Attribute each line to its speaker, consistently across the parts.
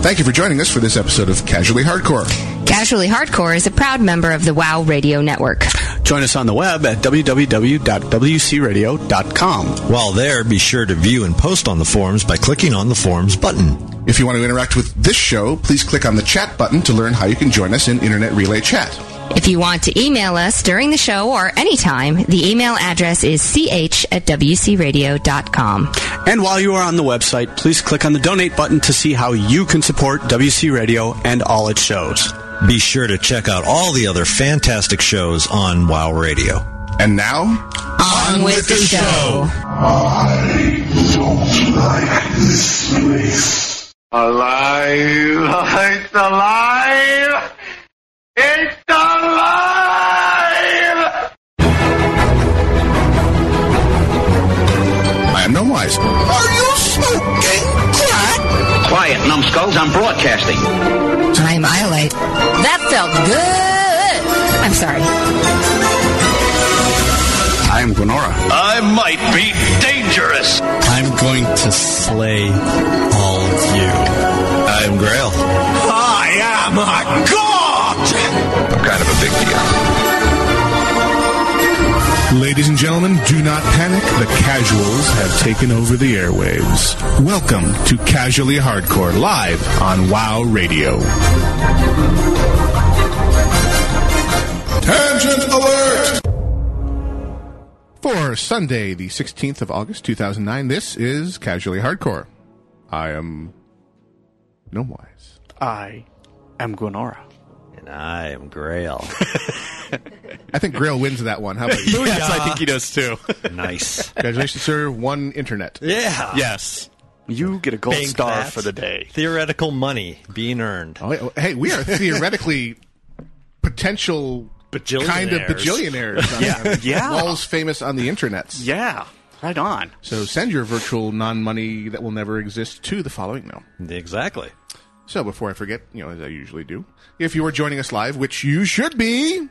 Speaker 1: Thank you for joining us for this episode of Casually Hardcore.
Speaker 2: Casually Hardcore is a proud member of the WOW Radio Network.
Speaker 3: Join us on the web at www.wcradio.com.
Speaker 4: While there, be sure to view and post on the forums by clicking on the forums button.
Speaker 1: If you want to interact with this show, please click on the chat button to learn how you can join us in Internet Relay Chat.
Speaker 2: If you want to email us during the show or anytime, the email address is ch at wcradio.com.
Speaker 3: And while you are on the website, please click on the donate button to see how you can support WC Radio and all its shows.
Speaker 4: Be sure to check out all the other fantastic shows on WoW Radio.
Speaker 1: And now,
Speaker 2: on, with, the, show.
Speaker 5: I don't like this place. Alive! It's alive! It's alive!
Speaker 1: I am no wise.
Speaker 6: Are you smoking crack?
Speaker 7: Quiet, numbskulls, I'm broadcasting.
Speaker 2: I'm Iolite. That felt good. I'm sorry.
Speaker 3: I'm Gwenora.
Speaker 8: I might be dangerous.
Speaker 9: I'm going to slay all of you.
Speaker 4: I'm Grail.
Speaker 6: I am a god!
Speaker 10: I'm kind of a big deal.
Speaker 1: Ladies and gentlemen, do not panic. The casuals have taken over the airwaves. Welcome to Casually Hardcore, live on WoW Radio. Tangent alert! For Sunday, the 16th of August, 2009, this is Casually Hardcore. I am. No wise.
Speaker 3: I am Gwenora.
Speaker 4: And I am Grail.
Speaker 1: I think Grail wins that one. How about you?
Speaker 3: Yes, I think he does too.
Speaker 4: nice.
Speaker 1: Congratulations, sir. One internet.
Speaker 4: Yeah.
Speaker 3: Yes. You get a gold
Speaker 4: Bank
Speaker 3: star
Speaker 4: that.
Speaker 3: for the day.
Speaker 4: Theoretical money being earned.
Speaker 1: Oh, wait, oh, hey, we are theoretically potential kind of
Speaker 4: Bajillionaires.
Speaker 1: bajillionaires. yeah,
Speaker 3: yeah.
Speaker 1: Walls famous on the internet.
Speaker 3: Yeah. Right on.
Speaker 1: So send your virtual non-money that will never exist to the following mail.
Speaker 4: Exactly.
Speaker 1: So before I forget, you know, as I usually do, if you are joining us live, which you should be,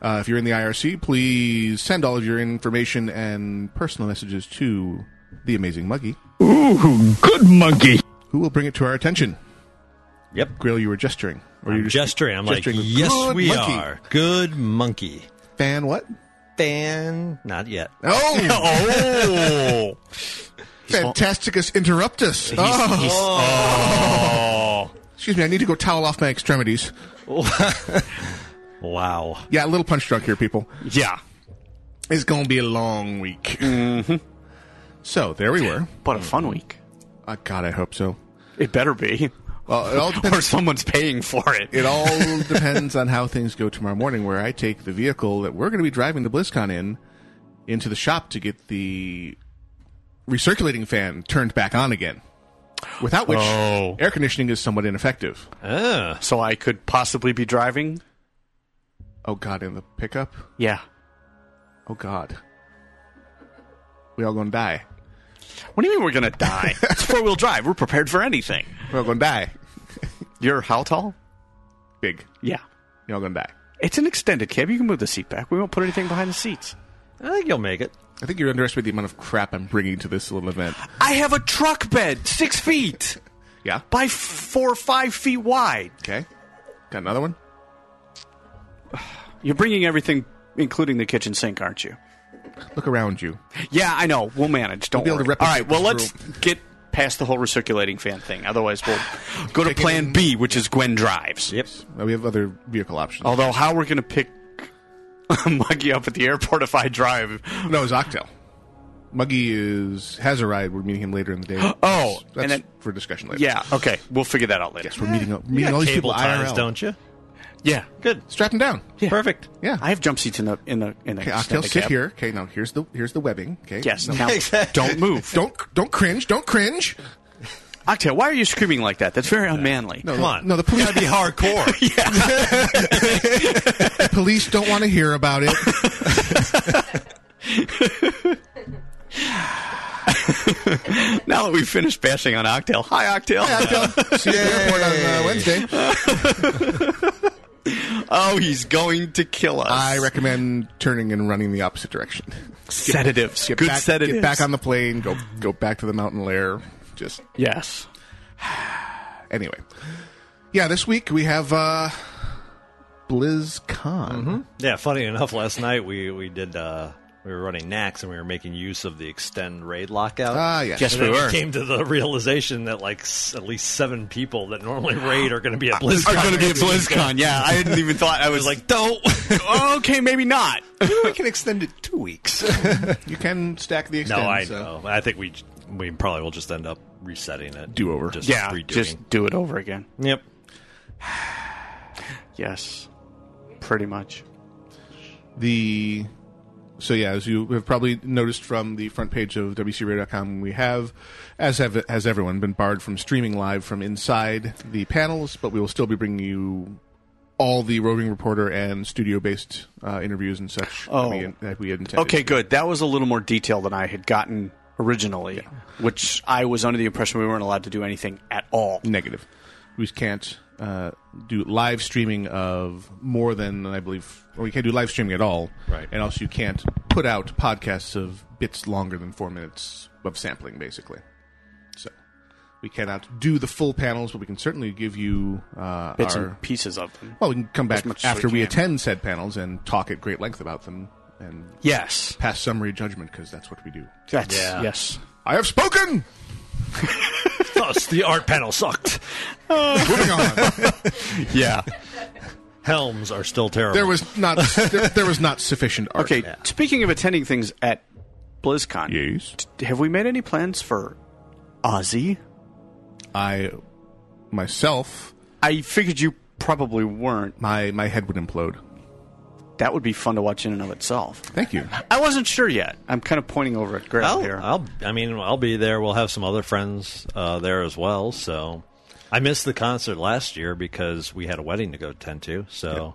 Speaker 1: uh, if you're in the IRC, please send all of your information and personal messages to the amazing Muggy,
Speaker 8: Ooh, good monkey.
Speaker 1: who will bring it to our attention.
Speaker 4: Yep.
Speaker 1: Grill, you were gesturing, or you
Speaker 4: I'm gesturing. I'm
Speaker 1: gesturing
Speaker 4: like,
Speaker 1: with,
Speaker 4: yes,
Speaker 1: "Good
Speaker 4: we
Speaker 1: monkey."
Speaker 4: are. Good monkey.
Speaker 1: fan what?
Speaker 4: Fan. Not yet.
Speaker 1: Oh,
Speaker 4: Oh.
Speaker 1: Fantasticus interruptus. oh. Excuse me, I need to go towel off my extremities.
Speaker 4: wow.
Speaker 1: Yeah, a little punch drunk here, people.
Speaker 3: Yeah.
Speaker 1: It's going to be a long week. So, there we were.
Speaker 3: What a fun week.
Speaker 1: Oh, God, I hope so.
Speaker 3: It better be.
Speaker 1: Well, it all depends.
Speaker 3: Or someone's paying for it.
Speaker 1: It all depends on how things go tomorrow morning, where I take the vehicle that we're going to be driving to BlizzCon in into the shop to get the recirculating fan turned back on again. Without which,
Speaker 3: Oh.
Speaker 1: air conditioning is somewhat ineffective.
Speaker 4: Ah.
Speaker 3: So I could possibly be driving?
Speaker 1: Oh, God, in the pickup?
Speaker 3: Yeah.
Speaker 1: Oh, God. We all going to die.
Speaker 3: What do you mean we're going to die? it's four wheel drive. We're prepared for anything.
Speaker 1: We all going to die.
Speaker 3: You're how tall?
Speaker 1: Big.
Speaker 3: Yeah.
Speaker 1: We all going to die.
Speaker 3: It's an extended cab. You can move the seat back. We won't put anything behind the seats.
Speaker 4: I think you'll make it.
Speaker 1: I think you're underestimating the amount of crap I'm bringing to this little event.
Speaker 3: I have a truck bed, six feet
Speaker 1: Yeah.
Speaker 3: by four or five feet wide.
Speaker 1: Okay. Got another one?
Speaker 3: You're bringing everything, including the kitchen sink, aren't you?
Speaker 1: Look around you.
Speaker 3: Yeah, I know. We'll manage. Don't
Speaker 1: be able
Speaker 3: worry.
Speaker 1: to replicate
Speaker 3: All right. Well,
Speaker 1: this
Speaker 3: let's get past the whole recirculating fan thing. Otherwise, we'll go to
Speaker 1: Take it
Speaker 3: Plan
Speaker 1: in.
Speaker 3: B, which is Gwen drives.
Speaker 4: Yep.
Speaker 1: Well, we have other vehicle options.
Speaker 3: Although, how we're going to pick Muggy up at the airport if I drive?
Speaker 1: No, it's Octel. Muggy is has a ride. We're meeting him later in the day.
Speaker 3: Oh,
Speaker 1: That's-
Speaker 3: and
Speaker 1: that's
Speaker 3: then-
Speaker 1: for discussion later.
Speaker 3: Yeah. Okay. We'll figure that out later.
Speaker 1: we're meeting up.
Speaker 4: You
Speaker 1: Meeting
Speaker 4: got
Speaker 1: all these
Speaker 4: cable
Speaker 1: people
Speaker 4: ties,
Speaker 1: IRL.
Speaker 4: don't you?
Speaker 3: Yeah.
Speaker 4: Good.
Speaker 1: Strap him down.
Speaker 4: Perfect.
Speaker 1: Yeah.
Speaker 3: I have jump seats in the in the in the.
Speaker 1: okay,
Speaker 3: in
Speaker 1: Octel,
Speaker 3: the
Speaker 1: sit
Speaker 3: cab.
Speaker 1: here. Okay, now here's the here's the webbing. Okay.
Speaker 3: Yes.
Speaker 1: No,
Speaker 3: Now, don't move.
Speaker 1: don't don't cringe. Don't cringe.
Speaker 3: Octail, why are you screaming like that? That's very unmanly.
Speaker 1: No,
Speaker 4: Come
Speaker 1: no,
Speaker 4: on.
Speaker 1: No, the police
Speaker 4: Gotta be hardcore.
Speaker 1: the police don't want to hear about it.
Speaker 3: Now that we've finished bashing on Octail, hi Octail.
Speaker 1: Octel, see you at the airport on uh, Wednesday. uh,
Speaker 3: oh, he's going to kill us.
Speaker 1: I recommend turning and running the opposite direction.
Speaker 3: sedatives.
Speaker 1: Get
Speaker 3: Good
Speaker 1: back,
Speaker 3: sedatives.
Speaker 1: Get back on the plane. Go go back to the mountain lair. Just
Speaker 3: Yes.
Speaker 1: Anyway, yeah, this week we have uh, BlizzCon.
Speaker 3: Mm-hmm.
Speaker 11: Yeah, funny enough, last night we we did uh, we were running Nax and we were making use of the extend raid lockout.
Speaker 1: Ah, yes.
Speaker 11: And
Speaker 1: we
Speaker 11: then
Speaker 1: were.
Speaker 11: Came to the realization that like s- at least seven people that normally raid are going
Speaker 1: Ah,
Speaker 11: to be at BlizzCon.
Speaker 3: Are going to be at BlizzCon? Yeah, I hadn't even thought. I was like,
Speaker 11: No,
Speaker 3: okay, maybe not. Maybe we can extend it two weeks.
Speaker 1: You can stack the
Speaker 11: no,
Speaker 1: extend.
Speaker 11: I
Speaker 1: so-
Speaker 11: know. I think we j- we probably will just end up resetting it.
Speaker 1: Do over.
Speaker 11: Just
Speaker 3: Yeah,
Speaker 11: redoing.
Speaker 3: just do it over again.
Speaker 11: yep.
Speaker 3: Yes, pretty much.
Speaker 1: the so yeah as you have probably noticed from the front page of wcradio.com we have as have, has everyone been barred from streaming live from inside the panels but we will still be bringing you all the roving reporter and studio based uh, interviews and such
Speaker 3: Oh.
Speaker 1: that, we, that we had intended
Speaker 3: Okay, good. That was a little more detail than I had gotten originally, which I was under the impression we weren't allowed to do anything at all.
Speaker 1: negative we can't uh, do live streaming of more than i believe or you can't do live streaming at all
Speaker 11: Right.
Speaker 1: and also you can't put out podcasts of bits longer than four minutes of sampling basically so we cannot do the full panels but we can certainly give you uh,
Speaker 3: Bits
Speaker 1: our
Speaker 3: and pieces of them.
Speaker 1: well we can come back
Speaker 3: As much as
Speaker 1: after
Speaker 3: we
Speaker 1: we,
Speaker 3: can.
Speaker 1: attend said panels and talk at great length about them and
Speaker 3: Yes,
Speaker 1: pass summary judgment because that's what we do
Speaker 3: that's
Speaker 11: Yeah.
Speaker 3: yes.
Speaker 1: i have spoken
Speaker 11: Thus, the art panel sucked.
Speaker 1: moving on
Speaker 3: Yeah.
Speaker 11: Helms are still terrible.
Speaker 1: there was not there, there was not sufficient art
Speaker 3: Okay. Speaking of attending things at BlizzCon,
Speaker 1: yes
Speaker 3: have we made any plans for Ozzy?
Speaker 1: I myself,
Speaker 3: I figured you probably weren't.
Speaker 1: my my head would implode.
Speaker 3: That would be fun to watch in and of itself. Oh,
Speaker 1: Thank you.
Speaker 3: I wasn't sure yet. I'm kind of pointing over at Greg
Speaker 11: I'll,
Speaker 3: here.
Speaker 11: I'll, I mean, I'll be there. We'll have some other friends uh, there as well. So, I missed the concert last year because we had a wedding to go attend to. So,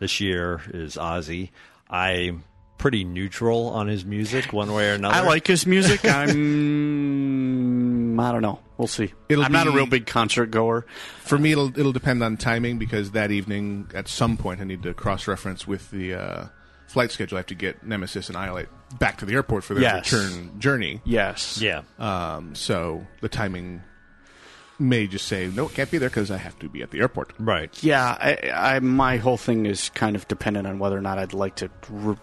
Speaker 11: this year is Ozzy. I'm pretty neutral on his music, one way or another.
Speaker 3: I like his music. I'm. I don't know. We'll see.
Speaker 1: It'll
Speaker 3: I'm not a
Speaker 1: be-
Speaker 3: real big concert goer.
Speaker 1: For me, it'll it'll depend on timing because that evening, at some point, I need to cross reference with the uh, flight schedule. I have to get Nemesis and Iolate back to the airport for their
Speaker 3: Yes.
Speaker 1: return journey.
Speaker 3: Yes.
Speaker 11: Yeah,
Speaker 1: Um, so the timing may just say no, it can't be there because I have to be at the airport.
Speaker 11: right.
Speaker 3: Yeah. I, I, my whole thing is kind of dependent on whether or not I'd like to re-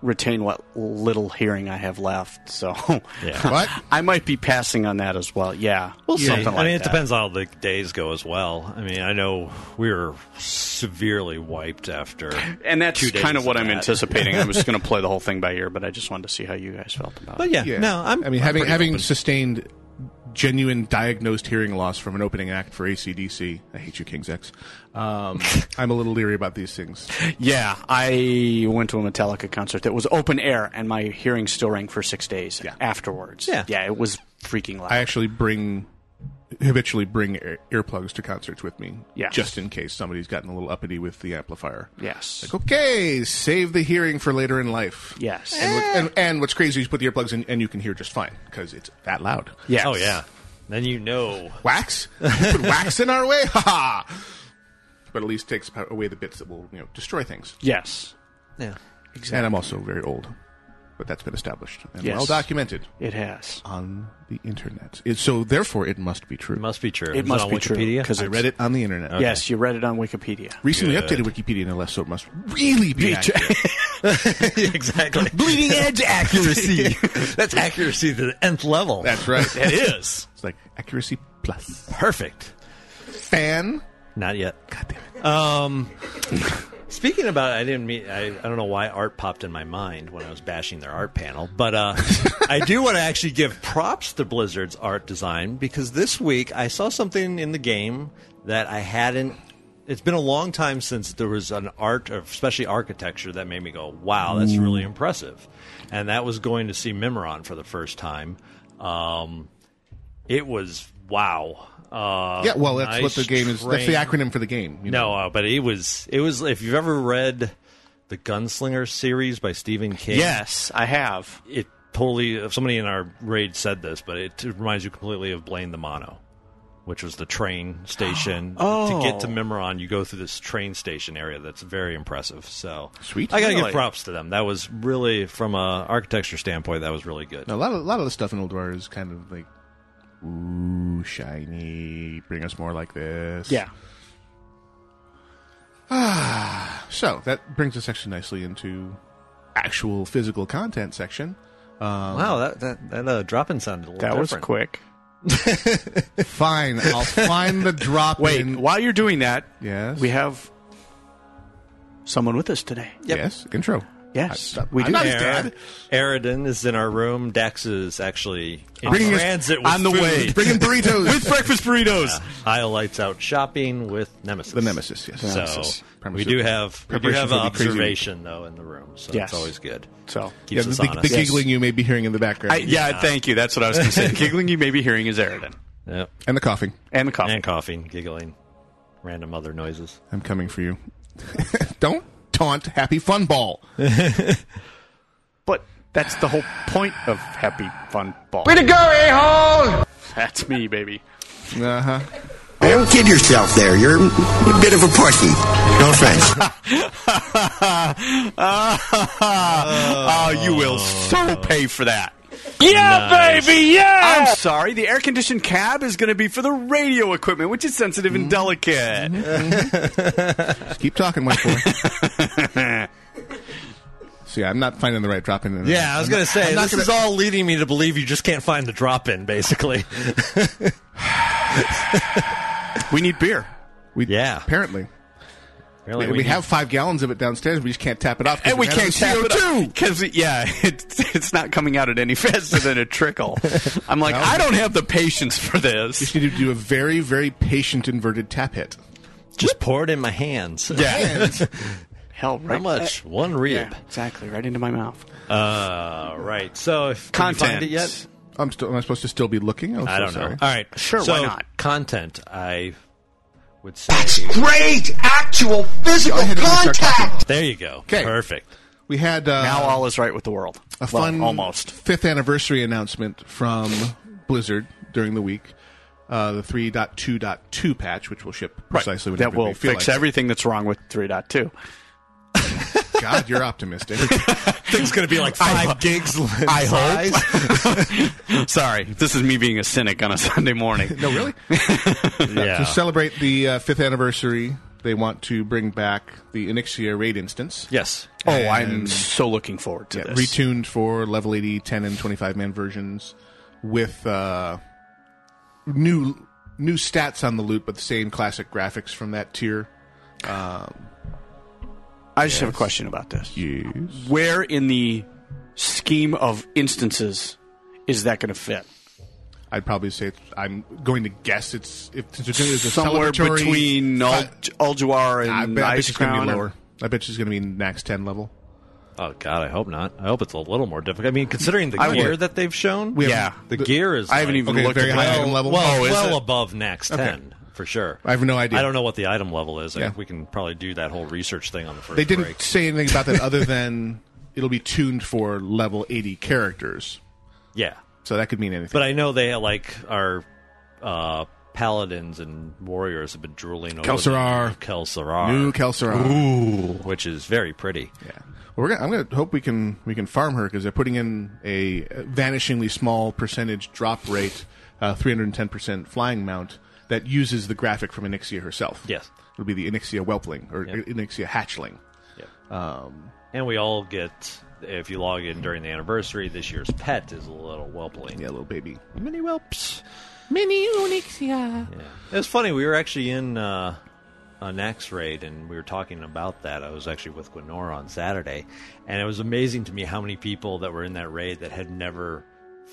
Speaker 3: retain what little hearing I have left. So
Speaker 11: Yeah.
Speaker 1: But
Speaker 3: I might be passing on that as well. Yeah.
Speaker 11: We'll see.
Speaker 3: Something
Speaker 11: I
Speaker 3: like
Speaker 11: mean, it
Speaker 3: that.
Speaker 11: depends on how the days go as well. I mean, I know we were severely wiped after,
Speaker 3: And that's
Speaker 11: two days
Speaker 3: kind of what I'm
Speaker 11: that.
Speaker 3: anticipating. I was going to play the whole thing by ear, but I just wanted to see how you guys felt about
Speaker 11: But
Speaker 3: it.
Speaker 11: yeah,
Speaker 1: yeah,
Speaker 11: no, I'm.
Speaker 1: I mean, having
Speaker 11: I'm pretty
Speaker 1: having
Speaker 11: open.
Speaker 1: sustained genuine diagnosed hearing loss from an opening act for ACDC. I hate you, King's X. Um, I'm a little leery about these things.
Speaker 3: Yeah, I went to a Metallica concert that was open air, and my hearing still rang for six days afterwards.
Speaker 11: Yeah.
Speaker 3: yeah, it was freaking loud.
Speaker 1: I actually bring habitually bring ear- earplugs to concerts with me,
Speaker 3: Yes.
Speaker 1: just in case somebody's gotten a little uppity with the amplifier.
Speaker 3: yes,
Speaker 1: Like, okay, save the hearing for later in life.
Speaker 3: yes,
Speaker 1: And, what- and, and what's crazy is you put the earplugs in and you can hear just fine because it's that loud.
Speaker 3: yes.
Speaker 11: Oh yeah, then you know.
Speaker 1: Wax? You put wax in our way? Ha ha! But at least takes away the bits that will you know destroy things.
Speaker 3: yes.
Speaker 11: Yeah.
Speaker 1: And I'm also very old, but that's been established and
Speaker 3: Yes.
Speaker 1: well documented
Speaker 3: It has.
Speaker 1: on the internet. It, so therefore, it must be true.
Speaker 11: It must be true.
Speaker 3: It
Speaker 11: Is
Speaker 3: must
Speaker 11: on
Speaker 3: be true,
Speaker 11: Wikipedia?
Speaker 3: 'cause
Speaker 1: I read it on the internet.
Speaker 3: Yes, you read it on Wikipedia.
Speaker 1: Recently updated Wikipedia, no less, so it must really be accurate.
Speaker 11: exactly. Bleeding edge accuracy. That's accuracy to the nth level.
Speaker 1: That's right.
Speaker 11: It is.
Speaker 1: It's like accuracy plus.
Speaker 11: Perfect.
Speaker 1: Fan.
Speaker 11: Not yet. God damn it. Um, speaking about, I didn't mean. I, I don't know why art popped in my mind when I was bashing their art panel, but uh, I do want to actually give props to Blizzard's art design because this week I saw something in the game that I hadn't. It's been a long time since there was an art, or especially architecture, that made me go, "Wow,
Speaker 1: Mm.
Speaker 11: that's really impressive." And that was going to see Mimiron for the first time. Um, it was wow. Uh,
Speaker 1: Yeah, well, that's what
Speaker 11: nice
Speaker 1: the game is. That's the
Speaker 11: train.
Speaker 1: acronym for the game. You
Speaker 11: No, uh, but it was it was if you've ever read the Gunslinger series by Stephen King.
Speaker 3: Yes, I have.
Speaker 11: it totally. Somebody in our raid said this, but it reminds you completely of Blaine the Mono, which was the train station to get to Mimiron. You go through this train station area that's very impressive. So
Speaker 1: Sweet.
Speaker 11: I gotta
Speaker 3: Really?
Speaker 11: give props to them. That was
Speaker 1: Oh,
Speaker 11: really from a architecture standpoint, that was really good.
Speaker 1: a lot of a lot of the stuff in Old War is kind of like Ooh, shiny. Bring us more like this.
Speaker 8: Yeah.
Speaker 1: So that brings us actually nicely into actual physical content section.
Speaker 11: wow, that that, that uh, drop in sounded a little
Speaker 8: That was
Speaker 11: different.
Speaker 8: quick.
Speaker 1: Fine, I'll find the drop
Speaker 8: Wait,
Speaker 1: in.
Speaker 8: while you're doing that,
Speaker 1: Yes.
Speaker 8: we have someone with us today.
Speaker 1: Yes, intro.
Speaker 8: Yes,
Speaker 1: I-
Speaker 8: we
Speaker 1: I'm
Speaker 8: do.
Speaker 1: not his
Speaker 11: Ar-
Speaker 1: dad.
Speaker 11: Aridin is in our room. Dax is actually in
Speaker 1: Bringing us-
Speaker 11: transit with
Speaker 8: on the
Speaker 11: food.
Speaker 8: way.
Speaker 1: Bring in burritos.
Speaker 8: With breakfast burritos.
Speaker 11: Aisle lights out shopping with Nemesis.
Speaker 1: The Nemesis, yes.
Speaker 11: So
Speaker 1: Nemesis.
Speaker 11: we
Speaker 1: Premises.
Speaker 11: do have we do
Speaker 1: Preparation
Speaker 11: have
Speaker 1: for
Speaker 11: an
Speaker 1: the crazy
Speaker 11: observation though in the room, so
Speaker 8: Yes.
Speaker 11: that's always good.
Speaker 8: So-
Speaker 1: Yeah,
Speaker 11: keeps
Speaker 1: the,
Speaker 11: us
Speaker 1: the, the
Speaker 11: honest.
Speaker 1: giggling you may be hearing in the background.
Speaker 8: I, yeah, thank you. That's what I was going to say. The giggling you may be hearing is Aridin.
Speaker 11: Yep.
Speaker 1: And the coughing.
Speaker 8: And the coffee.
Speaker 11: And coughing, giggling, random other noises.
Speaker 1: I'm coming for you. Don't taunt Happy Fun Ball.
Speaker 8: But that's the whole point of Happy Fun Ball.
Speaker 12: Way to go, a-hole!
Speaker 8: That's me, baby.
Speaker 1: Uh huh.
Speaker 6: Don't kid yourself there. You're a bit of a pussy. No offense.
Speaker 8: oh, you will so pay for that.
Speaker 12: Yeah, baby, yeah!
Speaker 8: I'm sorry. The air conditioned cab is going to be for the radio equipment, which is sensitive and delicate.
Speaker 1: Just keep talking, my boy. See, I'm not finding the right drop in.
Speaker 11: Yeah, I was gonna say
Speaker 1: not
Speaker 11: this
Speaker 1: gonna-
Speaker 11: is all leading me to believe you just can't find the drop in, basically.
Speaker 8: We need beer.
Speaker 1: We,
Speaker 11: Yeah.
Speaker 1: Apparently.
Speaker 11: Really,
Speaker 1: we, we
Speaker 11: need-
Speaker 1: have five gallons of it downstairs. We just can't tap it off. 'cause
Speaker 8: And we
Speaker 1: ran out
Speaker 8: can't
Speaker 1: of
Speaker 8: tap it
Speaker 1: CO2.
Speaker 8: because yeah, it's, it's not coming out at any faster than a trickle. I'm like,
Speaker 1: No.
Speaker 8: I don't have the patience for
Speaker 1: You just
Speaker 8: this.
Speaker 1: need to do a very, very patient inverted tap hit.
Speaker 11: just pour it in my hands.
Speaker 8: Yeah, hell, right?
Speaker 11: How much? One
Speaker 8: Yeah,
Speaker 11: rib.
Speaker 8: exactly, right into my mouth.
Speaker 11: Uh, right. So, if, can you
Speaker 8: Content
Speaker 11: find it yet?
Speaker 1: I'm still. Am I supposed to still be looking? I'm so
Speaker 11: I don't
Speaker 1: sorry.
Speaker 11: know. All right,
Speaker 8: Sure,
Speaker 11: So,
Speaker 8: why not?
Speaker 11: Content. I would say.
Speaker 6: That's great actual physical
Speaker 1: Go ahead and start
Speaker 6: contact.
Speaker 11: There you go.
Speaker 1: 'Kay.
Speaker 11: Perfect.
Speaker 1: We had uh,
Speaker 8: Now all is right with the world.
Speaker 1: a fun
Speaker 8: well, almost.
Speaker 1: fifth anniversary announcement from Blizzard during the week. Uh, the 3.2.2 patch, which will ship precisely
Speaker 8: Right.
Speaker 1: when
Speaker 8: That will
Speaker 1: everybody feels
Speaker 8: fix
Speaker 1: like it.
Speaker 8: everything that's wrong with 3.2.
Speaker 1: God, you're optimistic. Oh,
Speaker 11: Thing's going to be like five gigs.
Speaker 8: I hope. Sorry, this is me being a cynic on a Sunday morning.
Speaker 1: no, really.
Speaker 11: yeah.
Speaker 1: To celebrate the uh, fifth anniversary, they want to bring back the Onyxia raid instance.
Speaker 11: yes.
Speaker 8: Oh, I'm so looking forward to
Speaker 1: Yeah,
Speaker 8: this.
Speaker 1: retuned for level 80, 10, and 25 man versions with uh, new new stats on the loot, but the same classic graphics from that tier.
Speaker 8: I just have a question about this.
Speaker 1: Yes.
Speaker 8: Where in the scheme of instances is that going to fit?
Speaker 1: I'd probably say it's, I'm going to guess it's if since it's a
Speaker 8: Somewhere
Speaker 1: celebratory-
Speaker 8: between Al-
Speaker 1: I,
Speaker 8: Aljuar
Speaker 1: I
Speaker 8: and
Speaker 1: bet, I bet
Speaker 8: Ice
Speaker 1: it's going to
Speaker 8: Crown.
Speaker 1: be
Speaker 8: or-
Speaker 1: lower. I bet she's going to be max 10 level.
Speaker 11: Oh God, I hope not. I hope it's a little more difficult. I mean, considering the
Speaker 8: I
Speaker 11: gear
Speaker 8: would-
Speaker 11: that they've shown,
Speaker 1: We
Speaker 8: Yeah.
Speaker 11: the gear is.
Speaker 8: I haven't
Speaker 11: like-
Speaker 8: even
Speaker 1: Okay,
Speaker 8: looked
Speaker 1: very
Speaker 8: at
Speaker 1: high
Speaker 8: that.
Speaker 1: item level.
Speaker 11: Well,
Speaker 8: Oh, is
Speaker 11: well
Speaker 8: it?
Speaker 11: above next ten for sure.
Speaker 1: I have no idea.
Speaker 11: I don't know what the item level is. I-
Speaker 1: Yeah.
Speaker 11: we can probably do that whole research thing on the first.
Speaker 1: They didn't
Speaker 11: break.
Speaker 1: say anything about that other than it'll be tuned for level 80 characters.
Speaker 11: Yeah,
Speaker 1: So that could mean anything.
Speaker 11: but I know they like our uh, paladins and warriors have been drooling over
Speaker 1: Kel'Sarar.
Speaker 11: the- Kel'Sarar,
Speaker 1: New Kel'Sara.
Speaker 11: which is very pretty.
Speaker 1: Yeah. Well, we're gonna, I'm going to hope we can we can farm her because they're putting in a vanishingly small percentage drop rate, uh, 310% flying mount that uses the graphic from Onyxia herself.
Speaker 11: Yes.
Speaker 1: It'll be the Onyxia whelpling or
Speaker 11: Yep.
Speaker 1: Onyxia hatchling.
Speaker 11: And we all get if you log in during the anniversary, this year's pet is a little whelpling.
Speaker 1: Yeah, little baby.
Speaker 11: Mini whelps. Mini Unixia. Yeah. It was funny. We were actually in uh, an X raid and we were talking about that. I was actually with Gwenora on Saturday. And it was amazing to me how many people that were in that raid that had never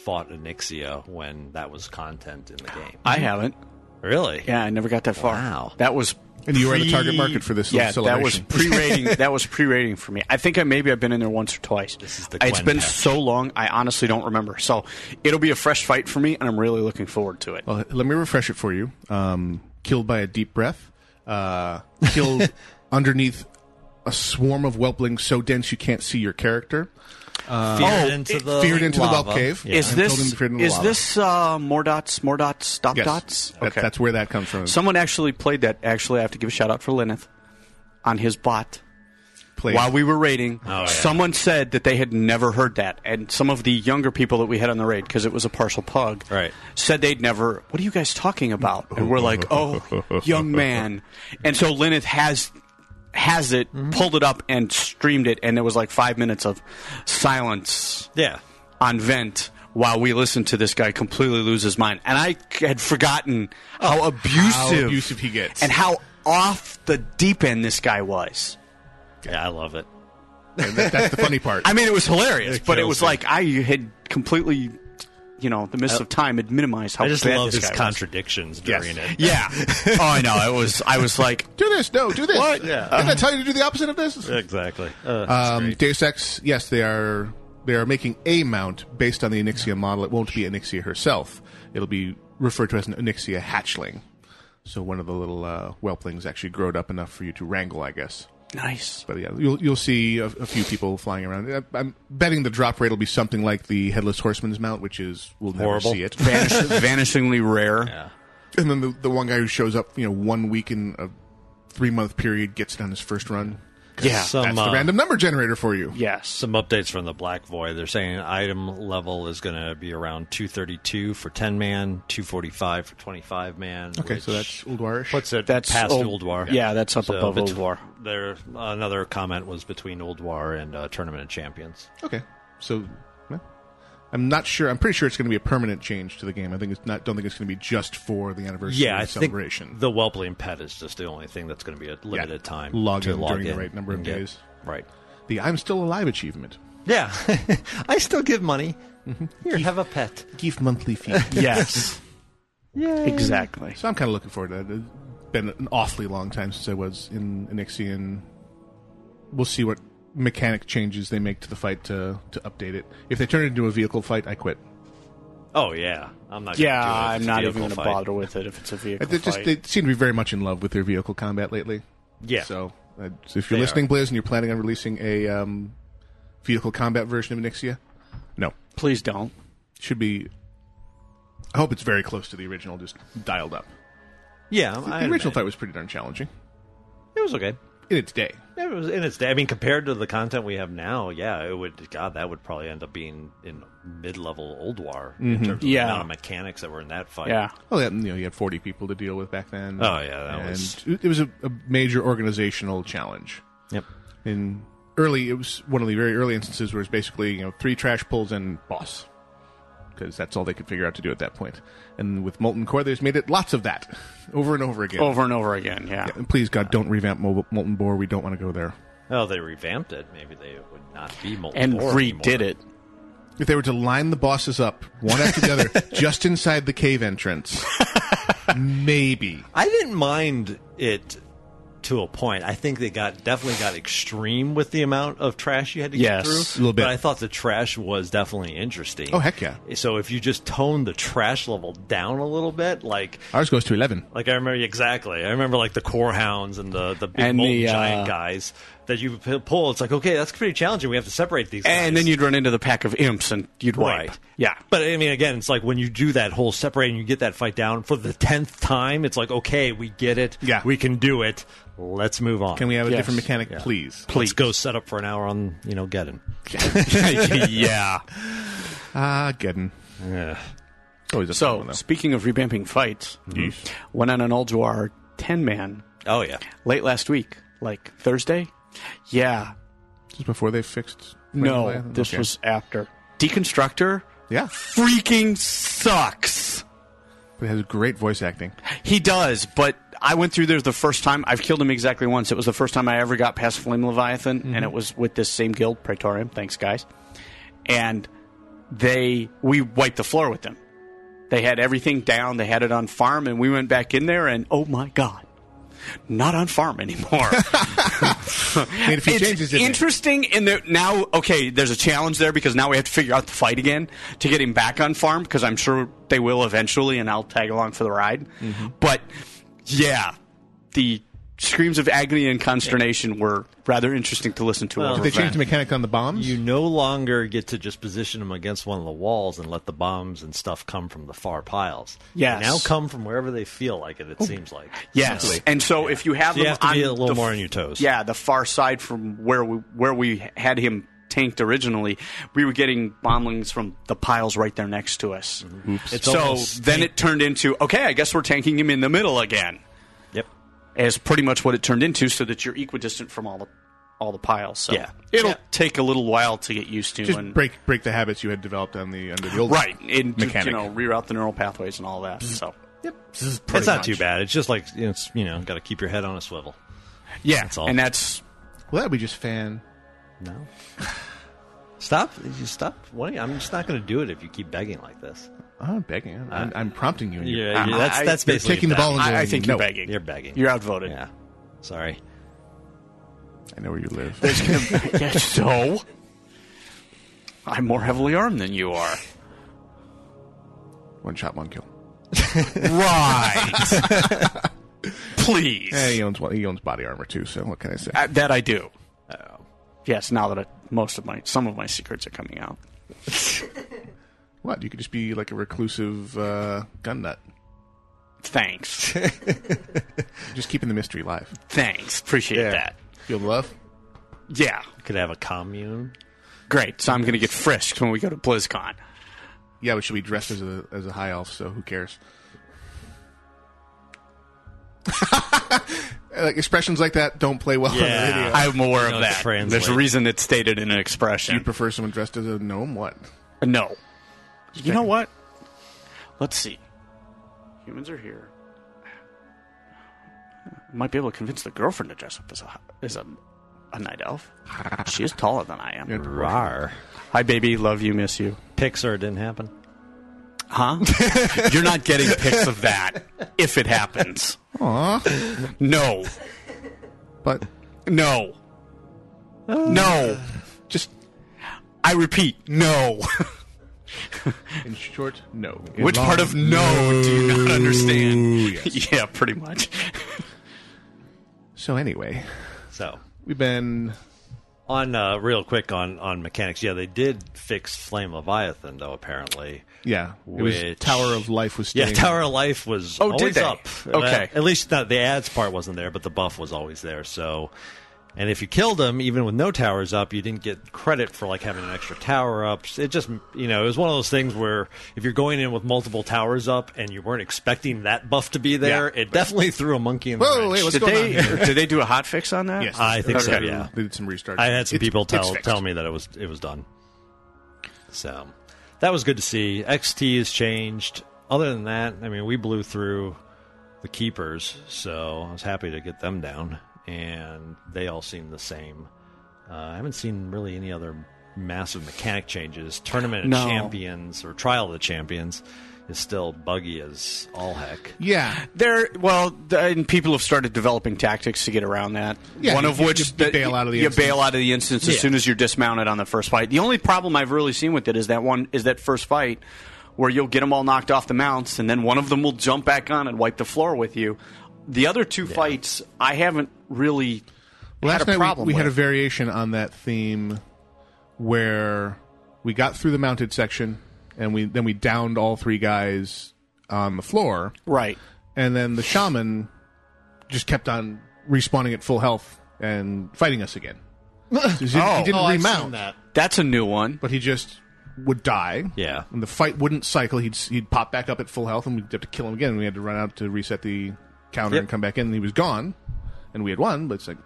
Speaker 11: fought Anixia when that was content in the game.
Speaker 8: I haven't.
Speaker 11: Really?
Speaker 8: Yeah, I never got that far.
Speaker 11: Wow.
Speaker 8: That was
Speaker 1: And you were the
Speaker 8: pre-
Speaker 1: target market for this
Speaker 8: Yeah,
Speaker 1: little
Speaker 8: that was
Speaker 1: celebration.
Speaker 8: pre-rating. that was pre-rating for me. I think I maybe I've been in there once or twice. This
Speaker 11: is the
Speaker 8: It's
Speaker 11: Gwen
Speaker 8: been
Speaker 11: patch.
Speaker 8: so long. I honestly don't remember. So it'll be a fresh fight for me, and I'm really looking forward to it.
Speaker 1: Well, let me refresh it for you. Um, killed by a deep breath. Uh, killed underneath a swarm of whelplings so dense you can't see your character.
Speaker 11: Feared
Speaker 8: Oh,
Speaker 11: into
Speaker 8: it-
Speaker 11: the
Speaker 1: feared into the
Speaker 11: lava.
Speaker 1: whelp cave.
Speaker 11: Yeah.
Speaker 8: Is
Speaker 1: I'm told
Speaker 8: this
Speaker 1: him to fit in the
Speaker 8: is
Speaker 1: lava.
Speaker 8: this uh, more dots, more dots, dot
Speaker 1: Yes.
Speaker 8: dots?
Speaker 1: That- That's where that comes from.
Speaker 8: Someone actually played that. Actually, I have to give a shout out for Lineth on his bot.
Speaker 1: played.
Speaker 8: While we were raiding,
Speaker 11: Oh, yeah.
Speaker 8: someone said that they had never heard that, and some of the younger people that we had on the raid, because it was a partial pug,
Speaker 11: Right.
Speaker 8: said they'd never. What are you guys talking about? And we're like, oh, young man. And so Lyneth has has it, pulled it up, and streamed it, and there was like five minutes of silence
Speaker 11: Yeah.
Speaker 8: on vent. While we listened to this guy completely lose his mind, and I c- had forgotten how
Speaker 1: how
Speaker 8: abusive,
Speaker 1: abusive he gets.
Speaker 8: and how off the deep end this guy was.
Speaker 11: Yeah, I love it.
Speaker 1: And that- that's the funny part.
Speaker 8: I mean, it was hilarious,
Speaker 11: It
Speaker 8: but it
Speaker 11: kills
Speaker 8: was
Speaker 11: me. Uh,
Speaker 8: like I had completely, you know, the mist of time had minimized how
Speaker 11: I just
Speaker 8: bad
Speaker 11: love
Speaker 8: this
Speaker 11: his
Speaker 8: guy
Speaker 11: contradictions during it.
Speaker 8: Was. Yeah. oh, I know. I was. I was like,
Speaker 1: do this. No, do this.
Speaker 8: What?
Speaker 1: Yeah. Didn't I tell you to do the opposite of this?
Speaker 11: Exactly. Uh,
Speaker 1: Um, Deus Ex, yes, they are they are making a mount based on the Anixia model. It won't be Anixia herself. It'll be referred to as an Anixia hatchling. So one of the little uh, whelplings actually growed up enough for you to wrangle, I guess.
Speaker 8: nice.
Speaker 1: But yeah, you'll you'll see a, a few people flying around. I- I'm betting the drop rate will be something like the headless horseman's mount, which is we'll
Speaker 11: Horrible.
Speaker 1: never see it.
Speaker 8: Vanish, vanishingly rare.
Speaker 1: And then the, the one guy who shows up, you know, one week in a three month period gets it on his first run.
Speaker 8: Yeah.
Speaker 11: some
Speaker 1: That's
Speaker 11: uh,
Speaker 1: the random number generator for you.
Speaker 8: Yes.
Speaker 11: some updates from the Black Void. They're saying item level is going to be around 232 for 10 man, 245 for 25 man.
Speaker 1: Okay,
Speaker 11: which
Speaker 1: so that's Uldwarish.
Speaker 11: puts it
Speaker 8: That's
Speaker 11: past
Speaker 8: old-
Speaker 11: Old War.
Speaker 8: yeah, that's up above Old War.
Speaker 11: There, another comment was between Old War and uh, Tournament of Champions.
Speaker 1: Okay, so well, I'm not sure. I'm pretty sure it's going to be a permanent change to the game. I think it's not. Don't think it's going to be just for the anniversary
Speaker 11: Yeah, I
Speaker 1: celebration.
Speaker 11: think the Whelpling Pet is just the only thing that's going to be a limited time
Speaker 1: Log
Speaker 11: to
Speaker 1: in
Speaker 11: log
Speaker 1: during the
Speaker 11: in
Speaker 1: right number of
Speaker 11: and get-
Speaker 1: days.
Speaker 11: Right.
Speaker 1: the "I'm still alive" achievement.
Speaker 11: Yeah, I still give money. Here, have a pet.
Speaker 1: Give monthly fee.
Speaker 8: Yes. Exactly.
Speaker 1: so I'm kind of looking forward to that. It's been an awfully long time since I was in Anixian. We'll see what mechanic changes they make to the fight to to update it. If they turn it into a vehicle fight, I quit.
Speaker 11: Oh yeah, I'm not.
Speaker 8: Yeah,
Speaker 11: gonna do it if
Speaker 8: I'm
Speaker 11: it's a
Speaker 8: not even
Speaker 11: vehicle
Speaker 8: going to
Speaker 11: fight.
Speaker 8: bother with it if it's a vehicle
Speaker 1: They just
Speaker 8: fight.
Speaker 1: they seem to be very much in love with their vehicle combat lately.
Speaker 11: Yeah.
Speaker 1: So, uh, so if you're
Speaker 11: They
Speaker 1: listening, Blizz, and you're planning on releasing a um, vehicle combat version of Nixia, no,
Speaker 8: Please don't.
Speaker 1: should be. I hope it's very close to the original, just dialed up.
Speaker 11: Yeah,
Speaker 1: The
Speaker 11: I
Speaker 1: original
Speaker 11: original
Speaker 1: fight was pretty darn challenging
Speaker 11: It was okay.
Speaker 1: in its day.
Speaker 11: It was in its day. I mean, compared to the content we have now, yeah, it would. God, that would probably end up being in mid-level old war in terms of the
Speaker 8: Yeah.
Speaker 11: amount of mechanics that were in that fight.
Speaker 8: Yeah.
Speaker 1: Well, yeah, you know, you had 40 people to deal with back then.
Speaker 11: Oh, yeah, that
Speaker 1: and
Speaker 11: was-
Speaker 1: it it was a, a major organizational challenge.
Speaker 11: Yep.
Speaker 1: In early, it was one of the very early instances where it's basically you know three trash pulls and boss, because that's all they could figure out to do at that point. And with Molten Core, they just made it lots of that over and over again.
Speaker 8: Over and over again. Yeah.
Speaker 1: And please God, don't revamp Mo- Molten Bore. We don't want to go there.
Speaker 11: Oh, they revamped it. Maybe they would not be multiple
Speaker 8: And
Speaker 11: war
Speaker 8: redid
Speaker 11: anymore.
Speaker 8: it.
Speaker 1: If they were to line the bosses up one after the other, just inside the cave entrance, maybe.
Speaker 11: I didn't mind it to a point. I think they got definitely got extreme with the amount of trash you had to
Speaker 8: Yes,
Speaker 11: get through.
Speaker 1: a little bit.
Speaker 11: But I thought the trash was definitely interesting.
Speaker 1: Oh, heck yeah.
Speaker 11: So if you just tone the trash level down a little bit, like
Speaker 1: Ours goes to eleven.
Speaker 11: like I remember exactly. I remember like the core hounds and the the big
Speaker 8: And the,
Speaker 11: molten giant
Speaker 8: uh,
Speaker 11: guys that you p- pull. It's like okay, that's pretty challenging. We have to separate these.
Speaker 8: And
Speaker 11: guys.
Speaker 8: then you'd run into the pack of imps and you'd wipe.
Speaker 11: Right.
Speaker 8: Yeah.
Speaker 11: But I mean, again, it's like when you do that whole separate and you get that fight down for the tenth time, it's like, okay, we get it.
Speaker 1: Yeah.
Speaker 11: We can do it. Let's move on.
Speaker 1: Can we have a
Speaker 8: Yes.
Speaker 1: different mechanic, please?
Speaker 11: Let's go set up for an hour on, you know, Geddon.
Speaker 8: yeah.
Speaker 1: Ah, Geddon.
Speaker 11: Yeah.
Speaker 1: It's Always a fun
Speaker 8: So,
Speaker 1: one, though.
Speaker 8: speaking of revamping fights, went on an Alduar 10 man
Speaker 11: Oh, yeah.
Speaker 8: late last week, like Thursday. Yeah.
Speaker 1: Just before they fixed.
Speaker 8: No, this
Speaker 1: Okay.
Speaker 8: was after. Deconstructor
Speaker 1: yeah.
Speaker 8: freaking sucks.
Speaker 1: But it has great voice acting.
Speaker 8: He does, but I went through there the first time. I've killed him exactly once. It was the first time I ever got past Flame Leviathan, and it was with this same guild, Praetorium. Thanks, guys. And they, we wiped the floor with them. They had everything down. They had it on farm, and we went back in there, and oh my god, not on farm anymore.
Speaker 1: Made a few
Speaker 8: it's
Speaker 1: changes. didn't it?
Speaker 8: interesting in that now okay there's a challenge there because now we have to figure out the fight again to get him back on farm because i'm sure they
Speaker 11: Mm-hmm.
Speaker 8: will eventually and i'll tag along for the ride but yeah the screams of agony and consternation were rather interesting to listen to.
Speaker 11: Well,
Speaker 8: over
Speaker 1: They changed
Speaker 8: that.
Speaker 1: the mechanic on the bombs.
Speaker 11: You no longer get to just position them against one of the walls and let the bombs and stuff come from the far piles.
Speaker 8: Yes.
Speaker 11: They now come from wherever they feel like it, it
Speaker 1: Oh.
Speaker 11: seems like.
Speaker 8: Yes, and so if you have
Speaker 11: So you
Speaker 8: them
Speaker 11: have to
Speaker 8: on
Speaker 11: be a little
Speaker 8: the,
Speaker 11: more on your toes.
Speaker 8: Yeah, the far side from where we where we had him tanked originally, we were getting bomblings from the piles right there next to us.
Speaker 11: Mm-hmm. It's
Speaker 8: So
Speaker 11: almost
Speaker 8: then
Speaker 11: tank-
Speaker 8: it turned into okay, I guess we're tanking him in the middle again.
Speaker 11: Yep.
Speaker 8: Is pretty much what it turned into, so that you're equidistant from all the all the piles. So
Speaker 11: Yeah.
Speaker 8: it'll
Speaker 11: Yeah.
Speaker 8: take a little while to get used to.
Speaker 1: just
Speaker 8: and,
Speaker 1: break break the habits you had developed on the under the old
Speaker 8: right, and you
Speaker 1: mechanic.
Speaker 8: know reroute the neural pathways and all that. So
Speaker 11: It's not
Speaker 1: much.
Speaker 11: too bad. It's just like, it's, you know, got to keep your head on a swivel.
Speaker 8: yeah,
Speaker 11: That's all.
Speaker 8: and that's
Speaker 1: Well, that'd be just fan.
Speaker 11: No. Stop. You stop. What? I'm just not going to do it if you keep begging like this.
Speaker 1: Oh, I'm not begging. I'm,
Speaker 8: Uh,
Speaker 1: I'm, I'm prompting you. and you're-
Speaker 11: Yeah, you- that's-
Speaker 8: I-
Speaker 11: that's
Speaker 8: you're
Speaker 11: basically
Speaker 1: taking the ball
Speaker 11: begging.
Speaker 1: and
Speaker 8: I, I
Speaker 1: going,
Speaker 8: think
Speaker 1: no.
Speaker 8: you're begging.
Speaker 11: You're begging.
Speaker 8: You're outvoted.
Speaker 11: Yeah. Sorry.
Speaker 1: I know where you live.
Speaker 8: yeah, so I'm more heavily armed than you are.
Speaker 1: one shot, one kill.
Speaker 8: Right. Please.
Speaker 1: Yeah, Eh, he owns one- he owns body armor too. So what can I say?
Speaker 8: Uh, that I do. Oh. Yes, now that I, most of my some of my secrets are coming out.
Speaker 1: what you could just be like a reclusive uh, gun nut,
Speaker 8: Thanks.
Speaker 1: just keeping the mystery alive.
Speaker 8: Thanks. Appreciate that.
Speaker 1: Feel the love.
Speaker 8: Yeah.
Speaker 11: Could have a commune.
Speaker 8: Great. So I'm going to get frisked when we go to BlizzCon.
Speaker 1: Yeah, we should be dressed as a as a high elf. So who cares? like expressions like that don't play well on the
Speaker 11: Yeah.
Speaker 1: video.
Speaker 8: I'm aware
Speaker 11: No,
Speaker 8: of that.
Speaker 11: translate.
Speaker 8: There's a reason it's stated in an
Speaker 1: You'd
Speaker 8: expression.
Speaker 1: prefer someone dressed as a gnome? What?
Speaker 8: no. You know what? Let's see. Humans are here. Might be able to convince the girlfriend to dress up as a as a, a night elf. She is taller than I am.
Speaker 11: Rar.
Speaker 8: Hi, baby. Love you. Miss you.
Speaker 11: Pixar didn't happen.
Speaker 8: Huh? You're not getting pics of that if it happens.
Speaker 1: Aw.
Speaker 8: No.
Speaker 1: But
Speaker 8: No. No.
Speaker 1: just
Speaker 8: I repeat, no.
Speaker 1: in short, no. In
Speaker 8: Which part
Speaker 1: long-
Speaker 8: of no, do you not understand? Yeah, pretty much.
Speaker 1: So anyway,
Speaker 11: So
Speaker 1: we've been
Speaker 11: on uh, real quick on on mechanics. Yeah, they did fix Flame Leviathan though. Apparently.
Speaker 1: yeah. It was
Speaker 11: Which-
Speaker 1: Tower of Life was
Speaker 11: Yeah,
Speaker 1: staying-
Speaker 11: Tower of Life was
Speaker 8: Oh, did
Speaker 11: always
Speaker 8: they?
Speaker 11: up.
Speaker 8: Okay.
Speaker 11: Uh, at least not the ads part wasn't there, but the buff was always there. So, and if you killed him, even with no towers up, you didn't get credit for like having an extra tower up. It just, you know, it was one of those things where if you're going in with multiple towers up and you weren't expecting that buff to be there,
Speaker 8: Yeah.
Speaker 11: it definitely threw a monkey in the
Speaker 1: Whoa,
Speaker 11: wrench.
Speaker 1: wait, what's
Speaker 8: Did
Speaker 1: going
Speaker 8: they
Speaker 1: on? Here?
Speaker 8: did they do a hot fix on that?
Speaker 1: Yes,
Speaker 11: I think so,
Speaker 1: Okay.
Speaker 11: yeah.
Speaker 1: They did some restart.
Speaker 11: I had some
Speaker 1: It's-
Speaker 11: people
Speaker 1: it's
Speaker 11: tell
Speaker 1: fixed.
Speaker 11: tell me that it was it was done. So that was good to see. XT has changed. Other than that, I mean, we blew through the keepers, so I was happy to get them down, and they all seem the same. Uh, I haven't seen really any other massive mechanic changes. Tournament of
Speaker 8: No.
Speaker 11: Champions or Trial of the Champions is still buggy as all heck.
Speaker 1: Yeah,
Speaker 8: There, well, th- and people have started developing tactics to get around that.
Speaker 1: Yeah,
Speaker 8: One
Speaker 1: you-
Speaker 8: of
Speaker 1: you-
Speaker 8: which
Speaker 1: you
Speaker 8: that
Speaker 1: bail out of the
Speaker 8: you
Speaker 1: instance.
Speaker 8: bail out of the instance as
Speaker 11: Yeah.
Speaker 8: soon as you're dismounted on the first fight. The only problem I've really seen with it is that one is that first fight where you'll get them all knocked off the mounts, and then one of them will jump back on and wipe the floor with you. The other two fights, I haven't really had
Speaker 1: last
Speaker 8: a
Speaker 1: night we-
Speaker 8: problem.
Speaker 1: we, had a
Speaker 8: with.
Speaker 1: variation on that theme where we got through the mounted section and we then we downed all three guys on the floor
Speaker 8: right.
Speaker 1: and then the shaman just kept on respawning at full health and fighting us again. So he, didn't- he didn't remount,
Speaker 8: That's a new one.
Speaker 1: but he just would die.
Speaker 11: Yeah.
Speaker 1: and the fight wouldn't cycle. He'd s- he'd pop back up at full health, and we'd have to kill him again. And we had to run out to reset the counter
Speaker 11: Yep.
Speaker 1: and come back in. And he was gone, and we had won. But it's like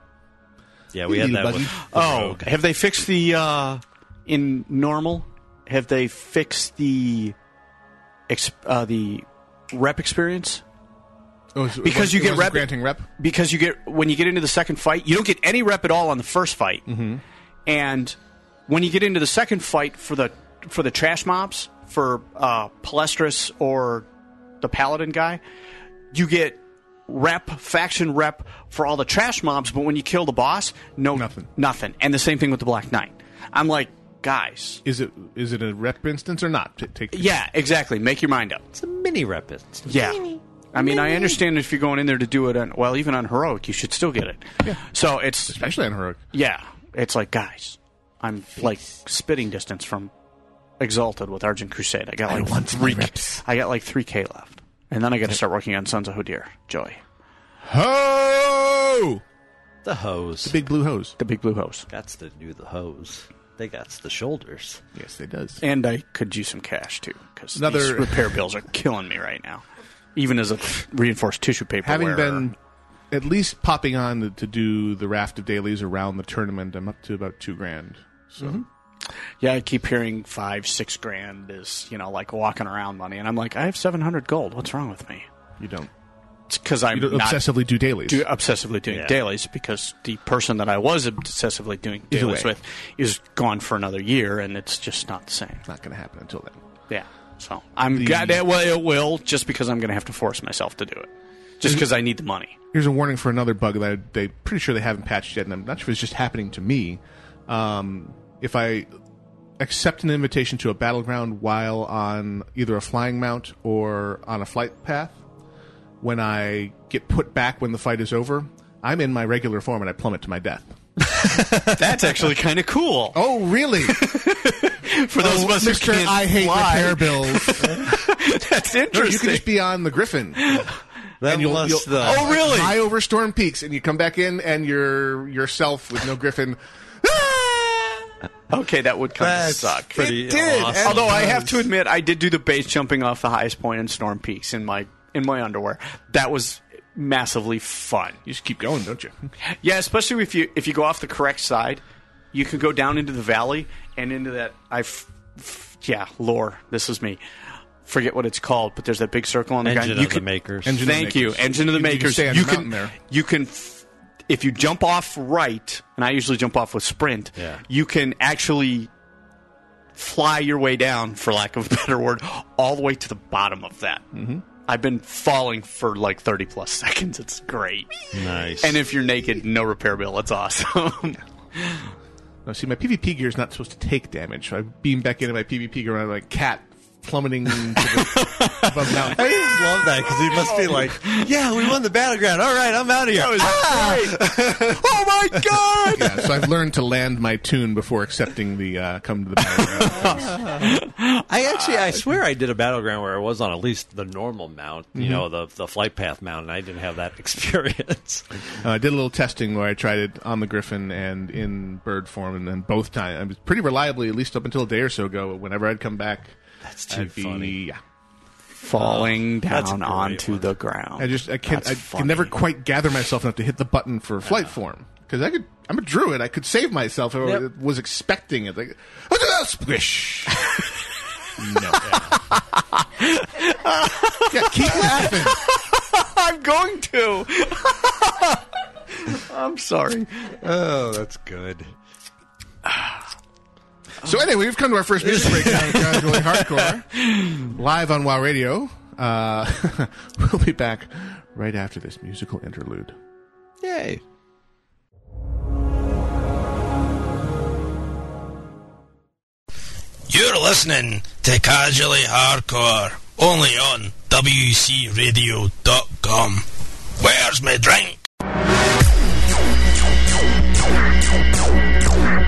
Speaker 11: Yeah, we had that.
Speaker 1: Buggy.
Speaker 11: With the
Speaker 8: Oh,
Speaker 11: Rogue.
Speaker 8: have they fixed the uh, in normal? Have they fixed the exp- uh, the rep experience?
Speaker 1: oh, it's- it
Speaker 8: Because
Speaker 1: wasn't-
Speaker 8: you
Speaker 1: it
Speaker 8: get
Speaker 1: wasn't
Speaker 8: rep-
Speaker 1: granting rep.
Speaker 8: because you get when you get into the second fight, you don't get any rep at all on the first fight, and when you get into the second fight for the for the trash mobs for uh, Palestris or the Paladin guy, you get rep faction rep for all the trash mobs, but when you kill the boss, no
Speaker 1: Nothing.
Speaker 8: nothing, and the same thing with the Black Knight. I'm like, guys,
Speaker 1: Is it is it a rep instance or not? T- take
Speaker 8: yeah, exactly. Make your mind up.
Speaker 11: it's a mini rep. It's
Speaker 8: Yeah. I mean, I understand if you're going in there to do it on well, even on heroic, you should still get it. So it's
Speaker 1: especially on heroic.
Speaker 8: yeah, it's like guys, I'm like spitting distance from Exalted with Argent Crusade. I got like three. I got like three K left, and then I got to start working on Sons of Hodir, Joey,
Speaker 1: Ho!
Speaker 11: The hose.
Speaker 1: Big blue hose.
Speaker 8: the Big Blue Hose,
Speaker 11: That's to do the hose. They got the shoulders.
Speaker 1: Yes, it does.
Speaker 8: and I could use some cash too because
Speaker 1: Another-
Speaker 8: these repair bills are killing me right now. Even as a reinforced tissue paper,
Speaker 1: Having
Speaker 8: wearer.
Speaker 1: been at least popping on to do the raft of dailies around the tournament, I'm up to about two grand. So
Speaker 8: Yeah, I keep hearing five, six grand is, you know, like walking around money. And I'm like, I have 700 gold. What's wrong with me?
Speaker 1: you don't
Speaker 8: It's because I'm
Speaker 1: you don't
Speaker 8: not
Speaker 1: obsessively do dailies.
Speaker 8: do, obsessively doing
Speaker 11: Yeah.
Speaker 8: dailies because the person that I was obsessively doing
Speaker 1: Is
Speaker 8: dailies
Speaker 1: away.
Speaker 8: with is gone for another year and it's just not the same.
Speaker 1: Not going to happen until then.
Speaker 8: Yeah. So I'm
Speaker 1: The-
Speaker 8: glad that well, it will just because I'm going to have to force myself to do it. Just because I need the money.
Speaker 1: Here's a warning for another bug that I, they pretty sure they haven't patched yet, and I'm not sure if it's just happening to me. Um, if I accept an invitation to a battleground while on either a flying mount or on a flight path, when I get put back when the fight is over, I'm in my regular form and I plummet to my death.
Speaker 8: That's actually kind of cool.
Speaker 1: Oh, really?
Speaker 8: for those of us who
Speaker 1: Mister,
Speaker 8: can't
Speaker 1: I hate
Speaker 8: fly.
Speaker 1: repair bills.
Speaker 8: That's
Speaker 1: No, you
Speaker 8: interesting.
Speaker 1: can just be on the Griffin.
Speaker 11: Then
Speaker 1: you'll-
Speaker 11: plus
Speaker 1: you'll-
Speaker 11: the
Speaker 8: oh, really?
Speaker 1: High over Storm Peaks, and you come back in, and you're yourself with no Griffin.
Speaker 8: okay, that would kind of
Speaker 11: that's
Speaker 8: suck.
Speaker 11: pretty
Speaker 1: It did,
Speaker 11: awesome.
Speaker 1: and-
Speaker 8: Although I have to admit, I did do the base jumping off the highest point in Storm Peaks in my in my underwear. That was massively fun.
Speaker 1: You just keep going, don't you?
Speaker 8: Yeah, especially if you if you go off the correct side, you can go down into the valley and into that. I, f- f- yeah, lore. This is me. Forget what it's called, but there's that big circle on the
Speaker 11: Engine
Speaker 8: guy.
Speaker 11: of the Makers.
Speaker 1: Engine of the
Speaker 8: thank
Speaker 1: Makers.
Speaker 8: you, engine of the
Speaker 1: You can
Speaker 8: makers.
Speaker 1: stay on
Speaker 8: you
Speaker 1: the
Speaker 8: can
Speaker 1: mountain there.
Speaker 8: you can f- if you jump off right, and I usually jump off with sprint.
Speaker 11: Yeah.
Speaker 8: you can actually fly your way down, for lack of a better word, all the way to the bottom of that. Mm-hmm. I've been falling for like thirty plus seconds. It's great.
Speaker 11: nice.
Speaker 8: And if you're naked, no repair bill. It's awesome.
Speaker 1: No, see, my PvP gear is not supposed to take damage. So I beam back into my PvP gear, and I'm like cat plummeting to the, above mountain.
Speaker 11: I just love that because he must be like, yeah, we won the battleground. All right, I'm out of here. Ah!
Speaker 8: oh my god!
Speaker 1: Yeah, so I've learned to land my tune before accepting the uh, come to the battleground.
Speaker 11: I actually, I swear, I did a battleground where I was on at least the normal mount, you know, the the flight path mount, and I didn't have that experience.
Speaker 1: uh, I did a little testing where I tried it on the Griffin and in bird form, and then both times I was pretty reliably, at least up until a day or so ago. Whenever I'd come back,
Speaker 11: That's
Speaker 1: I'd be- yeah.
Speaker 8: Falling
Speaker 11: That's a
Speaker 8: down
Speaker 11: great
Speaker 8: onto
Speaker 11: one.
Speaker 8: the ground.
Speaker 1: I just I can't
Speaker 8: That's
Speaker 1: I
Speaker 8: funny.
Speaker 1: can never quite gather myself enough to hit the button for flight form because I could I'm a druid I could save myself if
Speaker 11: Yep.
Speaker 1: I was expecting it like look at that squish. no, yeah, keep laughing.
Speaker 8: I'm going to. I'm sorry.
Speaker 11: Oh, that's good.
Speaker 1: So anyway, we've come to our first music break now. Guys, really hardcore live on WoW Radio. Uh, we'll be back right after this musical interlude.
Speaker 11: Yay.
Speaker 3: You're listening to Casually Hardcore, only on WCRadio.com. Where's my drink?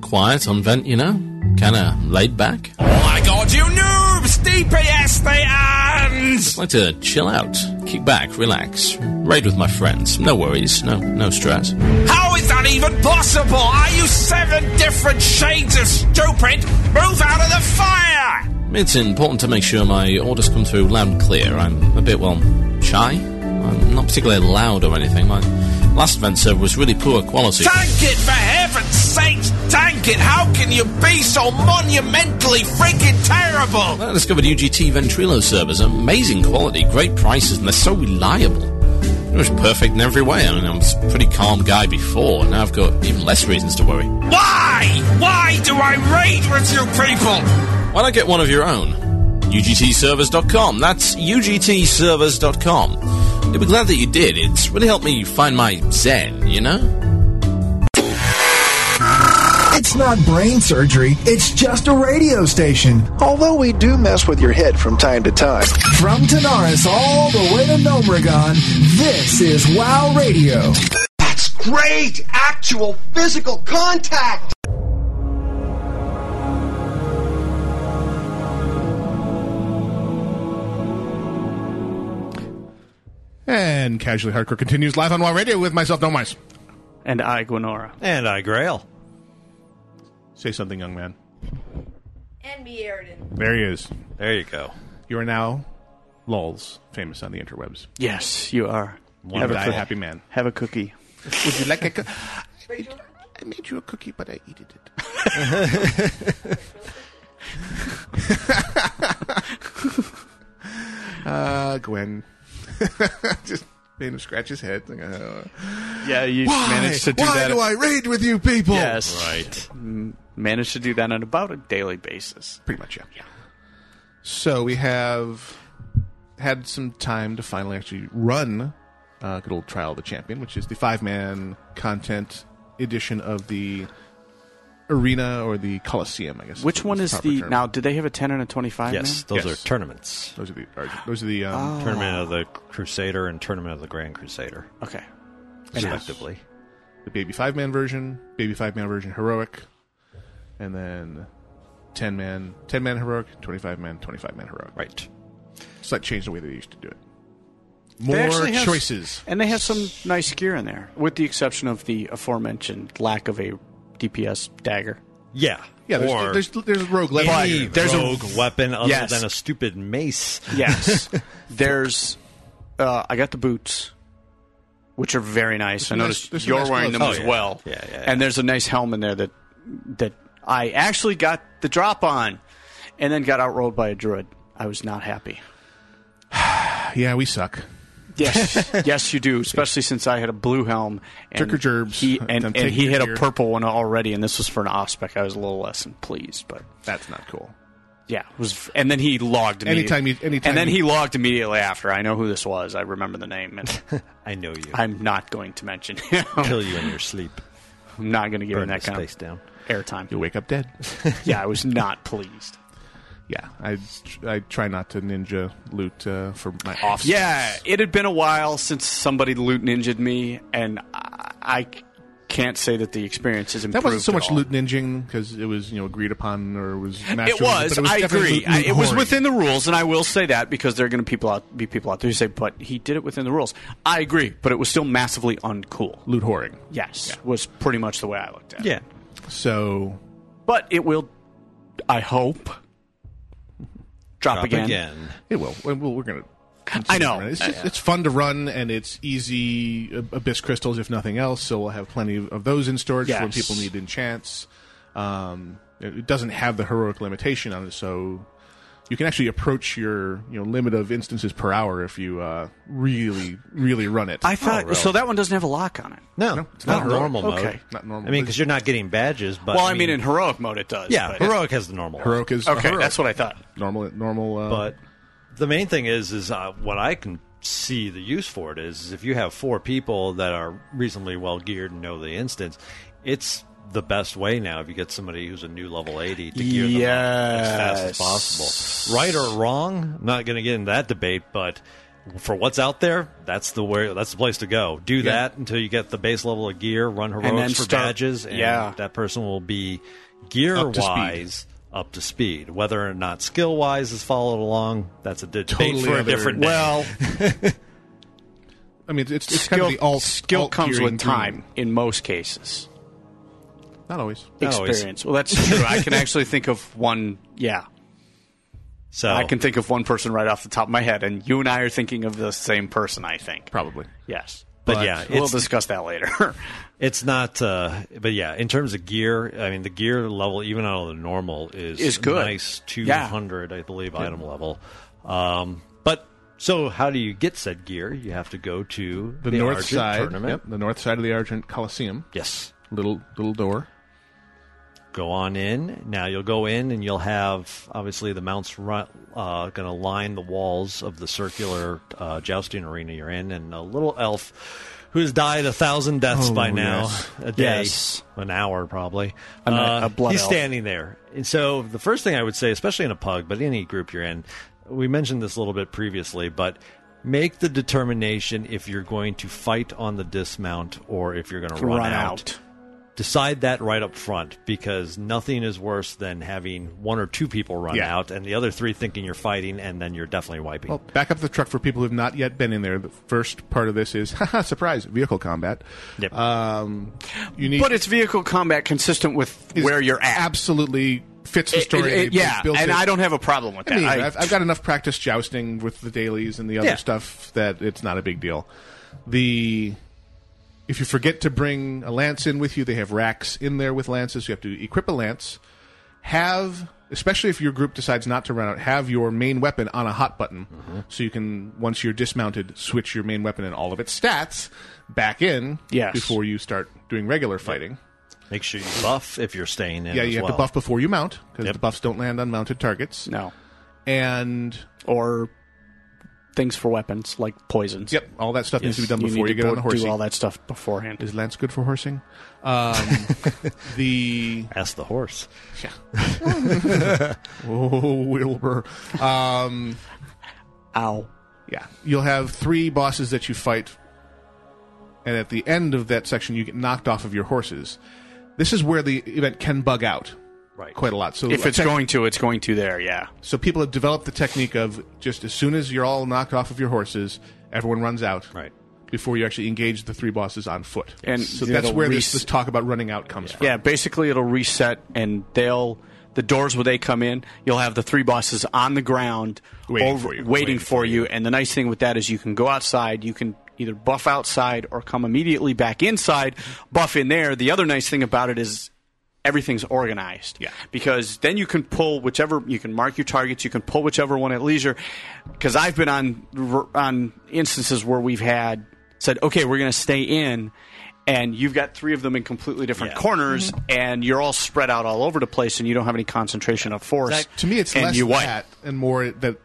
Speaker 13: quiet. I'm vent, you know, kind of laid back.
Speaker 3: Oh my god, you noobs! Stupid
Speaker 13: I'd
Speaker 3: SDNs!
Speaker 13: like to chill out, kick back, relax, raid with my friends. No worries, no no stress.
Speaker 3: How is that even possible? Are you seven different shades of stupid? Move out of the fire!
Speaker 13: It's important to make sure my orders come through loud and clear. I'm a bit, well, shy. I'm not particularly loud or anything. My last vent server was really poor quality.
Speaker 3: Tank it, for heaven's sakes! Tank it! How can you be so monumentally freaking terrible?
Speaker 13: I discovered UGT Ventrilo servers. Amazing quality, great prices, and they're so reliable. It was perfect in every way. I mean, I was a pretty calm guy before, and now I've got even less reasons to worry.
Speaker 3: Why? Why do I raid with you people?
Speaker 13: Why not get one of your own? UGTservers.com. That's UGTservers.com. You'll be glad that you did. It's really helped me find my zen, you know?
Speaker 14: It's not brain surgery, it's just a radio station. Although we do mess with your head from time to time. From Tanaris all the way to Nomragon, this is WoW Radio.
Speaker 15: That's great! Actual physical contact!
Speaker 1: And Casually Hardcore continues live on WoW Radio with myself, No Mice.
Speaker 8: And I, Gwenora.
Speaker 11: And I, Grail.
Speaker 1: Say something, young man.
Speaker 16: And me, Aridin.
Speaker 1: There he is.
Speaker 11: There you go.
Speaker 1: You are now lols, famous on the interwebs.
Speaker 8: Yes, you are.
Speaker 1: One
Speaker 8: Have a
Speaker 1: die,
Speaker 8: cookie.
Speaker 1: happy man.
Speaker 8: Have a cookie.
Speaker 1: Would you like a cookie? I made you a cookie, but I ate it. uh, Gwen. Just made him scratch his head. Like, uh,
Speaker 8: Yeah, you
Speaker 1: Why?
Speaker 8: managed to do
Speaker 1: Why
Speaker 8: that.
Speaker 1: do I raid with you people?
Speaker 8: Yes. Right. Managed to do that on about a daily basis.
Speaker 1: Pretty much, yeah. So we have had some time to finally actually run uh, good old Trial of the Champion, which is the five man content edition of the arena or the Coliseum, I guess.
Speaker 8: Which one is
Speaker 1: proper
Speaker 8: the.
Speaker 1: term.
Speaker 8: Now, do they have a 10 and a 25?
Speaker 11: Yes,
Speaker 8: now?
Speaker 11: those are tournaments.
Speaker 1: Those are the those are the um,
Speaker 8: Oh.
Speaker 11: tournament of the Crusader and tournament of the Grand Crusader.
Speaker 8: Okay,
Speaker 11: respectively.
Speaker 1: the baby five man version, baby five man version heroic, and then ten man ten man heroic, twenty five man, twenty five man heroic.
Speaker 11: Right.
Speaker 1: Slight change the way they used to do it.
Speaker 8: They
Speaker 1: More
Speaker 8: actually have-
Speaker 1: choices.
Speaker 8: and they have some nice gear in there, with the exception of the aforementioned lack of a DPS dagger.
Speaker 11: Yeah,
Speaker 1: Yeah, there's-
Speaker 11: Or
Speaker 1: there's- there's rogue
Speaker 11: any
Speaker 1: level gear. There's
Speaker 11: There's
Speaker 1: a-
Speaker 11: rogue weapon other
Speaker 8: Yes.
Speaker 11: than a stupid mace.
Speaker 8: Yes. There's. Uh, I got the boots, which are very nice. I
Speaker 11: There's some nice-
Speaker 8: noticed
Speaker 11: there's some
Speaker 8: you're
Speaker 11: nice
Speaker 8: wearing them
Speaker 11: gloves.
Speaker 8: as
Speaker 11: Oh, yeah.
Speaker 8: well.
Speaker 11: Yeah, yeah,
Speaker 8: And there's a nice helm in there that that I actually got the drop on, and then got outrolled by a druid. I was not happy.
Speaker 1: Yeah, we suck.
Speaker 8: Yes, yes, you do. Especially since I had a blue helm. And
Speaker 1: Trick or gerbs.
Speaker 8: He
Speaker 1: Them
Speaker 8: and, and
Speaker 1: taking
Speaker 8: he
Speaker 1: your
Speaker 8: had
Speaker 1: gear.
Speaker 8: a purple one already, and this was for an ospec. I was a little less than pleased, but
Speaker 1: That's not cool.
Speaker 8: yeah, it was. And then he logged immediately.
Speaker 1: Anytime you- anytime
Speaker 8: and then
Speaker 1: you-
Speaker 8: he logged immediately after. I know who this was. I remember the name, and
Speaker 11: I know you.
Speaker 8: I'm not going to mention him.
Speaker 11: Kill you in your sleep.
Speaker 8: I'm not going to give
Speaker 11: Burn
Speaker 8: him that
Speaker 11: his
Speaker 8: kind
Speaker 11: face
Speaker 8: of
Speaker 11: down.
Speaker 8: airtime.
Speaker 1: You wake up dead.
Speaker 8: yeah, I was not pleased.
Speaker 1: Yeah, I I try not to ninja loot uh, for my off.
Speaker 8: Yeah, it had been a while since somebody loot ninja'd me, and I, I can't say that the experience is improved.
Speaker 1: That wasn't so
Speaker 8: at
Speaker 1: much
Speaker 8: all.
Speaker 1: loot ninjing because it was you know agreed upon or was
Speaker 8: It
Speaker 1: mastered,
Speaker 8: was.
Speaker 1: but
Speaker 8: I
Speaker 1: definitely
Speaker 8: agree.
Speaker 1: loot-
Speaker 8: I,
Speaker 1: loot
Speaker 8: it was
Speaker 1: whoring.
Speaker 8: within the rules, and I will say that because there are going to people out, be people out there who say, "But he did it within the rules." I agree, but it was still massively uncool.
Speaker 1: loot whoring.
Speaker 8: Yes, was pretty much the way I looked at it.
Speaker 11: Yeah.
Speaker 1: So
Speaker 8: But it will, I hope, drop,
Speaker 11: Drop
Speaker 8: again.
Speaker 11: again.
Speaker 1: it will. Well, We're gonna.
Speaker 8: I know.
Speaker 1: It's
Speaker 8: I-
Speaker 1: just, it's fun to run and it's easy ab- abyss crystals if nothing else. So we'll have plenty of- of those in storage for when
Speaker 8: Yes.
Speaker 1: people need enchants. Um, it it doesn't have the heroic limitation on it, so you can actually approach your you know limit of instances per hour if you uh, really really run it.
Speaker 8: I thought
Speaker 1: Oh,
Speaker 8: so. That one doesn't have a lock on it.
Speaker 11: No,
Speaker 1: it's
Speaker 11: it's
Speaker 1: not
Speaker 11: not,
Speaker 1: heroic.
Speaker 11: normal mode.
Speaker 8: Okay.
Speaker 1: Not normal.
Speaker 11: I mean, because you're not getting badges. But
Speaker 8: well, I mean, in heroic mode, it does.
Speaker 11: yeah,
Speaker 8: but-
Speaker 11: heroic has the normal.
Speaker 1: heroic is
Speaker 8: Okay,
Speaker 1: heroic.
Speaker 8: that's what I thought.
Speaker 1: normal normal. Uh,
Speaker 11: but the main thing is is uh, what I can see the use for it is, is if you have four people that are reasonably well geared and know the instance, it's the best way now if you get somebody who's a new level 80 to gear them up as fast as
Speaker 8: Yes.
Speaker 11: possible. Right or wrong, I'm not going to get into that debate, but for what's out there, that's the where that's the place to go. Do
Speaker 8: Yeah.
Speaker 11: that until you get the base level of gear, run heroics
Speaker 8: And then
Speaker 11: for
Speaker 8: start-
Speaker 11: badges, and
Speaker 8: yeah.
Speaker 11: that person will be gear
Speaker 8: Up to speed.
Speaker 11: wise up to speed. Whether or not skill wise is followed along, that's a debate
Speaker 1: Totally
Speaker 11: for a
Speaker 1: other-
Speaker 11: different day.
Speaker 1: Well, I mean, it's, it's
Speaker 8: skill
Speaker 1: kind of the alt
Speaker 8: skill
Speaker 1: alt
Speaker 8: comes
Speaker 1: gearing
Speaker 8: with
Speaker 1: through.
Speaker 8: time in most cases.
Speaker 1: Not always.
Speaker 8: Experience. Well, that's true. I can actually think of one. Yeah.
Speaker 11: So
Speaker 8: I can think of one person right off the top of my head, and you and I are thinking of the same person. I think
Speaker 1: probably
Speaker 8: yes,
Speaker 11: But yeah,
Speaker 8: we'll
Speaker 11: it's-
Speaker 8: discuss that later.
Speaker 11: It's not, uh, but yeah, in terms of gear, I mean, the gear level, even on the normal, is
Speaker 8: Is good.
Speaker 11: Nice
Speaker 8: Yeah.
Speaker 11: 200, I believe,
Speaker 8: Yeah.
Speaker 11: item level. Um, but so, how do you get said gear? You have to go to
Speaker 1: The, north
Speaker 11: Argent
Speaker 1: side, yep,
Speaker 11: tournament.
Speaker 1: the north side of the Argent Coliseum.
Speaker 11: Yes,
Speaker 1: little little door.
Speaker 11: Go on in. Now you'll go in, and you'll have obviously the mounts run, uh, going to line the walls of the circular uh, jousting arena you're in, and a little elf. Who's died a thousand deaths
Speaker 8: Oh,
Speaker 11: by now
Speaker 8: yes.
Speaker 11: a day,
Speaker 8: Yes.
Speaker 11: an hour probably. Uh,
Speaker 8: I'm a- a blood
Speaker 11: he's
Speaker 8: elf.
Speaker 11: standing there. And so the first thing I would say, especially in a pug, but any group you're in, we mentioned this a little bit previously, but make the determination if you're going to fight on the dismount or if you're going to
Speaker 8: To
Speaker 11: run,
Speaker 8: run
Speaker 11: out. Decide that right up front because nothing is worse than having one or two people run
Speaker 1: Yeah.
Speaker 11: out and the other three thinking you're fighting and then you're definitely wiping.
Speaker 1: Well, Oh. back up the truck for people who've not yet been in there. The first part of this is haha, surprise vehicle combat. Yep. Um, you need,
Speaker 8: but it's vehicle combat consistent with
Speaker 1: is
Speaker 8: where you're at.
Speaker 1: Absolutely fits the
Speaker 8: It- it-
Speaker 1: story.
Speaker 8: it-
Speaker 1: It
Speaker 8: yeah,
Speaker 1: built
Speaker 8: and
Speaker 1: it.
Speaker 8: I don't have a problem with
Speaker 1: I
Speaker 8: that.
Speaker 1: mean,
Speaker 8: I-
Speaker 1: I've, I've got enough practice jousting with the dailies and the other
Speaker 8: Yeah.
Speaker 1: stuff that it's not a big deal. The if you forget to bring a lance in with you, they have racks in there with lances. You have to equip a lance. Have especially if your group decides not to run out, have your main weapon on a hot button, so you can once you're dismounted, switch your main weapon and all of its stats back in
Speaker 11: Yes.
Speaker 1: before you start doing regular fighting.
Speaker 11: Make sure you buff if you're staying in.
Speaker 1: Yeah,
Speaker 11: as
Speaker 1: you have
Speaker 11: well.
Speaker 1: to buff before you mount because the buffs don't land on mounted targets.
Speaker 8: No,
Speaker 1: and
Speaker 8: or things for weapons like poisons.
Speaker 1: Yep, all that stuff needs to be done before you
Speaker 8: need to
Speaker 1: get on
Speaker 8: bo-
Speaker 1: the horsey.
Speaker 8: Do all that stuff beforehand.
Speaker 1: Is lance good for horsing? Um, the
Speaker 11: ask the horse.
Speaker 1: Yeah. oh, Wilbur. Um,
Speaker 8: Ow.
Speaker 1: Yeah, you'll have three bosses that you fight, and at the end of that section, you get knocked off of your horses. This is where the event can bug out,
Speaker 11: right?
Speaker 1: Quite a lot. So
Speaker 8: if it's
Speaker 1: tech-
Speaker 8: going to, it's going to there. Yeah.
Speaker 1: So people have developed the technique of just as soon as you're all knocked off of your horses, everyone runs out.
Speaker 11: Right.
Speaker 1: Before you actually engage the three bosses on foot.
Speaker 8: And
Speaker 1: so
Speaker 8: you
Speaker 1: that's
Speaker 8: gotta
Speaker 1: where this,
Speaker 8: res-
Speaker 1: this talk about running out comes from.
Speaker 8: Yeah, basically it'll reset and they'll the doors where they come in, you'll have the three bosses on the ground
Speaker 1: Waiting for you.
Speaker 8: waiting, for you. And the nice thing with that is you can go outside, you can either buff outside or come immediately back inside, buff in there. The other nice thing about it is everything's organized. Yeah. Because then you can pull whichever you can mark your targets, you can pull whichever one at leisure. Cuz I've been on on instances where we've had said, "Okay, we're going to stay in." And you've got three of them in completely different corners, and you're all spread out all over the place, and you don't have any concentration of force.
Speaker 1: That- to me, it's
Speaker 8: and
Speaker 1: less
Speaker 8: you wipe.
Speaker 1: that and more that.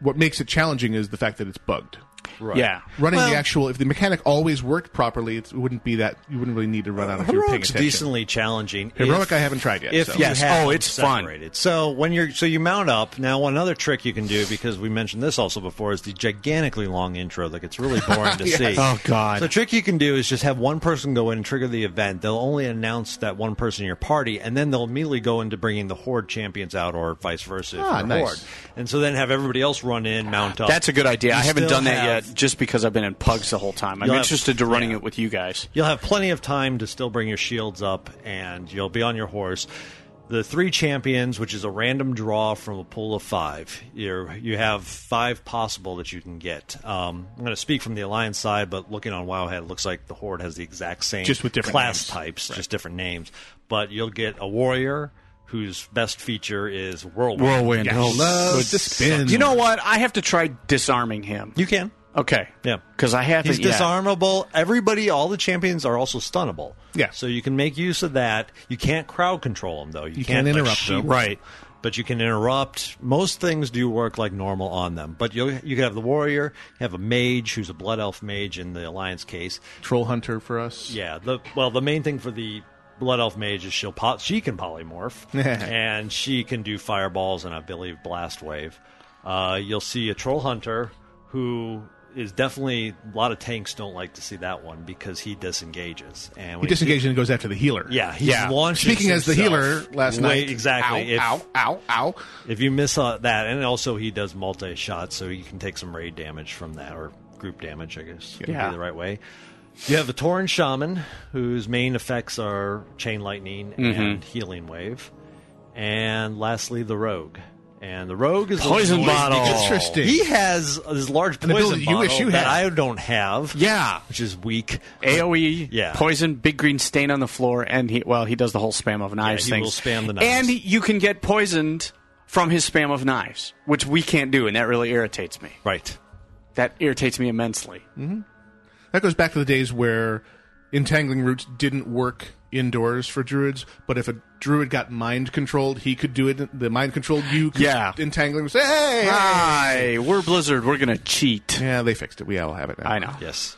Speaker 1: What makes it challenging is the fact that it's bugged.
Speaker 8: Right. Yeah.
Speaker 1: running
Speaker 11: Well-
Speaker 1: the actual if the mechanic always worked properly, it wouldn't be that you wouldn't really need to run out of your paying
Speaker 11: Heroic's
Speaker 1: attention.
Speaker 11: decently challenging.
Speaker 1: Heroic,
Speaker 11: if-
Speaker 1: I haven't tried yet.
Speaker 11: If
Speaker 1: so.
Speaker 11: you have them separated. Oh, So when you're so you mount up now. Another trick you can do because we mentioned this also before is the gigantically long intro that gets really boring to
Speaker 8: Yes.
Speaker 11: see.
Speaker 8: Oh, God.
Speaker 11: So a trick you can do is just have one person go in and trigger the event. They'll only announce that one person in your party, and then they'll immediately go into bringing the horde champions out, or vice versa. if
Speaker 8: Ah,
Speaker 11: you're
Speaker 8: nice.
Speaker 11: horde. And so then have everybody else run in, mount up.
Speaker 8: That's a good idea.
Speaker 11: You
Speaker 8: I haven't
Speaker 11: still
Speaker 8: done that
Speaker 11: have-
Speaker 8: yet, just because I've been in pugs the whole time. I'm
Speaker 11: You'll have-
Speaker 8: interested to running it with you guys.
Speaker 11: You'll have plenty of time to still bring your shields up, and you'll be on your horse. The three champions, which is a random draw from a pool of five, you you have five possible that you can get. Um, I'm going to speak from the alliance side, but looking on Wowhead, it looks like the horde has the exact same
Speaker 1: Just with different
Speaker 11: class
Speaker 1: names.
Speaker 11: types, just different names. But you'll get a warrior whose best feature is whirlwind.
Speaker 8: Whirlwind.
Speaker 11: Yes.
Speaker 8: Oh, good. You know what? I have to try disarming him.
Speaker 11: You can.
Speaker 8: Okay.
Speaker 11: Yeah.
Speaker 8: Because I haven't
Speaker 11: He's
Speaker 8: yet.
Speaker 11: disarmable. Everybody, all the champions are also stunnable.
Speaker 8: Yeah.
Speaker 11: So you can make use of that. You can't crowd control them though. You,
Speaker 1: You
Speaker 11: can't,
Speaker 1: can't
Speaker 11: like,
Speaker 1: interrupt
Speaker 11: sheep-
Speaker 1: them.
Speaker 11: Right. But you can interrupt. Most things do work like normal on them. But you you can have the warrior, you have a mage who's a blood elf mage in the alliance case.
Speaker 1: Troll hunter for us.
Speaker 11: Yeah. The well, the main thing for the blood elf mage is she'll po- she can polymorph and she can do fireballs and I believe blast wave. Uh, you'll see a troll hunter who is definitely a lot of tanks don't like to see that one because he disengages and
Speaker 1: He
Speaker 11: when
Speaker 1: disengages and goes after the healer.
Speaker 11: Yeah, he's launching.
Speaker 1: Speaking as the healer last night.
Speaker 11: exactly.
Speaker 1: Ow, ow, ow,
Speaker 11: If you miss uh, that, and also he does multi shots, so you can take some raid damage from that or group damage, I guess. would
Speaker 17: Yeah.
Speaker 11: be the right way. You have the Torn Shaman, whose main effects are Chain Lightning
Speaker 8: Mm-hmm.
Speaker 11: and
Speaker 17: Mhm.
Speaker 11: Healing Wave, and lastly the Rogue. And the Rogue is a-
Speaker 8: Poison bottle. Interesting.
Speaker 11: He has this large
Speaker 8: An ability
Speaker 11: poison
Speaker 8: you
Speaker 11: bottle
Speaker 8: wish you
Speaker 11: that
Speaker 8: had.
Speaker 11: I don't have.
Speaker 8: Yeah,
Speaker 11: which is weak.
Speaker 8: AOE,
Speaker 11: Yeah.
Speaker 8: E, poison, big green stain on the floor, and he well, he does the whole spam of knives
Speaker 11: he
Speaker 8: thing.
Speaker 11: will spam the
Speaker 8: and
Speaker 11: knives.
Speaker 8: you can get poisoned from his spam of knives, which we can't do, and that really irritates me.
Speaker 11: Right,
Speaker 8: that irritates me immensely.
Speaker 1: hmm That goes back to the days where entangling roots didn't work indoors for druids, but if a druid got mind controlled, he could do it. The mind controlled you could
Speaker 8: Yeah. Ah.
Speaker 1: entangling roots. Hey, hey, hey.
Speaker 8: Hi, we're Blizzard. We're gonna cheat.
Speaker 1: Yeah, they fixed it. We all have it now.
Speaker 8: I know.
Speaker 11: Yes.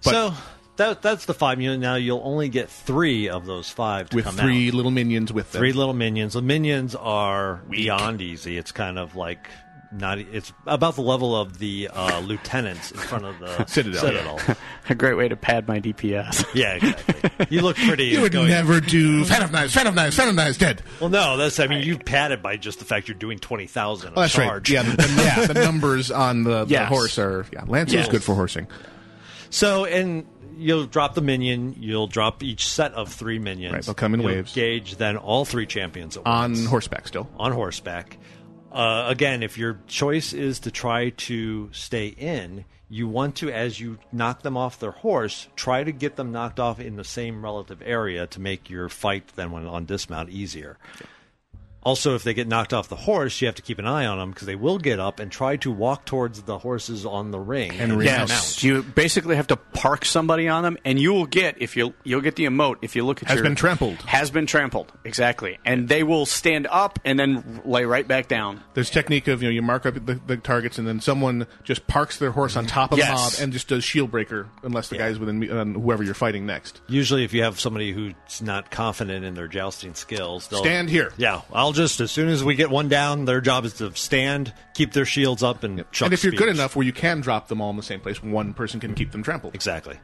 Speaker 11: so that that's the five. You now you'll only get three of those five to
Speaker 1: With
Speaker 11: come
Speaker 1: three
Speaker 11: out.
Speaker 1: little minions with them.
Speaker 11: Three little minions. The minions are beyond easy. It's kind of like not. e, It's about the level of the uh, lieutenants in front of the
Speaker 8: Citadel.
Speaker 11: Citadel.
Speaker 8: a great way to pad my DPS.
Speaker 11: Yeah, exactly. You look pretty.
Speaker 1: You would
Speaker 11: going-
Speaker 1: never do Phantom Knives, Phantom Knives, Phantom Knives, dead.
Speaker 11: Well, no, that's. I mean, you padded by just the fact you're doing twenty thousand.
Speaker 1: Oh, that's
Speaker 11: charge.
Speaker 1: right. Yeah, the, the- yeah, the numbers on the, the
Speaker 11: Yes.
Speaker 1: horse are. Yeah, Lance
Speaker 11: Yes.
Speaker 1: is good for horsing.
Speaker 11: So, and you'll drop the minion. You'll drop each set of three minions.
Speaker 1: Right, they'll come in
Speaker 11: You'll
Speaker 1: waves.
Speaker 11: Gauge then all three champions at
Speaker 1: On
Speaker 11: once.
Speaker 1: horseback still.
Speaker 11: On horseback. Uh, again, if your choice is to try to stay in, you want to, as you knock them off their horse, try to get them knocked off in the same relative area to make your fight then when on dismount easier. Also, if they get knocked off the horse, you have to keep an eye on them because they will get up and try to walk towards the horses on the ring
Speaker 8: Yes, you basically have to park somebody on them, and you will get if you you'll get the emote if you look at
Speaker 1: Has
Speaker 8: your,
Speaker 1: been trampled.
Speaker 8: has been trampled exactly, and they will stand up and then lay right back down.
Speaker 1: There's technique of you know you mark up the, the targets and then someone just parks their horse on top of
Speaker 8: Yes.
Speaker 1: the mob and just does shield breaker unless the guy's within me- um, whoever you're fighting next.
Speaker 11: Usually, if you have somebody who's not confident in their jousting skills, they'll
Speaker 1: Stand here.
Speaker 11: Yeah, I'll just as soon as we get one down, their job is to stand, keep their shields up, and chuck.
Speaker 1: and if you're good
Speaker 11: spears.
Speaker 1: enough where you can drop them all in the same place, one person can keep them trampled.
Speaker 11: Exactly.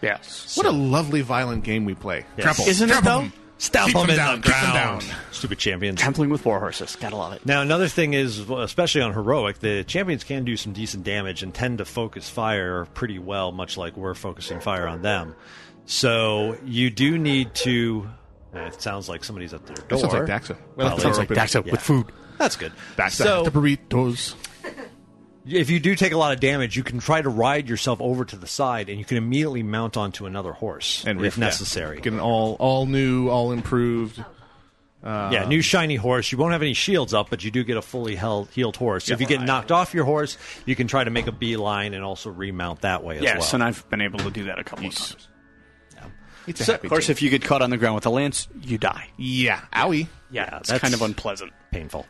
Speaker 8: Yes.
Speaker 1: What a lovely violent game we play.
Speaker 11: Yes.
Speaker 1: Trample.
Speaker 11: Isn't it,
Speaker 1: Trample
Speaker 11: though?
Speaker 1: them.
Speaker 11: Stomp
Speaker 1: keep
Speaker 11: them in
Speaker 1: down.
Speaker 11: the
Speaker 1: keep them down.
Speaker 11: ground. stupid champions
Speaker 8: trampling with war horses. Gotta love it.
Speaker 11: Now, another thing is, especially on heroic, the champions can do some decent damage and tend to focus fire pretty well, much like we're focusing fire on them. So you do need to. eh, It sounds like somebody's at their door.
Speaker 1: That sounds like Daxa.
Speaker 11: Well,
Speaker 1: That sounds like Daxa with food.
Speaker 11: That's good.
Speaker 1: Back
Speaker 11: So-
Speaker 1: to the burritos.
Speaker 11: if you do take a lot of damage, you can try to ride yourself over to the side, and you can immediately mount onto another horse
Speaker 1: And
Speaker 11: if
Speaker 1: yeah.
Speaker 11: necessary.
Speaker 1: Get an all all new, all improved. Uh,
Speaker 11: yeah, new shiny horse. You won't have any shields up, but you do get a fully held, healed horse. if you get knocked off your horse, you can try to make a beeline and also remount that way as well.
Speaker 8: Yes, and I've been able to do that a couple of times.
Speaker 1: It's a
Speaker 8: So,
Speaker 1: happy
Speaker 8: of course,
Speaker 1: day.
Speaker 8: if you get caught on the ground with a lance, you die.
Speaker 1: Yeah, owie.
Speaker 8: Yeah,
Speaker 11: Yeah,
Speaker 8: it's
Speaker 11: that's-
Speaker 8: kind of unpleasant,
Speaker 11: painful.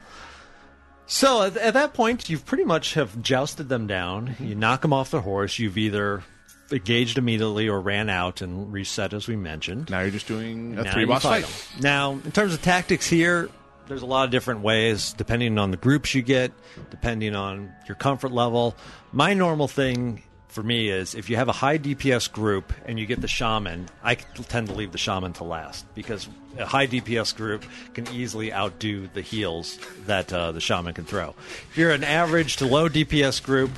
Speaker 11: So at, at that point, you've pretty much have jousted them down. You knock them off their horse. You've either engaged immediately or ran out and reset, as we mentioned.
Speaker 1: Now you're just doing a
Speaker 11: Now
Speaker 1: three
Speaker 11: you
Speaker 1: boss
Speaker 11: fight
Speaker 1: fight.
Speaker 11: 'em. Now, in terms of tactics here, there's a lot of different ways depending on the groups you get, depending on your comfort level. My normal thing for me is if you have a high DPS group and you get the shaman, I tend to leave the shaman to last because a high DPS group can easily outdo the heals that uh, the shaman can throw. If you're an average to low DPS group,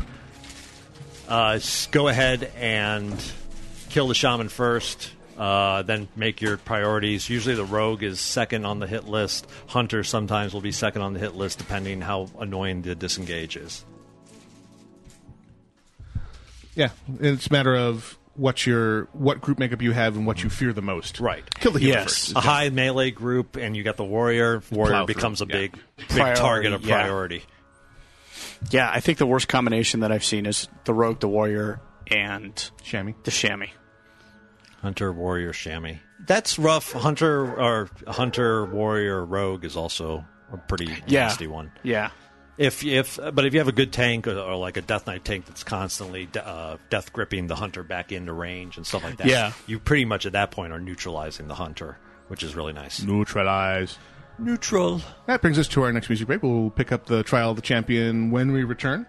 Speaker 11: uh, s- go ahead and kill the shaman first. Uh, then make your priorities. Usually, the rogue is second on the hit list. Hunter sometimes will be second on the hit list, depending how annoying the disengage is.
Speaker 1: Yeah, it's a matter of what your what group makeup you have and what you fear the most. Right, Uh-huh. kill the healer first.
Speaker 11: a high melee group, and you got the warrior. Warrior
Speaker 8: Plow through,
Speaker 11: becomes a
Speaker 8: yeah.
Speaker 11: big, big
Speaker 8: Priority,
Speaker 11: target of
Speaker 8: yeah.
Speaker 11: priority.
Speaker 8: Yeah, I think the worst combination that I've seen is the rogue, the warrior, and
Speaker 1: chamois.
Speaker 8: The chamois.
Speaker 11: Hunter, warrior, chamois. That's rough. Hunter or hunter, warrior, rogue is also a pretty
Speaker 8: Yeah.
Speaker 11: nasty one.
Speaker 8: Yeah.
Speaker 11: If if but if you have a good tank or, or like a death knight tank that's constantly de- uh, death gripping the hunter back into range and stuff like that,
Speaker 1: Yeah.
Speaker 11: you pretty much at that point are neutralizing the hunter, which is really nice.
Speaker 1: Neutralize.
Speaker 11: Neutral.
Speaker 1: That brings us to our next music break. We'll pick up the trial of the champion when we return.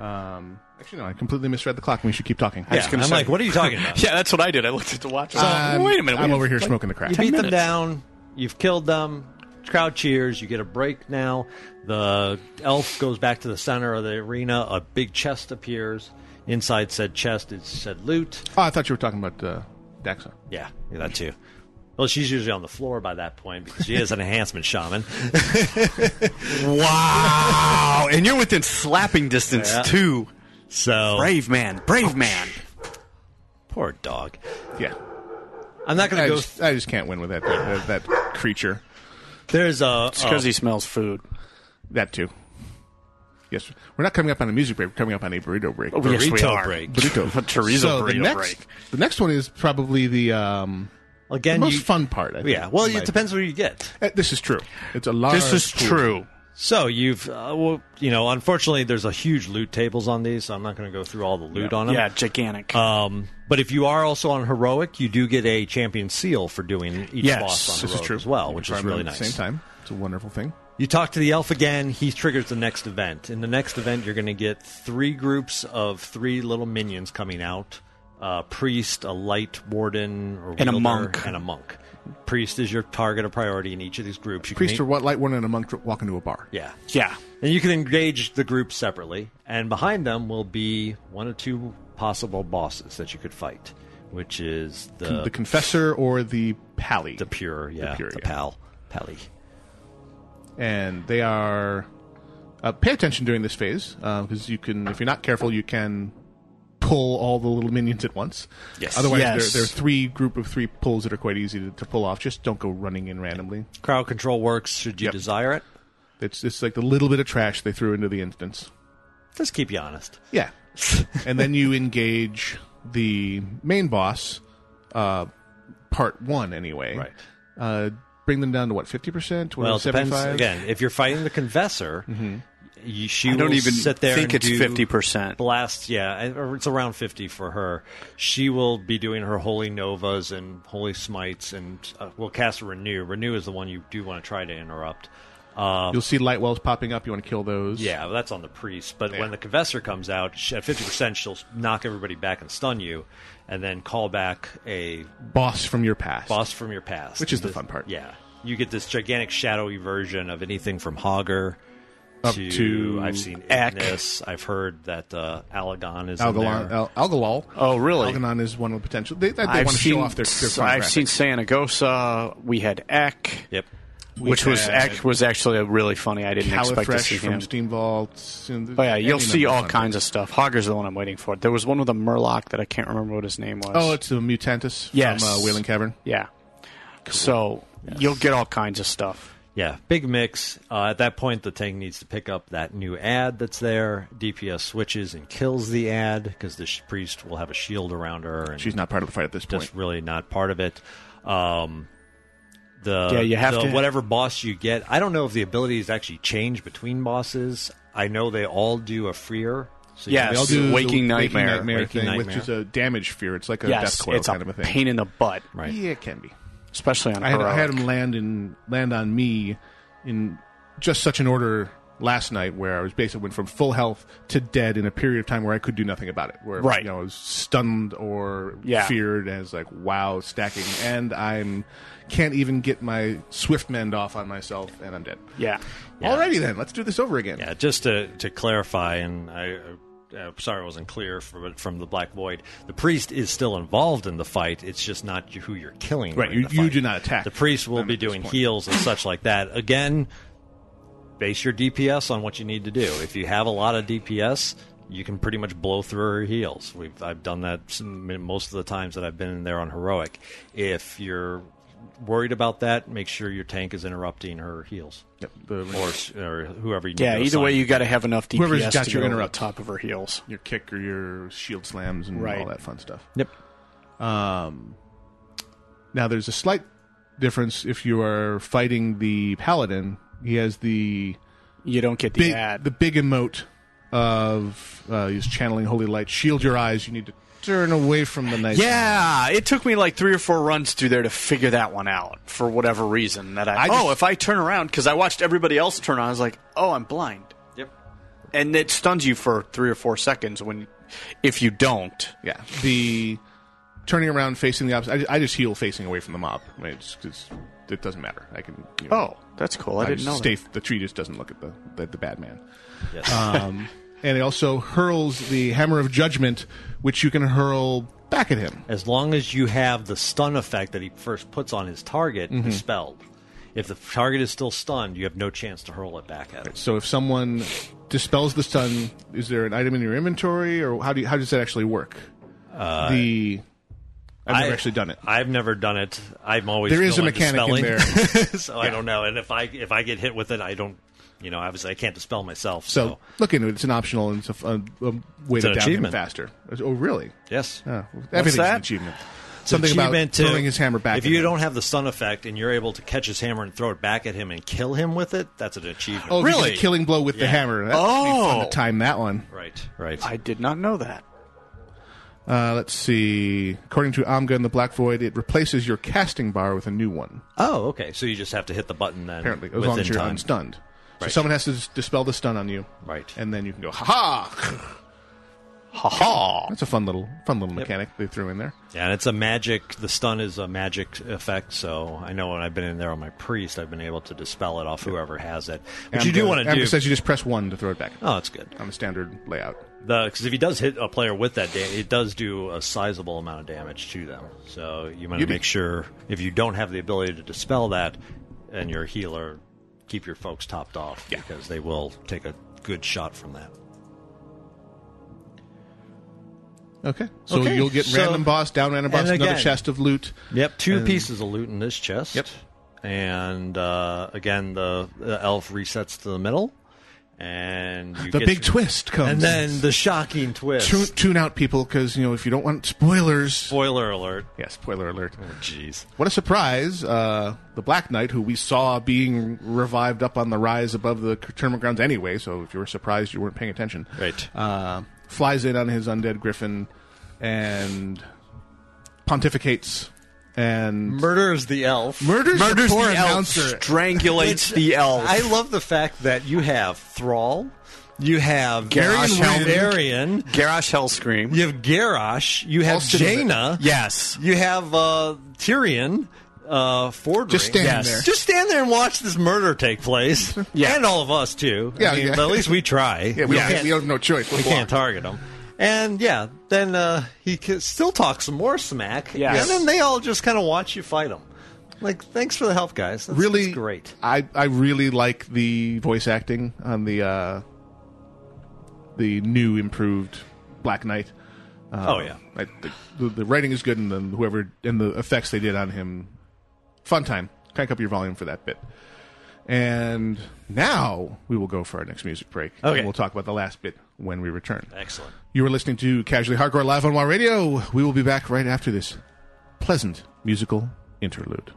Speaker 1: Um, actually, no, I completely misread the clock. We should keep talking.
Speaker 11: Yeah, I'm like, what are you talking about?
Speaker 8: yeah, that's what I did. I looked at the watch. I was like,
Speaker 1: Um,
Speaker 8: Wait a minute. we
Speaker 1: I'm
Speaker 8: have,
Speaker 1: over here
Speaker 8: like,
Speaker 1: smoking the crack.
Speaker 11: You
Speaker 8: 10
Speaker 11: beat them
Speaker 8: minutes.
Speaker 11: down. You've killed them. Crowd cheers. You get a break now. The elf goes back to the center of the arena. A big chest appears. Inside said chest is said loot.
Speaker 1: Oh, I thought you were talking about uh, Daxa.
Speaker 11: Yeah, yeah, that too. Well, she's usually on the floor by that point because she is an enhancement shaman.
Speaker 8: Wow. and you're within slapping distance,
Speaker 11: Yeah.
Speaker 8: too.
Speaker 11: So
Speaker 8: Brave man. Brave man.
Speaker 11: Poor dog.
Speaker 1: Yeah.
Speaker 11: I'm not going
Speaker 1: I
Speaker 11: to go.
Speaker 1: just, I just can't win with that that, that creature.
Speaker 11: There's a
Speaker 8: It's because he smells food.
Speaker 1: That too. Yes, we're not coming up on a music break. We're coming up on a burrito break.
Speaker 8: Oh, yes, we
Speaker 11: Burrito
Speaker 8: are.
Speaker 11: break.
Speaker 1: Burrito.
Speaker 8: A chorizo
Speaker 1: so the
Speaker 8: burrito
Speaker 1: next,
Speaker 8: break.
Speaker 1: The next one is probably the um,
Speaker 11: oh, Again,
Speaker 1: the most
Speaker 11: you-
Speaker 1: fun part. I think,
Speaker 11: yeah. Well,
Speaker 1: My-
Speaker 11: it depends what you get.
Speaker 1: Uh, This is true. It's a large. pool.
Speaker 11: So you've, uh, well, you know, unfortunately, there's a huge loot tables on these, so I'm not going to go through all the loot on them.
Speaker 8: Yeah, gigantic.
Speaker 11: Um, but if you are also on heroic, you do get a champion seal for doing each
Speaker 8: Yes,
Speaker 11: boss on
Speaker 8: this
Speaker 1: This
Speaker 11: heroic
Speaker 1: is true
Speaker 11: as well,
Speaker 1: You
Speaker 11: which
Speaker 1: can
Speaker 11: is
Speaker 1: farm them
Speaker 11: really
Speaker 1: at
Speaker 11: nice.
Speaker 1: the Same time, it's a wonderful thing.
Speaker 11: You talk to the elf again. He triggers the next event. In the next event, you're going to get three groups of three little minions coming out: a priest, a light warden, or
Speaker 8: And a
Speaker 11: wielder,
Speaker 8: monk.
Speaker 11: and a monk. Priest is your target of priority in each of these groups. You can
Speaker 1: Priest or what light one and a monk dr- walk into a bar.
Speaker 11: yeah.
Speaker 8: Yeah.
Speaker 11: And you can engage the group separately, and behind them will be one or two possible bosses that you could fight, which is the
Speaker 1: the confessor or the pally,
Speaker 11: the pure, yeah, the,
Speaker 1: pure, yeah.
Speaker 11: pal, pally.
Speaker 1: and they are. Uh, pay attention during this phase because you can, if you're not careful, you can pull all the little minions at once.
Speaker 8: Yes.
Speaker 1: Otherwise,
Speaker 8: Yes.
Speaker 1: there, there are three group of three pulls that are quite easy to, to pull off. Just don't go running in randomly.
Speaker 11: Crowd control works should you
Speaker 1: Yep.
Speaker 11: desire it.
Speaker 1: It's it's like the little bit of trash they threw into the instance.
Speaker 11: Just keep you honest.
Speaker 1: Yeah. and then you engage the main boss, uh, part one anyway.
Speaker 11: Right.
Speaker 1: Uh, bring them down to what, 50%?
Speaker 11: Well, it depends.
Speaker 1: 75?
Speaker 11: Again, if you're fighting the confessor, you, she
Speaker 8: Mm-hmm. I don't
Speaker 11: will
Speaker 8: even
Speaker 11: sit there.
Speaker 8: think
Speaker 11: and
Speaker 8: it's
Speaker 11: do
Speaker 8: 50%.
Speaker 11: Blast, yeah, and- or it's around fifty for her. She will be doing her holy novas and holy smites, and uh, will cast a renew. Renew is the one you do want to try to interrupt. Uh,
Speaker 1: You'll see light wells popping up. You want to kill those.
Speaker 11: yeah, well, that's on the priest. But
Speaker 1: Yeah.
Speaker 11: when the confessor comes out, she, at fifty percent, she'll knock everybody back and stun you, and then call back a
Speaker 1: Boss from your past.
Speaker 11: boss from your past,
Speaker 1: Which is the
Speaker 11: This-
Speaker 1: fun part.
Speaker 11: Yeah, you get this gigantic shadowy version of anything from Hogger
Speaker 1: Up
Speaker 11: to,
Speaker 1: to
Speaker 11: I've seen
Speaker 8: Eck.
Speaker 11: Ignis. I've heard that uh, Alagon is in
Speaker 1: Algalon,
Speaker 11: there.
Speaker 1: Al- Algalol.
Speaker 8: Oh, really?
Speaker 1: Alganon is one with potential. They, they, they
Speaker 8: I've
Speaker 1: want to
Speaker 8: seen,
Speaker 1: show off their, their fun
Speaker 8: I've
Speaker 1: graphics.
Speaker 8: seen Sanagosa. We had Eck,
Speaker 11: yep.
Speaker 8: which was
Speaker 1: had-
Speaker 8: Eck was actually really funny. I didn't expect to see
Speaker 1: Califresh
Speaker 8: him.
Speaker 1: from Steam Vault.
Speaker 8: Oh yeah, you'll see all kinds of stuff. Hogger's the one I'm waiting for. There was one with a Murloc that I can't remember what his name was.
Speaker 1: Oh, it's the Mutantis
Speaker 8: Yes.
Speaker 1: from uh, Wailing Cavern.
Speaker 8: yeah. So you'll get all kinds of stuff.
Speaker 11: Yeah, big mix. Uh, at that point, the tank needs to pick up that new ad that's there. DPS switches and kills the ad because the sh- priest will have a shield around her. And
Speaker 1: She's not part of the fight at this point.
Speaker 11: just really not part of it. Um, the
Speaker 8: Yeah, you have
Speaker 11: the-
Speaker 8: to-
Speaker 11: whatever boss you get. I don't know if the abilities actually change between bosses. I know they all do a freer. So you
Speaker 8: Yes.
Speaker 1: They
Speaker 11: can-
Speaker 1: all do the
Speaker 8: Waking Nightmare.
Speaker 11: Waking
Speaker 1: thing, which
Speaker 11: Nightmare.
Speaker 1: is a damage fear. It's like a
Speaker 8: yes,
Speaker 1: death coil
Speaker 8: it's
Speaker 1: kind of
Speaker 8: a
Speaker 1: a thing.
Speaker 8: pain in the butt,
Speaker 11: right.
Speaker 1: Yeah, it can be.
Speaker 8: especially on.
Speaker 1: I had, I
Speaker 8: heroic.
Speaker 1: had him land in land on me in just such an order last night where I was basically went from full health to dead in a period of time where I could do nothing about it. Where
Speaker 8: Right.
Speaker 1: you know, I was stunned or
Speaker 8: Yeah.
Speaker 1: feared as like wow stacking, and I'm can't even get my swift mend off on myself, and I'm dead.
Speaker 8: Yeah.
Speaker 1: Alrighty then, let's do this over again.
Speaker 11: Yeah, just to, to clarify, and I, uh, sorry I wasn't clear from, from the Black Void. The priest is still involved in the fight. It's just not you- who you're killing.
Speaker 1: Right,
Speaker 11: during
Speaker 1: you-
Speaker 11: the
Speaker 1: you
Speaker 11: fight.
Speaker 1: do not attack
Speaker 11: The priest will
Speaker 1: them
Speaker 11: be
Speaker 1: at this
Speaker 11: doing
Speaker 1: point.
Speaker 11: heals and such like that. Again, base your DPS on what you need to do. If you have a lot of DPS. You can pretty much blow through her heals. We've I've done that s- m- most of the times that I've been in there on heroic. If you're worried about that, make sure your tank is interrupting her heals
Speaker 1: Yep, the-
Speaker 11: or, s- or whoever you need
Speaker 8: Yeah.
Speaker 11: to
Speaker 8: Either
Speaker 11: assign.
Speaker 8: way, you got to have enough DPS
Speaker 1: Whoever's got
Speaker 8: to
Speaker 1: your
Speaker 8: go
Speaker 1: interrupt.
Speaker 8: on top of her heels.
Speaker 1: your kick or your shield slams and
Speaker 8: Right.
Speaker 1: all that fun stuff.
Speaker 11: Yep.
Speaker 1: Um, now, there's a slight difference if you are fighting the paladin. He has the
Speaker 8: You don't get the
Speaker 1: big,
Speaker 8: ad.
Speaker 1: the big emote of uh, he's channeling holy light. Shield your eyes. You need to turn away from the night.
Speaker 8: Yeah, it took me like three or four runs through there to figure that one out for whatever reason. That I,
Speaker 1: I just-
Speaker 8: oh, if I turn around because I watched everybody else turn on, I was like, oh, I'm blind.
Speaker 11: Yep.
Speaker 8: and it stuns you for three or four seconds when, if you don't,
Speaker 1: yeah, the turning around facing the opposite. I, I just heal facing away from the mob. I mean, it's, it's, it doesn't matter. I can. You know,
Speaker 8: Oh, that's cool. I didn't
Speaker 1: just
Speaker 8: know
Speaker 1: Stay,
Speaker 8: that.
Speaker 1: The tree just doesn't look at the the, the bad man.
Speaker 11: Yes.
Speaker 1: Um, and it also hurls the hammer of judgment, which you can hurl back at him.
Speaker 11: As long as you have the stun effect that he first puts on his target
Speaker 1: Mhm.
Speaker 11: dispelled. If the target is still stunned, you have no chance to hurl it back at it.
Speaker 1: So if someone dispels the stun, is there an item in your inventory, or how do you, how does that actually work?
Speaker 11: Uh,
Speaker 1: the I've never actually done it.
Speaker 11: I've never done it. I'm always
Speaker 1: There is
Speaker 11: no
Speaker 1: a
Speaker 11: at
Speaker 1: mechanic in
Speaker 11: dispelling,
Speaker 1: there.
Speaker 11: so I don't know. And if I if I get hit with it, I don't. You know, obviously, I can't dispel myself.
Speaker 1: So,
Speaker 11: So,
Speaker 1: look into it. It's an optional and it's a, f- a- a way
Speaker 11: It's
Speaker 1: to down
Speaker 11: an
Speaker 1: him
Speaker 11: achievement.
Speaker 1: faster. Oh, really?
Speaker 11: yes,
Speaker 1: Oh, everything's an achievement. Something about
Speaker 11: achievement to-
Speaker 1: throwing his hammer back.
Speaker 11: If you don't have the stun effect and you're able to catch his hammer and throw it back at him and kill him with it, that's an achievement.
Speaker 1: oh, if you get a killing blow with the
Speaker 11: Yeah. Oh.
Speaker 1: hammer. That would be fun to time that one.
Speaker 11: Right, right.
Speaker 8: I did not know that.
Speaker 1: Uh, let's see. According to Amga and the Black Void, it replaces your casting bar with a new one.
Speaker 11: Oh, okay. So you just have to hit the button then.
Speaker 1: Apparently, as
Speaker 11: within
Speaker 1: long as you're
Speaker 11: time.
Speaker 1: unstunned. So
Speaker 11: Right.
Speaker 1: someone has to s- dispel the stun on you,
Speaker 11: right?
Speaker 1: And then you can go ha ha, ha ha. That's a fun little fun little mechanic they threw in there.
Speaker 11: Yeah, and it's a magic. The stun is a magic effect, so I know when I've been in there on my priest, I've been able to dispel it off whoever has it. But you do
Speaker 1: Amga-
Speaker 11: want to
Speaker 1: Amga
Speaker 11: do
Speaker 1: says uh, you just press one to throw it back.
Speaker 11: Oh, it's good
Speaker 1: on the standard layout.
Speaker 11: because if he does hit a player with that, da- it does do a sizable amount of damage to them. So you want to
Speaker 1: Yippee.
Speaker 11: make sure if you don't have the ability to dispel that, and you're a healer, keep your folks topped off because they will take a good shot from that.
Speaker 1: Okay. So
Speaker 11: Okay,
Speaker 1: you'll get
Speaker 11: so-
Speaker 1: random boss, down random boss,
Speaker 11: and
Speaker 1: another
Speaker 11: again-
Speaker 1: chest of loot.
Speaker 11: Yep, two
Speaker 1: And-
Speaker 11: pieces of loot in this chest. Yep. And uh, again, the, the elf resets to the middle, and you
Speaker 1: The
Speaker 11: get
Speaker 1: big
Speaker 11: your-
Speaker 1: twist comes.
Speaker 11: and then the shocking twist.
Speaker 1: Tune, tune out people because you know if you don't want spoilers.
Speaker 11: Spoiler alert!
Speaker 1: Yeah, spoiler alert.
Speaker 11: Oh, Jeez.
Speaker 1: What a surprise! Uh, the Black Knight, who we saw being revived up on the rise above the tournament grounds anyway, so if you were surprised, you weren't paying attention.
Speaker 11: Right.
Speaker 1: Uh, flies in on his undead griffin and pontificates and
Speaker 11: murders the elf.
Speaker 1: Murders,
Speaker 8: Murders
Speaker 1: the, poor
Speaker 8: the elf,
Speaker 1: announcer.
Speaker 8: strangulates the elf.
Speaker 11: I love the fact that you have Thrall, you have
Speaker 8: Garrosh
Speaker 11: Valerian,
Speaker 8: Garrosh Hellscream.
Speaker 11: you have Garrosh, you have
Speaker 8: Also-
Speaker 11: Jaina,
Speaker 8: Yes.
Speaker 11: you have uh, Tyrion. Uh, Fordring.
Speaker 1: Just stand Yes. there.
Speaker 11: Just stand there and watch this murder take place, and all of us too. I
Speaker 1: Yeah,
Speaker 11: mean,
Speaker 1: yeah.
Speaker 11: but at least we try.
Speaker 1: Yeah, we,
Speaker 11: can't-
Speaker 1: Don't, we don't have no choice.
Speaker 11: we
Speaker 1: We'll
Speaker 11: can't
Speaker 1: block.
Speaker 11: target them. And yeah, then uh, he c- still talks some more smack.
Speaker 1: Yes.
Speaker 11: And then they all just kind of watch you fight him. Like, thanks for the help, guys. That's,
Speaker 1: Really
Speaker 11: that's great.
Speaker 1: I, I really like the voice acting on the uh, the new improved Black Knight. Uh,
Speaker 11: Oh, yeah.
Speaker 1: I, the, the writing is good, and then whoever and the effects they did on him, fun time. Crank up your volume for that bit. And now we will go for our next music break.
Speaker 11: Okay.
Speaker 1: And we'll talk about the last bit when we return.
Speaker 11: Excellent.
Speaker 1: You are listening to Casually Hardcore Live on WoW Radio. We will be back right after this pleasant musical interlude.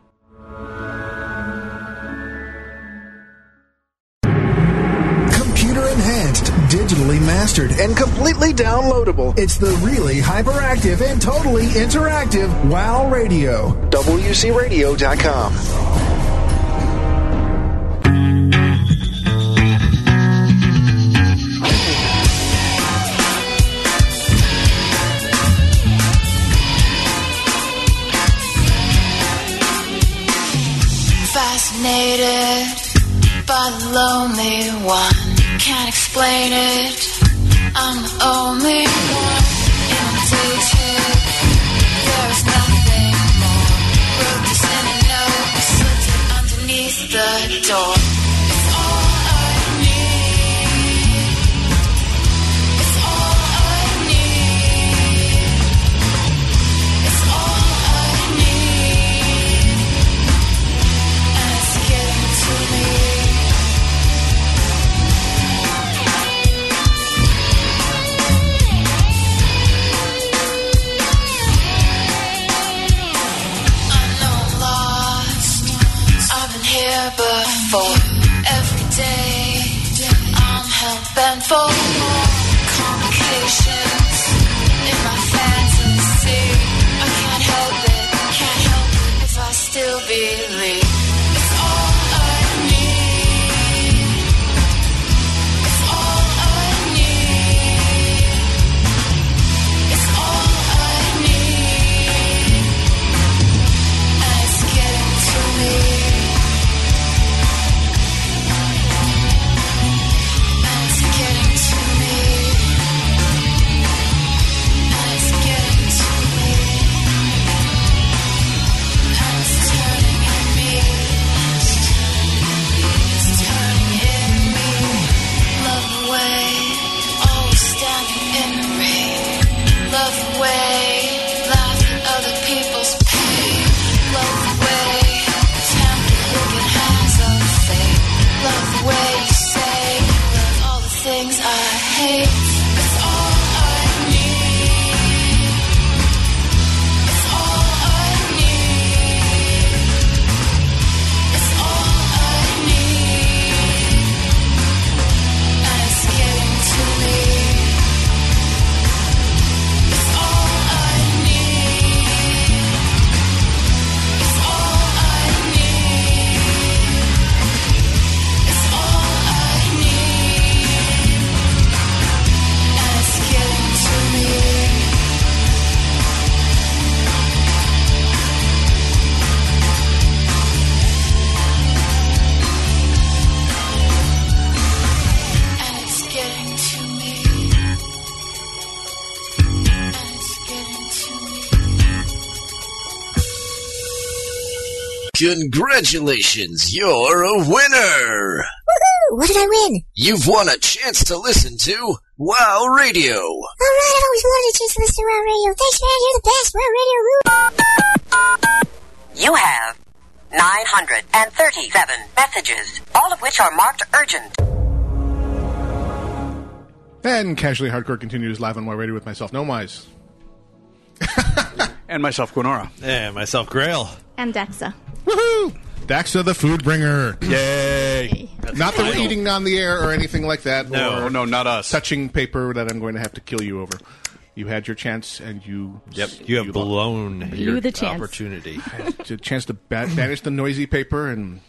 Speaker 14: Computer enhanced, digitally mastered, and completely downloadable. It's the really hyperactive and totally interactive WoW Radio. WCRadio.com.
Speaker 17: Fascinated by the lonely one. Can't explain it. I'm the only one. Inundated. There is nothing more. Wrote this in a note. Slipped it underneath the door. It's all I need. It's all I need. It's all I need. And it's getting to me. I know I'm lost. I've been here before. Every day, I'm hell bent for more complications in my fantasy. I can't help it. Can't help it if I still believe. It's all I need. It's all I
Speaker 18: Congratulations, you're a winner!
Speaker 19: Woohoo! What did I win?
Speaker 18: You've won a chance to listen to Wow Radio.
Speaker 19: All right, I've always wanted a chance to listen to Wow Radio. Thanks, man. You're the best. Wow Radio rules.
Speaker 20: You have 937 messages, all of which are marked urgent.
Speaker 1: And Casually Hardcore continues live on my radio with myself, Gnomewise.
Speaker 8: and myself, Quinora.
Speaker 11: And myself, Grail.
Speaker 5: And Dexa.
Speaker 1: Woohoo! Daxa the food bringer.
Speaker 8: Yay!
Speaker 1: not that we're eating on the air or anything like that.
Speaker 8: No,
Speaker 1: or
Speaker 8: no, not us.
Speaker 1: Touching paper that I'm going to have to kill you over. You had your chance and you.
Speaker 11: Yep, you have blown
Speaker 5: Blew
Speaker 11: your
Speaker 5: the chance.
Speaker 11: opportunity.
Speaker 1: It's a chance to ba- banish the noisy paper and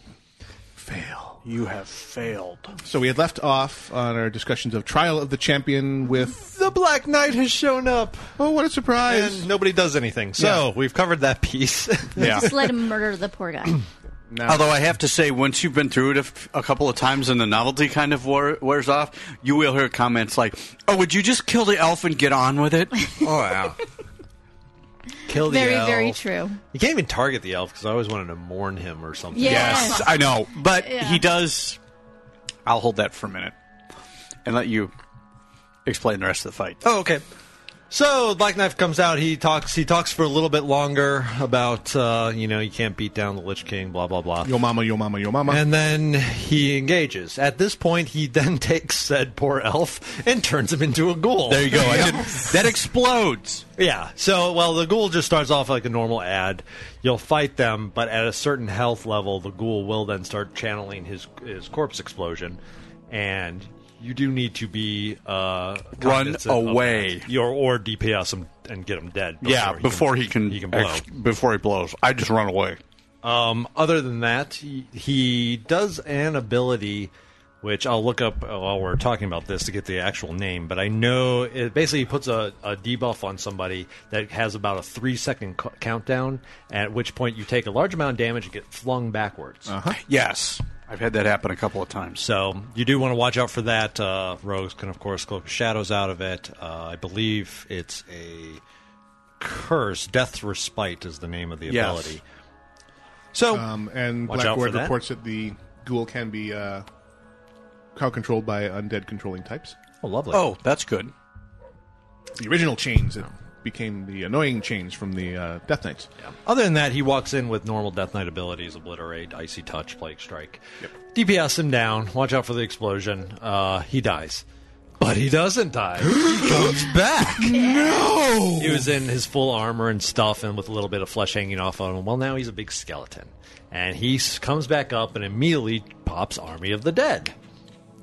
Speaker 1: fail.
Speaker 8: You have failed.
Speaker 1: So we had left off on our discussions of Trial of the Champion with.
Speaker 11: the Black Knight has shown up.
Speaker 1: Oh, what a surprise!
Speaker 11: And nobody does anything. So we've covered that piece.
Speaker 1: Yeah.
Speaker 5: Just let him murder the poor guy.
Speaker 8: Although I have to say, once you've been through it a, a couple of times and the novelty kind of wore, wears off, you will hear comments like, "Oh, would you just kill the elf and get on with it?" oh wow!
Speaker 11: Kill the
Speaker 5: very,
Speaker 11: elf.
Speaker 5: very true.
Speaker 11: You can't even target the elf because I always wanted to mourn him or something.
Speaker 8: Yes,
Speaker 5: Yes.
Speaker 8: I know, but
Speaker 5: Yeah.
Speaker 8: he does. I'll hold that for a minute and let you explain the rest of the fight.
Speaker 11: Oh, okay. So Black Knife comes out. He talks. He talks for a little bit longer about uh, you know you can't beat down the Lich King. Blah blah blah.
Speaker 1: Yo mama, yo mama, yo mama.
Speaker 11: And then he engages. At this point, he then takes said poor elf and turns him into a ghoul.
Speaker 8: There you go. I did- that explodes.
Speaker 11: Yeah. So, well, the ghoul just starts off like a normal ad. You'll fight them, but at a certain health level, the ghoul will then start channeling his his corpse explosion, and you do need to be uh, cognizant of
Speaker 8: away.
Speaker 11: that. Your or DPS him and get him dead.
Speaker 8: yeah, before he can,
Speaker 11: he can blow.
Speaker 8: ex- before he blows, I just run away.
Speaker 11: Um, other than that, he, he does an ability, which I'll look up while we're talking about this to get the actual name. But I know it basically puts a, a debuff on somebody that has about a three second co- countdown, at which point you take a large amount of damage and get flung backwards.
Speaker 1: Uh-huh.
Speaker 8: Yes, I've had that happen a couple of times.
Speaker 11: So you do want to watch out for that. Uh, rogues can, of course, cloak of shadows out of it. Uh, I believe it's a curse. Death's Respite is the name of the
Speaker 1: Yes.
Speaker 11: ability. So
Speaker 1: Um, and
Speaker 11: Watch out for
Speaker 1: Blackboard
Speaker 11: that.
Speaker 1: reports that the ghoul can be uh, cow controlled by undead controlling types.
Speaker 11: Oh, lovely.
Speaker 8: Oh, that's good.
Speaker 1: The original chains that became the annoying chains from the uh, Death Knights.
Speaker 11: Other than that, he walks in with normal Death Knight abilities: obliterate, icy touch, plague strike. DPS him down. Watch out for the explosion. Uh, he dies, but he doesn't die. he comes back. No, he was in his full armor and stuff, and with a little bit of flesh hanging off on him. Well, now he's a big skeleton, and he s- comes back up and immediately pops Army of the Dead.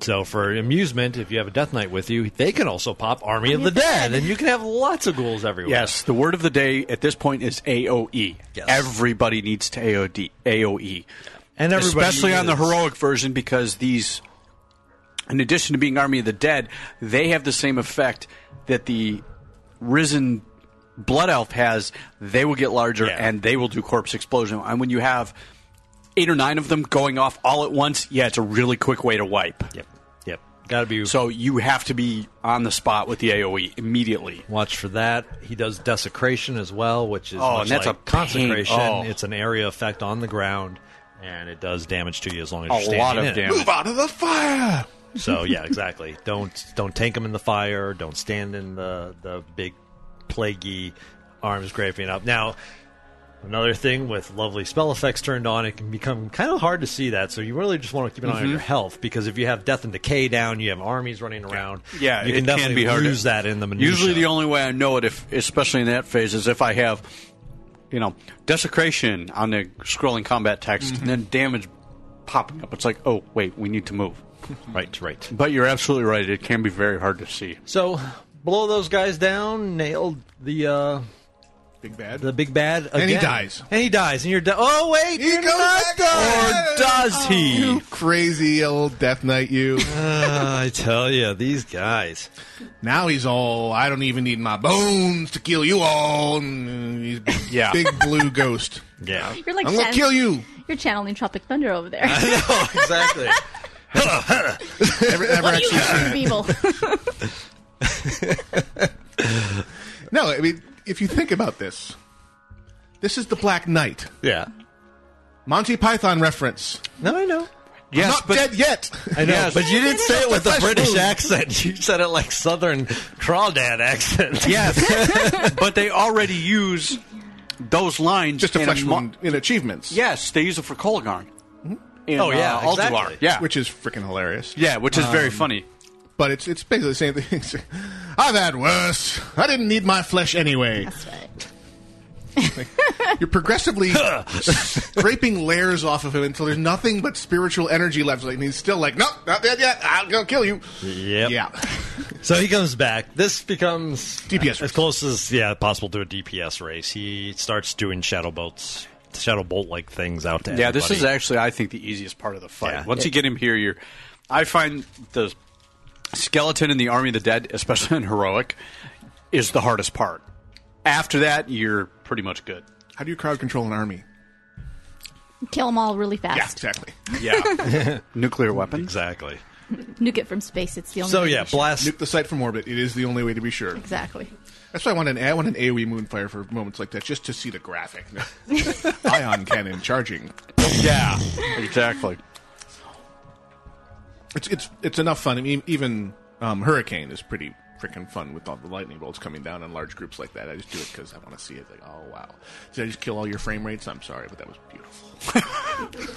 Speaker 11: So for amusement, if you have a Death Knight with you, they can also pop Army of the Dead, and you can have lots of ghouls everywhere.
Speaker 8: Yes, the word of the day at this point is AOE. Everybody needs to AOD, AOE.
Speaker 11: And everybody
Speaker 8: Especially on the
Speaker 11: is-
Speaker 8: heroic version because these, in addition to being Army of the Dead, they have the same effect that the risen Blood Elf has. They will get larger and they will do corpse explosion. And when you have eight or nine of them going off all at once, yeah, it's a really quick way to wipe.
Speaker 11: Yep. Yep. Got to be
Speaker 8: So you have to be on the spot with the AOE immediately.
Speaker 11: Watch for that. He does desecration as well, which is
Speaker 8: Oh,
Speaker 11: much
Speaker 8: and that's
Speaker 11: like
Speaker 8: a pain.
Speaker 11: consecration.
Speaker 8: Oh.
Speaker 11: It's an area effect on the ground, and it does damage to you as long as
Speaker 8: A
Speaker 11: you're standing
Speaker 8: lot of
Speaker 11: in it.
Speaker 8: damage. Move
Speaker 1: out of the fire.
Speaker 11: So yeah, exactly. don't don't tank him in the fire. Don't stand in the the big plaguey arms graping up. Now, another thing with lovely spell effects turned on, it can become kind of hard to see that. So you really just want to keep an eye on
Speaker 8: Mhm.
Speaker 11: your health because if you have death and decay down, you have armies running around.
Speaker 8: Yeah,
Speaker 11: you can
Speaker 8: it can
Speaker 11: definitely
Speaker 8: be hard to-
Speaker 11: lose that in the minutia.
Speaker 8: Usually, the only way I know it, if especially in that phase, is if I have, you know, desecration on the scrolling combat text,
Speaker 1: Mm-hmm.
Speaker 8: and then damage popping up. It's like, oh wait, we need to move.
Speaker 11: right, right.
Speaker 8: But you're absolutely right; it can be very hard to see.
Speaker 11: So blow those guys down, nailed the uh,
Speaker 1: Big bad.
Speaker 11: the big bad,
Speaker 1: And he
Speaker 11: again.
Speaker 1: dies.
Speaker 11: and he dies, and you're done. Oh wait, you're not done.
Speaker 1: Or
Speaker 8: does he?
Speaker 1: You crazy old Death Knight, you.
Speaker 11: Uh, I tell you, these guys.
Speaker 1: Now he's all, I don't even need my bones to kill you all. And uh, He's big,
Speaker 8: Yeah.
Speaker 1: big blue ghost.
Speaker 11: Yeah.
Speaker 5: You're like
Speaker 1: I'm going to
Speaker 5: Shen.
Speaker 1: kill you.
Speaker 5: You're channeling Tropic Thunder over there.
Speaker 11: exactly.
Speaker 1: Ever, ever actually seen
Speaker 5: Evil.
Speaker 1: No, I mean, if you think about this, this is the Black Knight.
Speaker 11: Yeah.
Speaker 1: Monty Python reference.
Speaker 11: No, I know.
Speaker 1: Yes, I'm not dead yet.
Speaker 11: I know,
Speaker 1: Yes.
Speaker 11: but you didn't say it with a
Speaker 1: Fresh
Speaker 11: British
Speaker 1: wound.
Speaker 11: accent. You said it like Southern crawdad accent.
Speaker 8: Yes, but they already use those lines
Speaker 1: Just a
Speaker 8: in
Speaker 1: flesh
Speaker 8: mo-
Speaker 1: wound in achievements.
Speaker 8: Yes, they use it for Kolgarn. In,
Speaker 1: Oh, yeah,
Speaker 8: uh, Alduar.
Speaker 1: exactly.
Speaker 8: yeah,
Speaker 1: Which is freaking hilarious.
Speaker 8: Yeah, which is very
Speaker 1: Um,
Speaker 8: funny.
Speaker 1: But it's it's basically the same thing. I've had worse. I didn't need my flesh anyway. That's right. You're progressively scraping layers off of him until there's nothing but spiritual energy left. Like, and he's still like, nope, not dead yet. I'll go kill you.
Speaker 11: Yep.
Speaker 1: Yeah.
Speaker 11: So he comes back. This becomes
Speaker 1: DPS
Speaker 11: as close as yeah possible to a DPS race. He starts doing shadow bolts, shadow bolt like things out to
Speaker 8: Yeah, this is
Speaker 11: everybody.
Speaker 8: actually, I think, the easiest part of the fight.
Speaker 11: Yeah.
Speaker 8: Once you get him here, you're. I find the skeleton in the Army of the Dead, especially in heroic, is the hardest part. After that, you're pretty much good.
Speaker 1: How do you crowd control an army?
Speaker 5: Kill them all really fast.
Speaker 1: exactly.
Speaker 8: Yeah, nuclear weapon.
Speaker 11: Exactly.
Speaker 5: Nuke it from space. It's the only. way to-
Speaker 1: blast nuke the site from orbit. It is the only way to be sure.
Speaker 5: Exactly.
Speaker 1: That's why I want an I want an AOE Moonfire for moments like that, just to see the graphic. Ion cannon charging.
Speaker 8: Yeah, exactly.
Speaker 1: It's it's it's enough fun. I mean, even um, Hurricane is pretty freaking fun with all the lightning bolts coming down in large groups like that. I just do it because I want to see it. Like, oh wow, did I just kill all your frame rates? I'm sorry, but that was beautiful.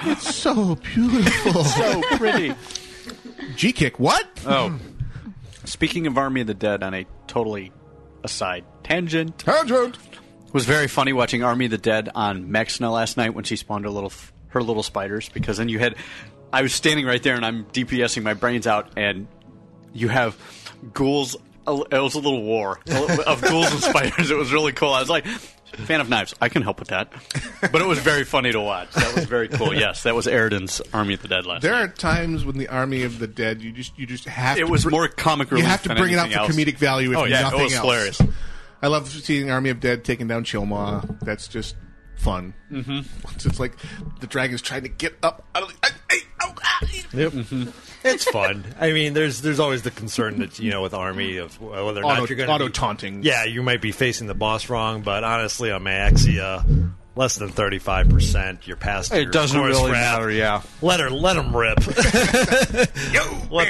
Speaker 1: it's so beautiful,
Speaker 8: so pretty.
Speaker 1: G kick. What?
Speaker 8: Oh, speaking of Army of the Dead, on a totally aside tangent,
Speaker 1: tangent
Speaker 8: it was very funny watching Army of the Dead on Maxna last night when she spawned her little her little spiders because then you had I was standing right there and I'm DPSing my brains out and you have ghouls. It was a little war of ghouls and spiders. It was really cool. I was like, fan of knives. I can help with that. But it was very funny to watch. That was very cool. Yes, that was Eridan's Army of the Dead last
Speaker 1: There are times when the army of the dead, you just you just have.
Speaker 8: It
Speaker 1: to
Speaker 8: was
Speaker 1: br-
Speaker 8: more comic
Speaker 1: You
Speaker 8: relief
Speaker 1: have to
Speaker 8: than
Speaker 1: bring it out for
Speaker 8: anything else.
Speaker 1: comedic value. If
Speaker 8: Oh, yeah, it
Speaker 1: nothing
Speaker 8: was
Speaker 1: else.
Speaker 8: hilarious.
Speaker 1: I love seeing army of dead taking down Chilma. That's just fun.
Speaker 8: Mhm.
Speaker 1: It's, it's like the dragon's trying to get up. Out of the, I, I, oh, ah.
Speaker 11: Yep. it's fun. Mm-hmm. I mean, there's there's always the concern that you know with army of uh, whether or
Speaker 1: Auto-
Speaker 11: not you're going to
Speaker 1: auto taunting.
Speaker 11: Yeah, you might be facing the boss wrong, but honestly, on my Axia, less than thirty five percent. You're past.
Speaker 8: It
Speaker 11: your
Speaker 8: doesn't
Speaker 11: chorus
Speaker 8: really
Speaker 11: rap.
Speaker 8: matter, yeah.
Speaker 11: Let her let him rip. what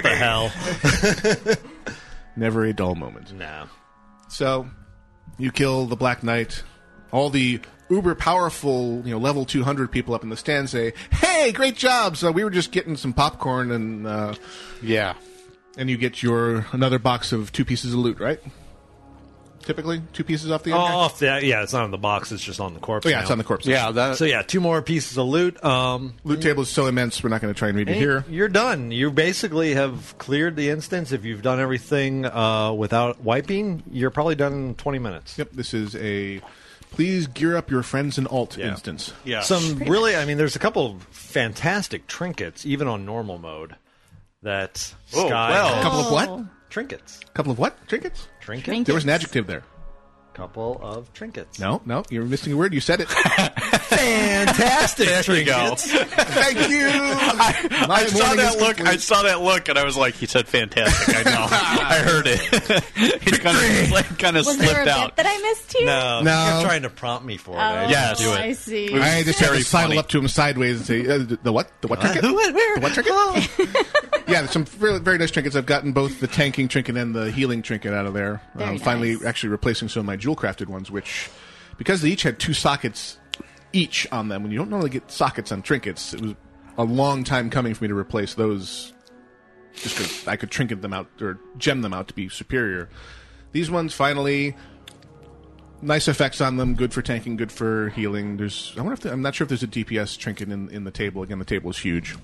Speaker 11: the hell?
Speaker 1: Never a dull moment.
Speaker 11: No.
Speaker 1: So you kill the Black Knight. All the uber powerful, you know, level 200 people up in the stand say, "Hey, great job!" So we were just getting some popcorn and uh,
Speaker 8: yeah,
Speaker 1: and you get your another box of two pieces of loot, right? Typically, two pieces off the.
Speaker 11: Oh,
Speaker 1: end.
Speaker 11: off the, yeah, it's not on the box. It's just on the corpse.
Speaker 1: Oh, yeah,
Speaker 11: now.
Speaker 1: it's on the corpse.
Speaker 11: Yeah, so yeah, two more pieces of loot. Um,
Speaker 1: loot table is so immense, we're not going to try and read it
Speaker 11: And
Speaker 1: here.
Speaker 11: You're done. You basically have cleared the instance. If you've done everything uh, without wiping, you're probably done in 20 minutes.
Speaker 1: Yep, this is a please gear up your friends in alt instance.
Speaker 11: Some really, I mean, there's a couple of fantastic trinkets, even on normal mode, that
Speaker 1: Oh,
Speaker 11: Sky.
Speaker 1: well.
Speaker 11: has-
Speaker 1: Couple of
Speaker 11: Oh.
Speaker 1: what?
Speaker 11: Trinkets.
Speaker 1: couple of what trinkets?
Speaker 11: Trinkets.
Speaker 1: There was an adjective there.
Speaker 11: Couple of trinkets.
Speaker 1: No, no, you're missing a word. You said it.
Speaker 11: Fantastic
Speaker 8: There you go.
Speaker 11: trinkets.
Speaker 1: Thank you.
Speaker 8: I, I saw that look. I saw that look, and I was like, "He said fantastic." I know. I heard it. it kind of, kind of
Speaker 5: Was there a
Speaker 8: slipped
Speaker 5: bit
Speaker 8: out.
Speaker 5: that I missed here?
Speaker 11: No,
Speaker 1: No.
Speaker 11: You're trying to prompt me for it.
Speaker 5: Oh,
Speaker 11: I
Speaker 8: Yes.
Speaker 11: do it.
Speaker 5: I see.
Speaker 1: I just had to
Speaker 8: Very
Speaker 1: sidle
Speaker 8: funny.
Speaker 1: up to him sideways and say, uh, the, the what? The what trinket? The what
Speaker 11: Oh.
Speaker 1: trinket? yeah, there's some very, very nice trinkets. I've gotten both the tanking trinket and the healing trinket out of there.
Speaker 5: Very
Speaker 1: Finally,
Speaker 5: nice.
Speaker 1: actually replacing some of my jewel crafted ones, which, because they each had two sockets each on them, and you don't normally get sockets on trinkets, it was a long time coming for me to replace those just because I could trinket them out or gem them out to be superior. These ones finally nice effects on them. Good for tanking. Good for healing. There's I wonder if the, I'm not sure if there's a DPS trinket in, in the table. Again, the table is huge.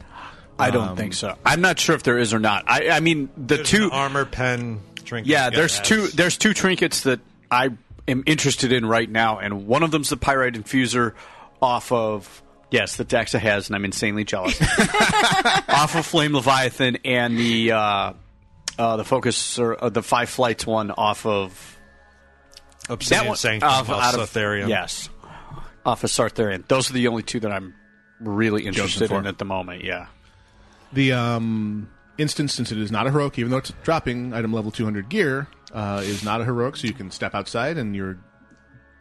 Speaker 8: I don't think so. I'm not sure if there is or not. I, I mean, the
Speaker 11: Um, There's
Speaker 8: two.
Speaker 11: an armor pen trinket.
Speaker 8: Yeah,
Speaker 11: that
Speaker 8: there's
Speaker 11: has-
Speaker 8: two. There's two trinkets that I am interested in right now, and one of them's the pyrite infuser off of. Yes, that Daxa has, and I'm insanely jealous. off of Flame Leviathan and the uh, uh, the focus or uh, the five flights one off of
Speaker 11: Obsidian Sanctum
Speaker 8: off-
Speaker 11: off
Speaker 8: out of-
Speaker 11: Sotherium.
Speaker 8: Yes, off of Sartharian. Those are the only two that I'm really interested
Speaker 1: for.
Speaker 8: in at the moment. Yeah.
Speaker 1: The um, instance, since it is not a heroic, even though it's dropping item level 200 gear, uh, is not a heroic, so you can step outside and your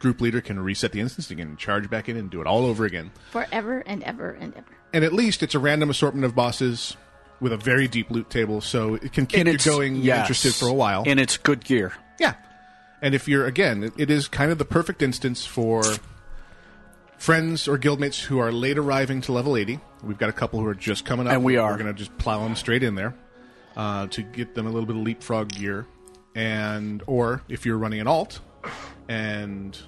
Speaker 1: group leader can reset the instance. You can charge back in and do it all over again.
Speaker 5: Forever and ever and ever.
Speaker 1: And at least it's a random assortment of bosses with a very deep loot table, so it can keep
Speaker 8: And
Speaker 1: you
Speaker 8: it's-
Speaker 1: going and
Speaker 8: yes.
Speaker 1: interested for a while.
Speaker 8: And it's good gear.
Speaker 1: Yeah. And if you're again, it- it is kind of the perfect instance for friends or guildmates who are late arriving to level 80. We've got a couple who are just coming up,
Speaker 8: And we are.
Speaker 1: We're going to just plow them straight in there uh, to get them a little bit of leapfrog gear, and or if you're running an alt and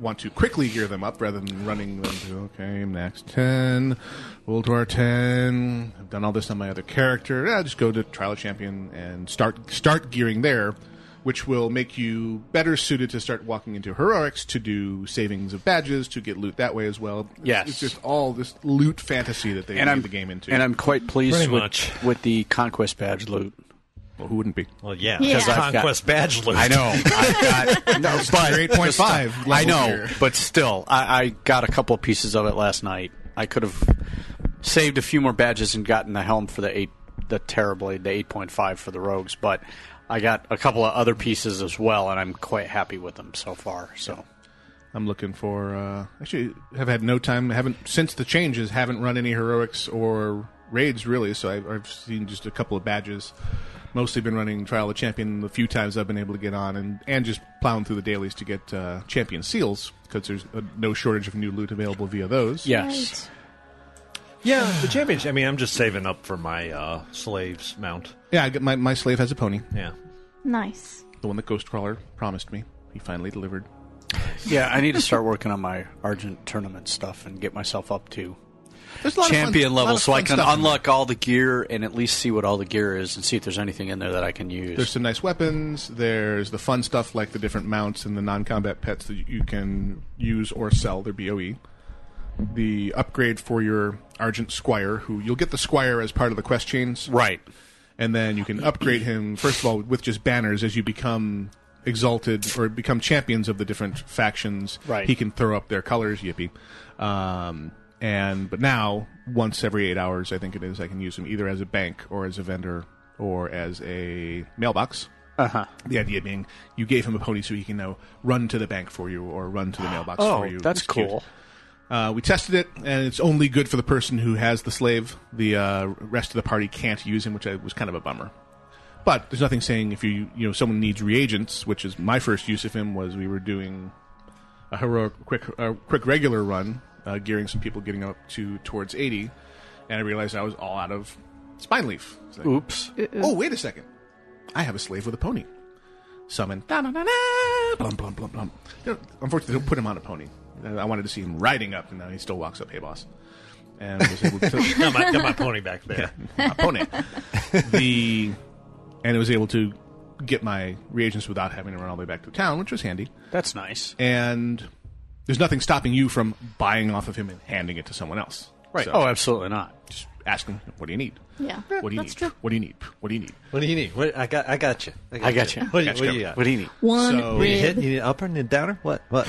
Speaker 1: want to quickly gear them up rather than running them to okay max 10 roll to our 10 i've done all this on my other character yeah, just go to trial of champion and start start gearing there which will make you better suited to start walking into heroics to do savings of badges to get loot that way as well It's-
Speaker 8: Yes.
Speaker 1: it's just all this loot fantasy that they made the game into
Speaker 8: And I'm quite pleased
Speaker 1: Pretty
Speaker 8: with,
Speaker 1: much.
Speaker 8: with the conquest badge loot.
Speaker 1: Well, who wouldn't be?
Speaker 11: Well, yeah,
Speaker 8: Yeah.
Speaker 11: because
Speaker 8: I've got-
Speaker 11: conquest badge loot.
Speaker 8: I know. I've got no, but
Speaker 1: 8.5
Speaker 8: just-
Speaker 1: level
Speaker 8: I know,
Speaker 1: here.
Speaker 8: but still, I, I got a couple pieces of it last night. I could have saved a few more badges and gotten the helm for the eight, the Terrorblade, the eight point five for the rogues. But I got a couple of other pieces as well, and I'm quite happy with them so far. So
Speaker 1: I'm looking for. Uh, actually, have had no time. Haven't since the changes. Haven't run any heroics or raids really. So I've, I've seen just a couple of badges. Mostly been running Trial of Champion the few times I've been able to get on, and and just plowing through the dailies to get uh, Champion seals because there's uh no shortage of new loot available via those.
Speaker 11: Yeah, the championship. I mean, I'm just saving up for my uh, slave's mount.
Speaker 1: yeah. I get my my slave has a pony.
Speaker 11: Yeah,
Speaker 5: Nice.
Speaker 1: the one that Ghostcrawler promised me. He finally delivered.
Speaker 8: yeah, I need to start working on my Argent tournament stuff and get myself up to
Speaker 1: There's a lot of fun-
Speaker 8: champion
Speaker 1: lot
Speaker 8: level,
Speaker 1: of
Speaker 8: so I
Speaker 1: fun
Speaker 8: can
Speaker 1: stuff in
Speaker 8: unlock all the gear and at least see what all the gear is and see if there's anything in there that I can use.
Speaker 1: There's some nice weapons. There's the fun stuff like the different mounts and the non-combat pets that you can use or sell. Their BOE. E. The upgrade for your Argent Squire, who you'll get the Squire as part of the quest chains,
Speaker 8: right?
Speaker 1: And then you can upgrade him first of all with just banners as you become exalted or become champions of the different factions.
Speaker 8: Right.
Speaker 1: He can throw up their colors. Yippee. Um, and but now once every eight hours, I think it is, I can use him either as a bank or as a vendor or as a mailbox.
Speaker 8: Uh-huh.
Speaker 1: The idea being you gave him a pony so he can now run to the bank for you or run to the mailbox
Speaker 8: Oh,
Speaker 1: for you.
Speaker 8: that's
Speaker 1: It's cute.
Speaker 8: cool.
Speaker 1: Uh, we tested it, and it's only good for the person who has the slave. The uh, rest of the party can't use him, which I, was kind of a bummer. But there's nothing saying if you you know someone needs reagents, which is my first use of him was we were doing a heroic quick uh, quick regular run, uh, gearing some people getting up to towards 80, and I realized I was all out of spine leaf. It's like,
Speaker 8: Oops.
Speaker 1: Oh wait a second, I have a slave with a pony. Summon. Da-na-na-na, blum blum blum blum. They don't- Unfortunately, they don't put him on a pony. Uh, I I wanted to see him riding up, and now he still walks up. Hey boss, and was able to
Speaker 11: got my, got my pony back there.
Speaker 1: my pony. the and it was able to get my reagents without having to run all the way back to town, which was handy.
Speaker 8: That's nice.
Speaker 1: And there's nothing stopping you from buying off of him and handing it to someone else.
Speaker 8: Right. Oh, absolutely not.
Speaker 1: Just ask him, what do you need?
Speaker 5: Yeah.
Speaker 1: What do you
Speaker 5: That's
Speaker 1: need?
Speaker 5: true.
Speaker 1: What do you need? What do you need?
Speaker 11: What do you need? What, I got. I got you.
Speaker 8: I got you.
Speaker 11: What, do
Speaker 8: Got you
Speaker 11: you- what do you
Speaker 8: covered.
Speaker 11: got?
Speaker 8: What do you need?
Speaker 5: One
Speaker 11: So, you
Speaker 5: rib.
Speaker 11: hit. You need an upper and a downer. What? What?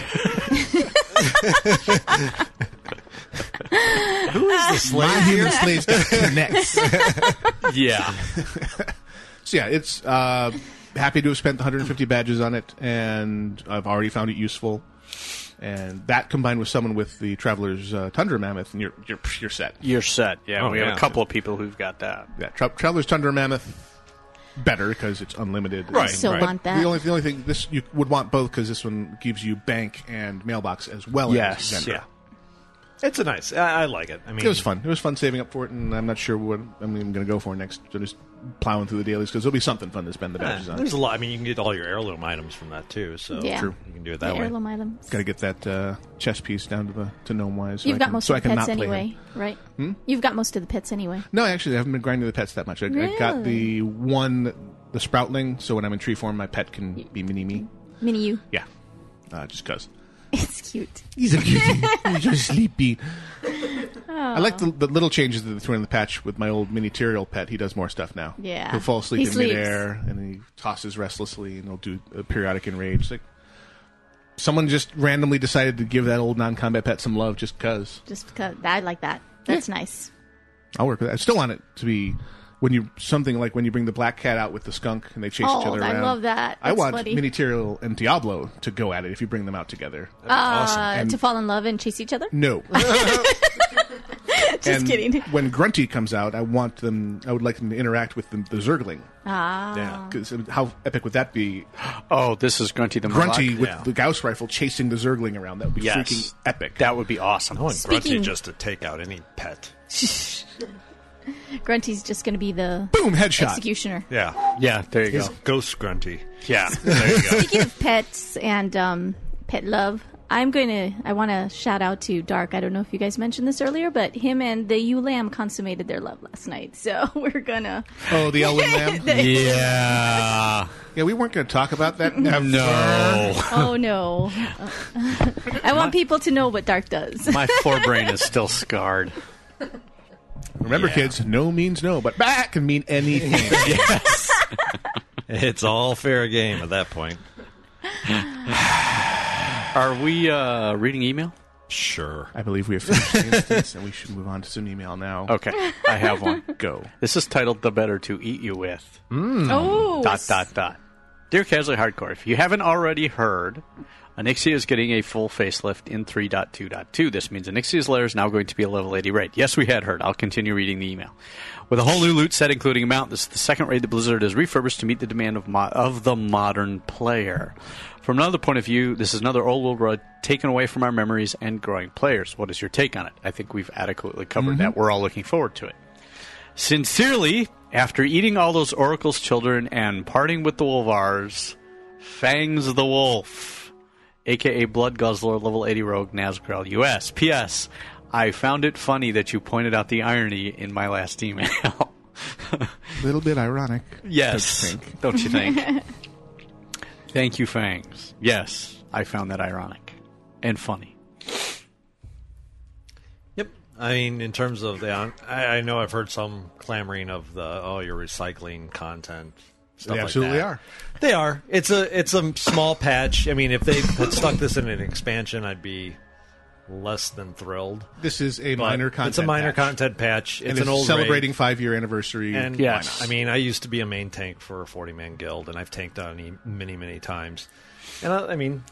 Speaker 11: Who is the slave?
Speaker 1: My human slaves got connects.
Speaker 8: yeah.
Speaker 1: So yeah, it's uh, happy to have spent 150 badges on it, and I've already found it useful. And that combined with someone with the Traveler's uh, Tundra Mammoth, and you're you're, you're set.
Speaker 8: You're set. Yeah,
Speaker 1: Oh,
Speaker 8: we
Speaker 1: yeah.
Speaker 8: have a couple of people who've got that.
Speaker 1: Yeah, Tra- Traveler's Tundra Mammoth better because it's unlimited.
Speaker 8: Right, I still
Speaker 1: But
Speaker 8: want that.
Speaker 1: The only the only thing this you would want both because this one gives you bank and mailbox as well
Speaker 11: Yes,
Speaker 1: as vendor.
Speaker 11: yeah. It's a nice. I, I like it. I mean,
Speaker 1: it was fun. It was fun saving up for it, and I'm not sure what I'm even going to go for next. So just plowing through the dailies because there'll be something fun to spend the
Speaker 11: Yeah,
Speaker 1: badges on.
Speaker 11: there's a lot. I mean, you can get all your heirloom items from that too. So
Speaker 5: Yeah. True.
Speaker 11: you can do it that
Speaker 5: The
Speaker 11: way.
Speaker 5: heirloom items.
Speaker 1: Got to get that uh, chess piece down to the to gnome wise.
Speaker 5: You've
Speaker 1: I
Speaker 5: got
Speaker 1: can,
Speaker 5: most
Speaker 1: so I
Speaker 5: of the
Speaker 1: can
Speaker 5: pets
Speaker 1: not play him.
Speaker 5: anyway, right?
Speaker 1: Hmm?
Speaker 5: You've got most of the pets anyway.
Speaker 1: No, actually, I haven't been grinding the pets that much. I, I got the one, the sproutling. So when I'm in tree form, my pet can be mini
Speaker 5: Mm.
Speaker 1: me.
Speaker 5: Mini you.
Speaker 1: Yeah, uh, just cause
Speaker 5: It's cute.
Speaker 1: he's a cutie. he's just sleepy.
Speaker 5: Oh.
Speaker 1: I like the, the little changes that they threw in the patch with my old mini Tyrael pet. He does more stuff now.
Speaker 5: Yeah.
Speaker 1: he'll fall asleep
Speaker 5: He
Speaker 1: in
Speaker 5: sleeps.
Speaker 1: midair and he tosses restlessly and he'll do a periodic enrage. Like someone just randomly decided to give that old non-combat pet some love just cause.
Speaker 5: Just because I like that. That's nice.
Speaker 1: I'll work with that. I still want it to be when you something like when you bring the black cat out with the skunk and they chase each
Speaker 5: Oh,
Speaker 1: other
Speaker 5: I
Speaker 1: around.
Speaker 5: love that.
Speaker 1: I
Speaker 5: That's
Speaker 1: want
Speaker 5: funny.
Speaker 1: Miniterial and Diablo to go at it if you bring them out together.
Speaker 5: Uh,
Speaker 1: And-
Speaker 5: To fall in love and chase each other?
Speaker 1: no.
Speaker 5: Just
Speaker 1: And
Speaker 5: kidding.
Speaker 1: When Grunty comes out, I want them. I would like them to interact with the, the Zergling.
Speaker 5: Ah.
Speaker 1: Because how epic would that be?
Speaker 3: Oh, this is Grunty the
Speaker 1: Grunty
Speaker 3: Murloc?
Speaker 1: with
Speaker 3: Yeah.
Speaker 1: the Gauss rifle chasing the Zergling around. That would be
Speaker 3: Yes.
Speaker 1: freaking epic. Oh.
Speaker 3: That would be awesome.
Speaker 11: I want
Speaker 5: Speaking-
Speaker 11: Grunty just to take out any pet.
Speaker 5: Grunty's just going to be the
Speaker 1: boom headshot
Speaker 5: executioner.
Speaker 11: Yeah,
Speaker 3: yeah. There you
Speaker 11: His
Speaker 3: go.
Speaker 11: Ghost Grunty.
Speaker 3: Yeah.
Speaker 5: Speaking of pets and um, pet love, I'm going to I want to shout out to Dark. I don't know if you guys mentioned this earlier, but him and the ewe lamb consummated their love last night. So we're gonna
Speaker 1: Oh, the Elwyn Lamb.
Speaker 5: They-
Speaker 1: yeah. Yeah, we weren't going to talk about that. Never. No.
Speaker 5: Oh no. Uh, I want people to know what Dark does.
Speaker 3: My forebrain is still scarred.
Speaker 1: Remember, kids, no means no, but that can mean anything.
Speaker 11: It's all fair game at that point.
Speaker 3: Are we uh, reading email?
Speaker 11: Sure.
Speaker 1: I believe we have finished the instance, and we should move on to some email now.
Speaker 11: Oh,
Speaker 3: Okay, I have one.
Speaker 1: Go.
Speaker 3: This is titled "The Better to Eat You With."
Speaker 5: Oh.
Speaker 3: Dot dot dot. Dear Casually Hardcore, if you haven't already heard, Anixia is getting a full facelift in 3.2.2. This means Anixia's lair is now going to be a level 80 raid. Yes, we had heard. I'll continue reading the email. With a whole new loot set, including amount, this is the second raid that Blizzard has refurbished to meet the demand of, mo- of the modern player. From another point of view, this is another old world raid taken away from our memories and growing players. What is your take on it? I think we've adequately covered
Speaker 21: Mhm.
Speaker 3: that. We're all looking forward to it. Sincerely, after eating all those Oracle's children and parting with the Wolvars, Fangs the Wolf, aka Blood Guzzler, level 80 rogue, Nazgrel US. P.S. I found it funny that you pointed out the irony in my last email.
Speaker 1: A little bit ironic.
Speaker 3: yes. Don't you think? Thank you, Fangs. Yes, I found that ironic and funny.
Speaker 11: I mean, in terms of the, I, I know I've heard some clamoring of the, oh, you're recycling content. Stuff
Speaker 1: They
Speaker 11: like
Speaker 1: absolutely
Speaker 11: that.
Speaker 1: are.
Speaker 11: They are. It's a it's a small patch. I mean, if they had stuck this in an expansion, I'd be less than thrilled.
Speaker 1: This is a
Speaker 11: But
Speaker 1: minor content.
Speaker 11: It's a minor
Speaker 1: patch.
Speaker 11: content patch.
Speaker 1: And
Speaker 11: It's an old raid.
Speaker 1: celebrating five year anniversary.
Speaker 11: And
Speaker 1: Why
Speaker 11: I
Speaker 1: not?
Speaker 11: mean, I used to be a main tank for a 40 man guild, and I've tanked on e- many, many times. And I, I mean,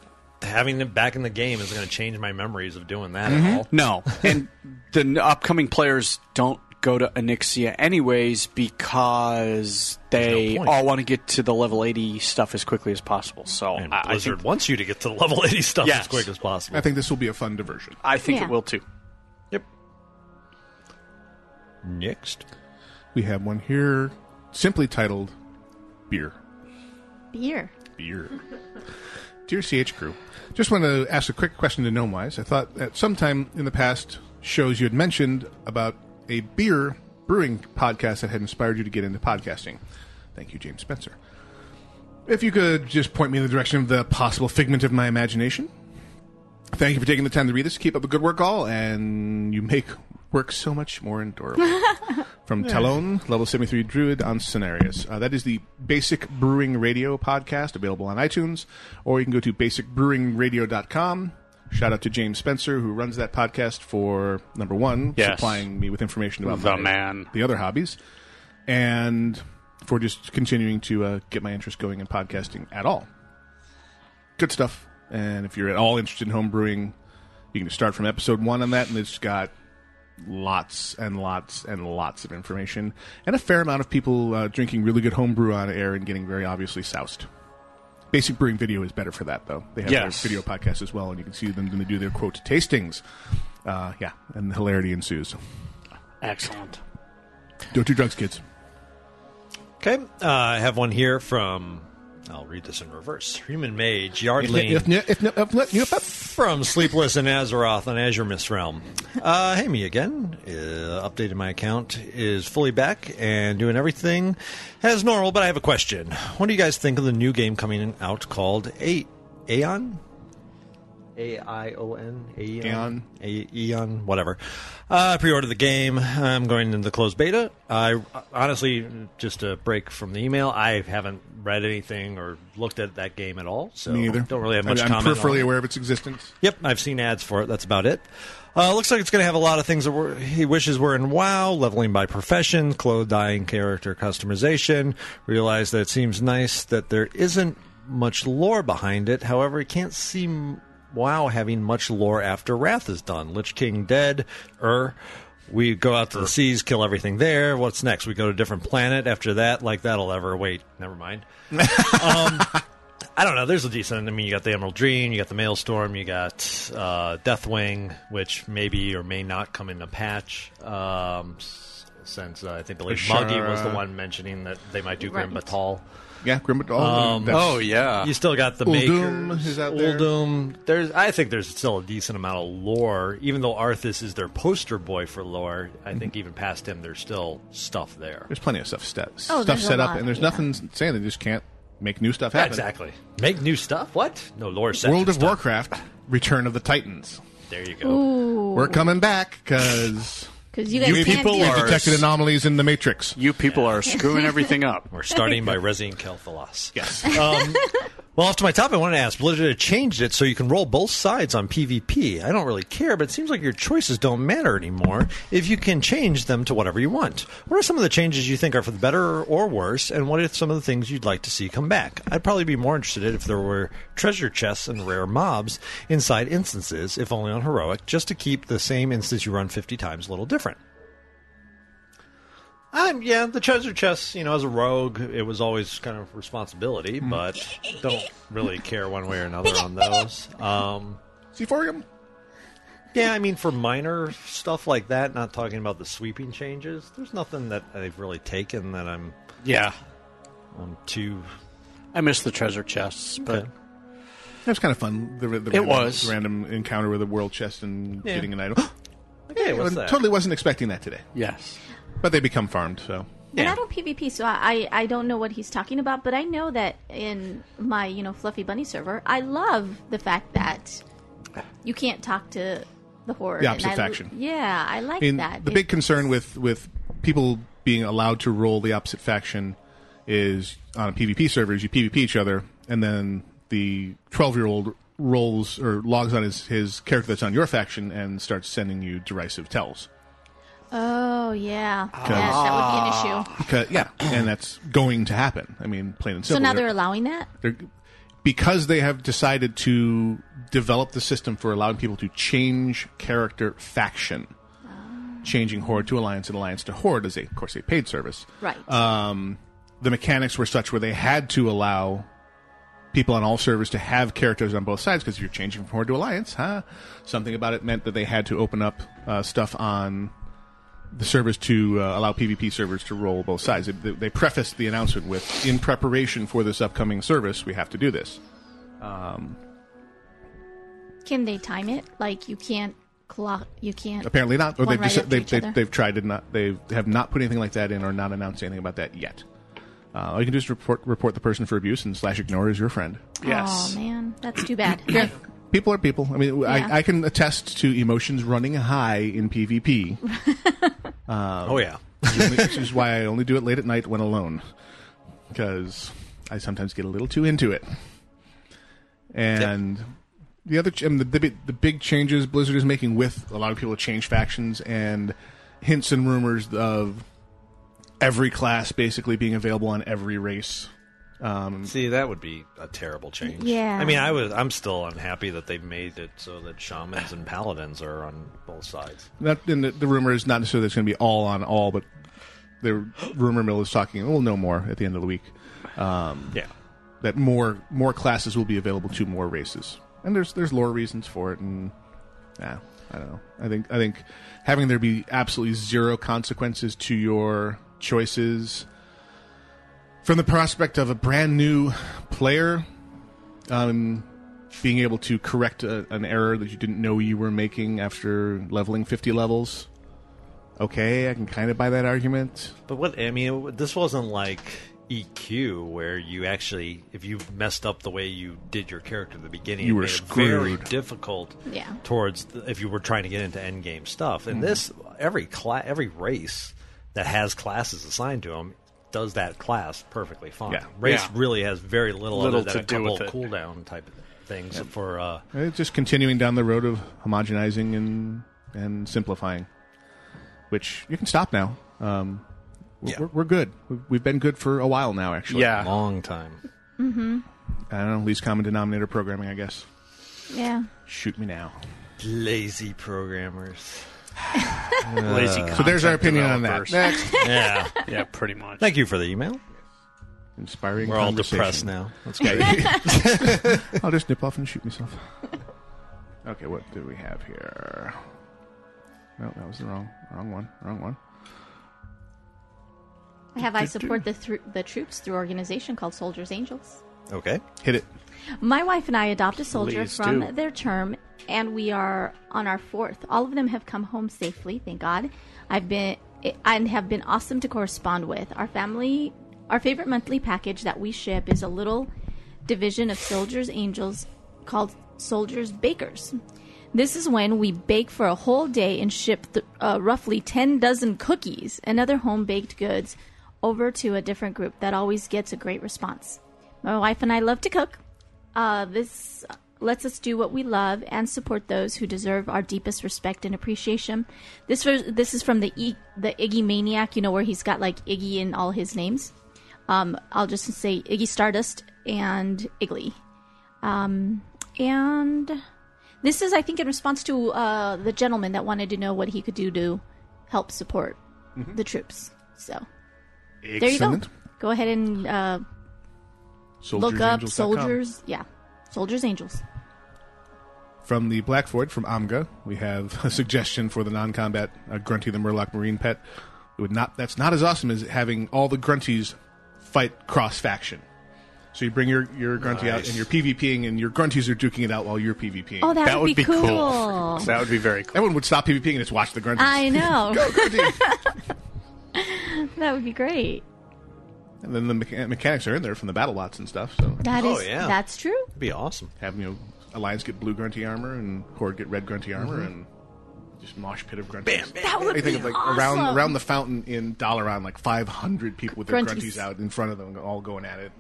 Speaker 11: having it back in the game is going to change my memories of doing that
Speaker 1: Mm-hmm.
Speaker 11: at all.
Speaker 3: No, and the n- upcoming players don't go to Anixia anyways because they
Speaker 11: point.
Speaker 3: all want to get to the level eighty stuff as quickly as possible. So I, I
Speaker 11: Blizzard
Speaker 3: think,
Speaker 11: wants you to get to the level 80 stuff
Speaker 3: Yes.
Speaker 11: as quick as possible.
Speaker 1: I think this will be a fun diversion.
Speaker 3: I think
Speaker 11: Yeah.
Speaker 3: it will too.
Speaker 11: Next.
Speaker 1: We have one here simply titled Beer.
Speaker 5: Beer.
Speaker 1: Beer. Dear CH Crew, just want to ask a quick question to Gnomewise. I thought at some time in the past shows you had mentioned about a beer brewing podcast that had inspired you to get into podcasting. Thank you, James Spencer. If you could just point me in the direction of the possible figment of my imagination. Thank you for taking the time to read this. Keep up the good work, all, and you make work so much more endurable. From
Speaker 22: Yeah.
Speaker 1: Talon, level 73 Druid on Scenarios. Uh, that is the Basic Brewing Radio podcast available on iTunes, or you can go to basicbrewingradio.com. Shout out to James Spencer, who runs that podcast for number one,
Speaker 3: Yes.
Speaker 1: supplying me with information about
Speaker 3: The
Speaker 1: my-
Speaker 3: man.
Speaker 1: the other hobbies, and for just continuing to uh, get my interest going in podcasting at all. Good stuff. And if you're at all interested in home brewing, you can start from episode one on that, and it's got lots and lots and lots of information, and a fair amount of people uh, drinking really good homebrew on air and getting very obviously soused. Basic Brewing Video is better for that, though. They have
Speaker 3: Yes.
Speaker 1: their video podcast as well, and you can see them when they do their quote tastings. Uh, yeah, and hilarity ensues.
Speaker 3: Excellent.
Speaker 1: Don't do drugs, kids.
Speaker 11: Okay, uh, I have one here from. I'll read this in reverse. Human Mage Yardling from Sleepless in Azeroth on Azure Mist Realm. Uh, hey, me again. Uh, updated my account is fully back and doing everything as normal. But I have a question. What do you guys think of the new game coming out called A- Aeon? A I O N A
Speaker 1: Aeon.
Speaker 11: A- Eon, whatever. Uh, I pre-ordered the game. I'm going into the closed beta. I honestly, just a break from the email. I haven't read anything or looked at that game at all, so
Speaker 1: Me either.
Speaker 11: don't really have much
Speaker 1: I'm
Speaker 11: comment. on
Speaker 1: peripherally
Speaker 11: it.
Speaker 1: aware of its existence.
Speaker 11: Yep, I've seen ads for it. That's about it. Uh, looks like it's going to have a lot of things that were, he wishes were in WoW: leveling by profession, clothes, dyeing, character customization. Realize that it seems nice that there isn't much lore behind it. However, it can't seem WoW having much lore after Wrath is done. Lich King dead, er. We go out to the seas, kill everything there. What's next? We go to a different planet. After that, like that'll ever wait. Never mind. I don't know. There's a decent. I mean, you got the Emerald Dream, you got the Maelstrom, you got uh, Deathwing, which maybe or may not come in a patch. Um, s- since uh, I think the late Muggy was the
Speaker 1: Ashara.
Speaker 11: one mentioning that they might do Grim
Speaker 1: Right.
Speaker 11: Batal.
Speaker 1: Yeah, oh, Grimbatal.
Speaker 11: Um, You still got the
Speaker 1: Uh, Uldum
Speaker 11: Makers.
Speaker 1: is out there.
Speaker 11: Uldum. There's, I think there's still a decent amount of lore. Even though Arthas is their poster boy for lore, I think even past him, there's still stuff there.
Speaker 1: Mm-hmm. There's plenty of stuff set,
Speaker 11: Oh,
Speaker 1: stuff
Speaker 11: there's a
Speaker 1: set up,
Speaker 11: lot,
Speaker 1: and there's
Speaker 11: yeah.
Speaker 1: nothing saying they just can't make new stuff happen.
Speaker 11: Exactly. Make new stuff? What? No lore set.
Speaker 1: World of Warcraft: Return of the Titans.
Speaker 11: There you go.
Speaker 5: Ooh.
Speaker 1: We're coming back because
Speaker 5: 'Cause you guys can't do it.
Speaker 1: detected anomalies in the Matrix.
Speaker 8: You people are screwing everything up.
Speaker 11: We're starting by Resi and Kel'Thalas. Yes.
Speaker 1: Uh,
Speaker 11: Um, well, off to my top, I wanted to ask Blizzard had changed it so you can roll both sides on PvP. I don't really care, but it seems like your choices don't matter anymore if you can change them to whatever you want. What are some of the changes you think are for the better or worse, and what are some of the things you'd like to see come back? I'd probably be more interested if there were treasure chests and rare mobs inside instances, if only on heroic, just to keep the same instance you run 50 times a little different. Um, yeah, the treasure chests, you know, as a rogue, it was always kind of responsibility, but don't really care one way or another on those. Um,
Speaker 1: Sephorium?
Speaker 11: Yeah, I mean, for minor stuff like that, not talking about the sweeping changes, there's nothing that they've really taken that I'm.
Speaker 8: Yeah.
Speaker 11: I'm too.
Speaker 8: I miss the treasure chests, but
Speaker 1: That was kind of fun. The, the
Speaker 8: It
Speaker 1: random,
Speaker 8: was.
Speaker 1: the random encounter with a world chest and
Speaker 8: Yeah.
Speaker 1: getting an item.
Speaker 11: Okay,
Speaker 1: I
Speaker 11: what's that?
Speaker 1: totally wasn't expecting that today.
Speaker 8: Yes,
Speaker 1: but they become farmed, so
Speaker 5: And I don't PvP, so I, I I don't know what he's talking about. But I know that in my you know fluffy bunny server, I love the fact that you can't talk to the horde.
Speaker 1: The opposite
Speaker 5: and I,
Speaker 1: faction.
Speaker 5: Yeah, I like
Speaker 1: mean,
Speaker 5: that.
Speaker 1: The
Speaker 5: It-
Speaker 1: big concern with with people being allowed to roll the opposite faction is on a PvP servers you PvP each other, and then the twelve year old rolls or logs on his his character that's on your faction and starts sending you derisive tells.
Speaker 5: oh yeah, yeah,
Speaker 1: 'Cause-
Speaker 5: that would be an issue.
Speaker 1: Because- yeah, and that's going to happen. I mean, plain and
Speaker 5: So
Speaker 1: simple.
Speaker 5: now they're allowing that.
Speaker 1: they're because they have decided to develop the system for allowing people to change character faction
Speaker 5: Ah.
Speaker 1: changing horde to alliance and alliance to horde is a, of course a paid service
Speaker 5: Right.
Speaker 1: um, the mechanics were such where they had to allow people on all servers to have characters on both sides because if you're changing from horde to alliance huh something about it meant that they had to open up uh, stuff on the servers to uh, allow PvP servers to roll both sides. They, they prefaced the announcement with, "In preparation for this upcoming service, we have to do this." Um,
Speaker 5: Can they time it? Like you can't clock. You can't.
Speaker 1: apparently not, or
Speaker 5: one
Speaker 1: they've,
Speaker 5: right
Speaker 1: deci-
Speaker 5: after
Speaker 1: they've,
Speaker 5: each
Speaker 1: they've,
Speaker 5: other.
Speaker 1: they've tried to not they have not put anything like that in or not announced anything about that yet. Uh, all you can do is report report the person for abuse and slash ignore is your friend.
Speaker 5: Oh man, that's too bad.
Speaker 1: People are people. I mean,
Speaker 5: Yeah.
Speaker 1: I, I can attest to emotions running high in PvP. um,
Speaker 11: oh yeah,
Speaker 1: which is why I only do it late at night when alone, because I sometimes get a little too into it. And the other, ch- I mean, the, the big- the big changes Blizzard is making with a lot of people to change factions and hints and rumors of every class basically being available on every race. Um,
Speaker 11: See, that would be a terrible change.
Speaker 1: Yeah.
Speaker 11: I mean, I was. I'm still unhappy that they made it so that shamans and paladins are on both sides.
Speaker 1: Not, and the, the rumor is not necessarily that it's going to be all on all, but the rumor mill is talking. We'll know more at the end of the week. Um,
Speaker 11: yeah,
Speaker 1: that more more classes will be available to more races, and there's there's lore reasons for it, and yeah, I don't know. I think I think having there be absolutely zero consequences to your choices from the prospect of a brand new player um, being able to correct a, an error that you didn't know you were making after leveling 50 levels. Okay, I can kind of buy that argument.
Speaker 11: But what I mean, this wasn't like EQ where you actually, if you messed up the way you did your character at the beginning,
Speaker 1: You
Speaker 11: it
Speaker 1: were
Speaker 11: made it very
Speaker 1: screwed.
Speaker 11: difficult.
Speaker 5: Yeah.
Speaker 11: Towards the, if you were trying to get into end game stuff, and
Speaker 1: Mm-hmm.
Speaker 5: Mhm.
Speaker 11: this every cla- every race that has classes assigned to them does that class perfectly fine.
Speaker 1: Yeah.
Speaker 11: Race
Speaker 1: Yeah.
Speaker 11: really has very little,
Speaker 1: Little
Speaker 11: other
Speaker 1: to
Speaker 11: than
Speaker 1: do
Speaker 11: a
Speaker 1: with
Speaker 11: couple
Speaker 1: it.
Speaker 11: cooldown type of things for uh,
Speaker 1: It's just continuing down the road of homogenizing and and simplifying, which you can stop now. Um, we're, we're, we're good. We've, we've been good for a while now, actually.
Speaker 11: Yeah. long time.
Speaker 5: Mm-hmm.
Speaker 1: I don't know least common denominator programming. I guess.
Speaker 5: Yeah.
Speaker 1: Shoot me now.
Speaker 11: lazy programmers.
Speaker 1: uh, So there's our opinion on that.
Speaker 11: developers.
Speaker 1: Next.
Speaker 11: yeah,
Speaker 8: yeah, pretty much.
Speaker 11: Thank you for the email.
Speaker 1: Inspiring.
Speaker 11: We're all
Speaker 1: conversation.
Speaker 11: depressed now. Let's go.
Speaker 1: Yeah. I'll just nip off and shoot myself. Okay, what do we have here? No, that was the wrong, wrong one, wrong one.
Speaker 5: I have I support the thr the troops through organization called Soldiers Angels.
Speaker 11: Okay,
Speaker 1: hit it.
Speaker 5: My wife and I adopt a soldier
Speaker 1: Please
Speaker 5: from
Speaker 1: do.
Speaker 5: their term, and we are on our fourth. All of them have come home safely, thank God. I've been eh, and have been awesome to correspond with. Our family, our favorite monthly package that we ship is a little division of soldiers angels called Soldiers Bakers. This is when we bake for a whole day and ship th- uh, roughly 10 dozen cookies and other home baked goods over to a different group that always gets a great response. My wife and I love to cook. Uh, this lets us do what we love and support those who deserve our deepest respect and appreciation. This was, this is from the e- the Iggy Maniac, you know, where he's got like Iggy in all his names. Um, I'll just say Iggy Stardust and Igly. Um, and this is, I think, in response to uh, the gentleman that wanted to know what he could do to help support
Speaker 1: Mhm.
Speaker 5: the troops. So there you
Speaker 1: Excellent.
Speaker 5: go. Go ahead and uh, look up soldiers. Yeah, soldiers angels.
Speaker 1: From the Blackford, from Amga, we have a suggestion for the non-combat uh, Grunty the Murloc Marine pet. It would not. That's not as awesome as having all the Grunties fight cross faction. So you bring your your Grunty out
Speaker 8: Nice.
Speaker 1: and you're PvPing, and your Grunties are duking it out while you're PvPing.
Speaker 5: Oh, that That would would be be cool. cool.
Speaker 1: That would be very. cool. Everyone would stop PvPing and just watch the Grunties.
Speaker 5: I know. that would be great.
Speaker 1: And then the mecha- mechanics are in there from the battle bots and stuff. So
Speaker 5: That is that's true.
Speaker 1: That'd be awesome. Have you know, alliance get blue grunty armor and horde get red grunty armor
Speaker 5: Mhm.
Speaker 1: and just mosh pit of grunties. Bam,
Speaker 5: That would
Speaker 1: I think
Speaker 5: be
Speaker 1: of like around
Speaker 5: awesome.
Speaker 1: around the fountain in Dalaran, like five hundred people with their
Speaker 5: Grunties.
Speaker 1: grunties. out in front of them, all going at it.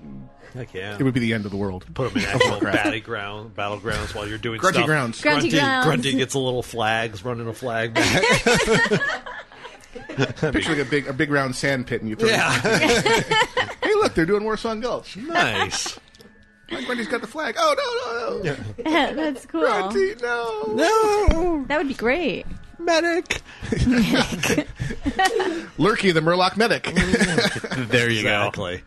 Speaker 11: Heck yeah.
Speaker 1: It would be the end of the world.
Speaker 11: Put them in
Speaker 1: Of
Speaker 11: actual
Speaker 1: Warcraft.
Speaker 11: battleground, battlegrounds while you're doing
Speaker 1: Grunty
Speaker 11: stuff.
Speaker 1: grounds.
Speaker 5: Grunty
Speaker 11: Grunty,
Speaker 5: grounds.
Speaker 11: Grunty gets a little flags, running a flag back.
Speaker 1: Picture like a big a big round sand pit and you throw
Speaker 11: Yeah.
Speaker 1: Hey look, they're doing Warsaw Gulch.
Speaker 11: Nice.
Speaker 1: My grunty's got the flag. Oh no no no.
Speaker 5: that's cool.
Speaker 1: Grunty, no.
Speaker 5: No. That would be great.
Speaker 11: Medic.
Speaker 1: Lurky the Murloc medic.
Speaker 11: there you exactly.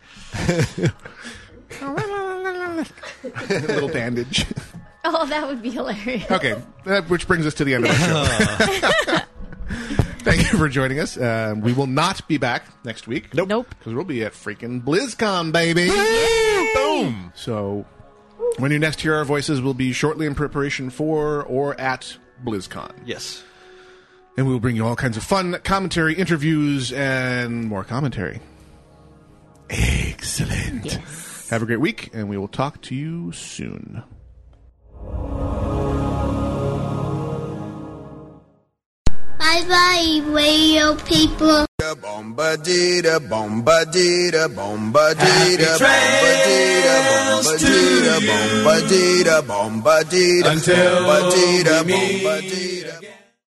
Speaker 1: Little bandage.
Speaker 5: Oh, that would be hilarious.
Speaker 1: Okay, that, which brings us to the end of our show. Thank you for joining us. Um, we will not be back next week. Nope. Nope. Because we'll be at freaking BlizzCon, baby. Boom. So when you next hear our voices, we'll be shortly in preparation for or at BlizzCon.
Speaker 11: Yes.
Speaker 1: And we'll bring you all kinds of fun commentary, interviews, and more commentary. Excellent. Have a great week, and we will talk to you soon.
Speaker 19: Bye bye, radio people.
Speaker 6: Bombadita, bombadita, bombadita, bombadita, bombadita, bombadita, bombadita, bombadita, bombadita.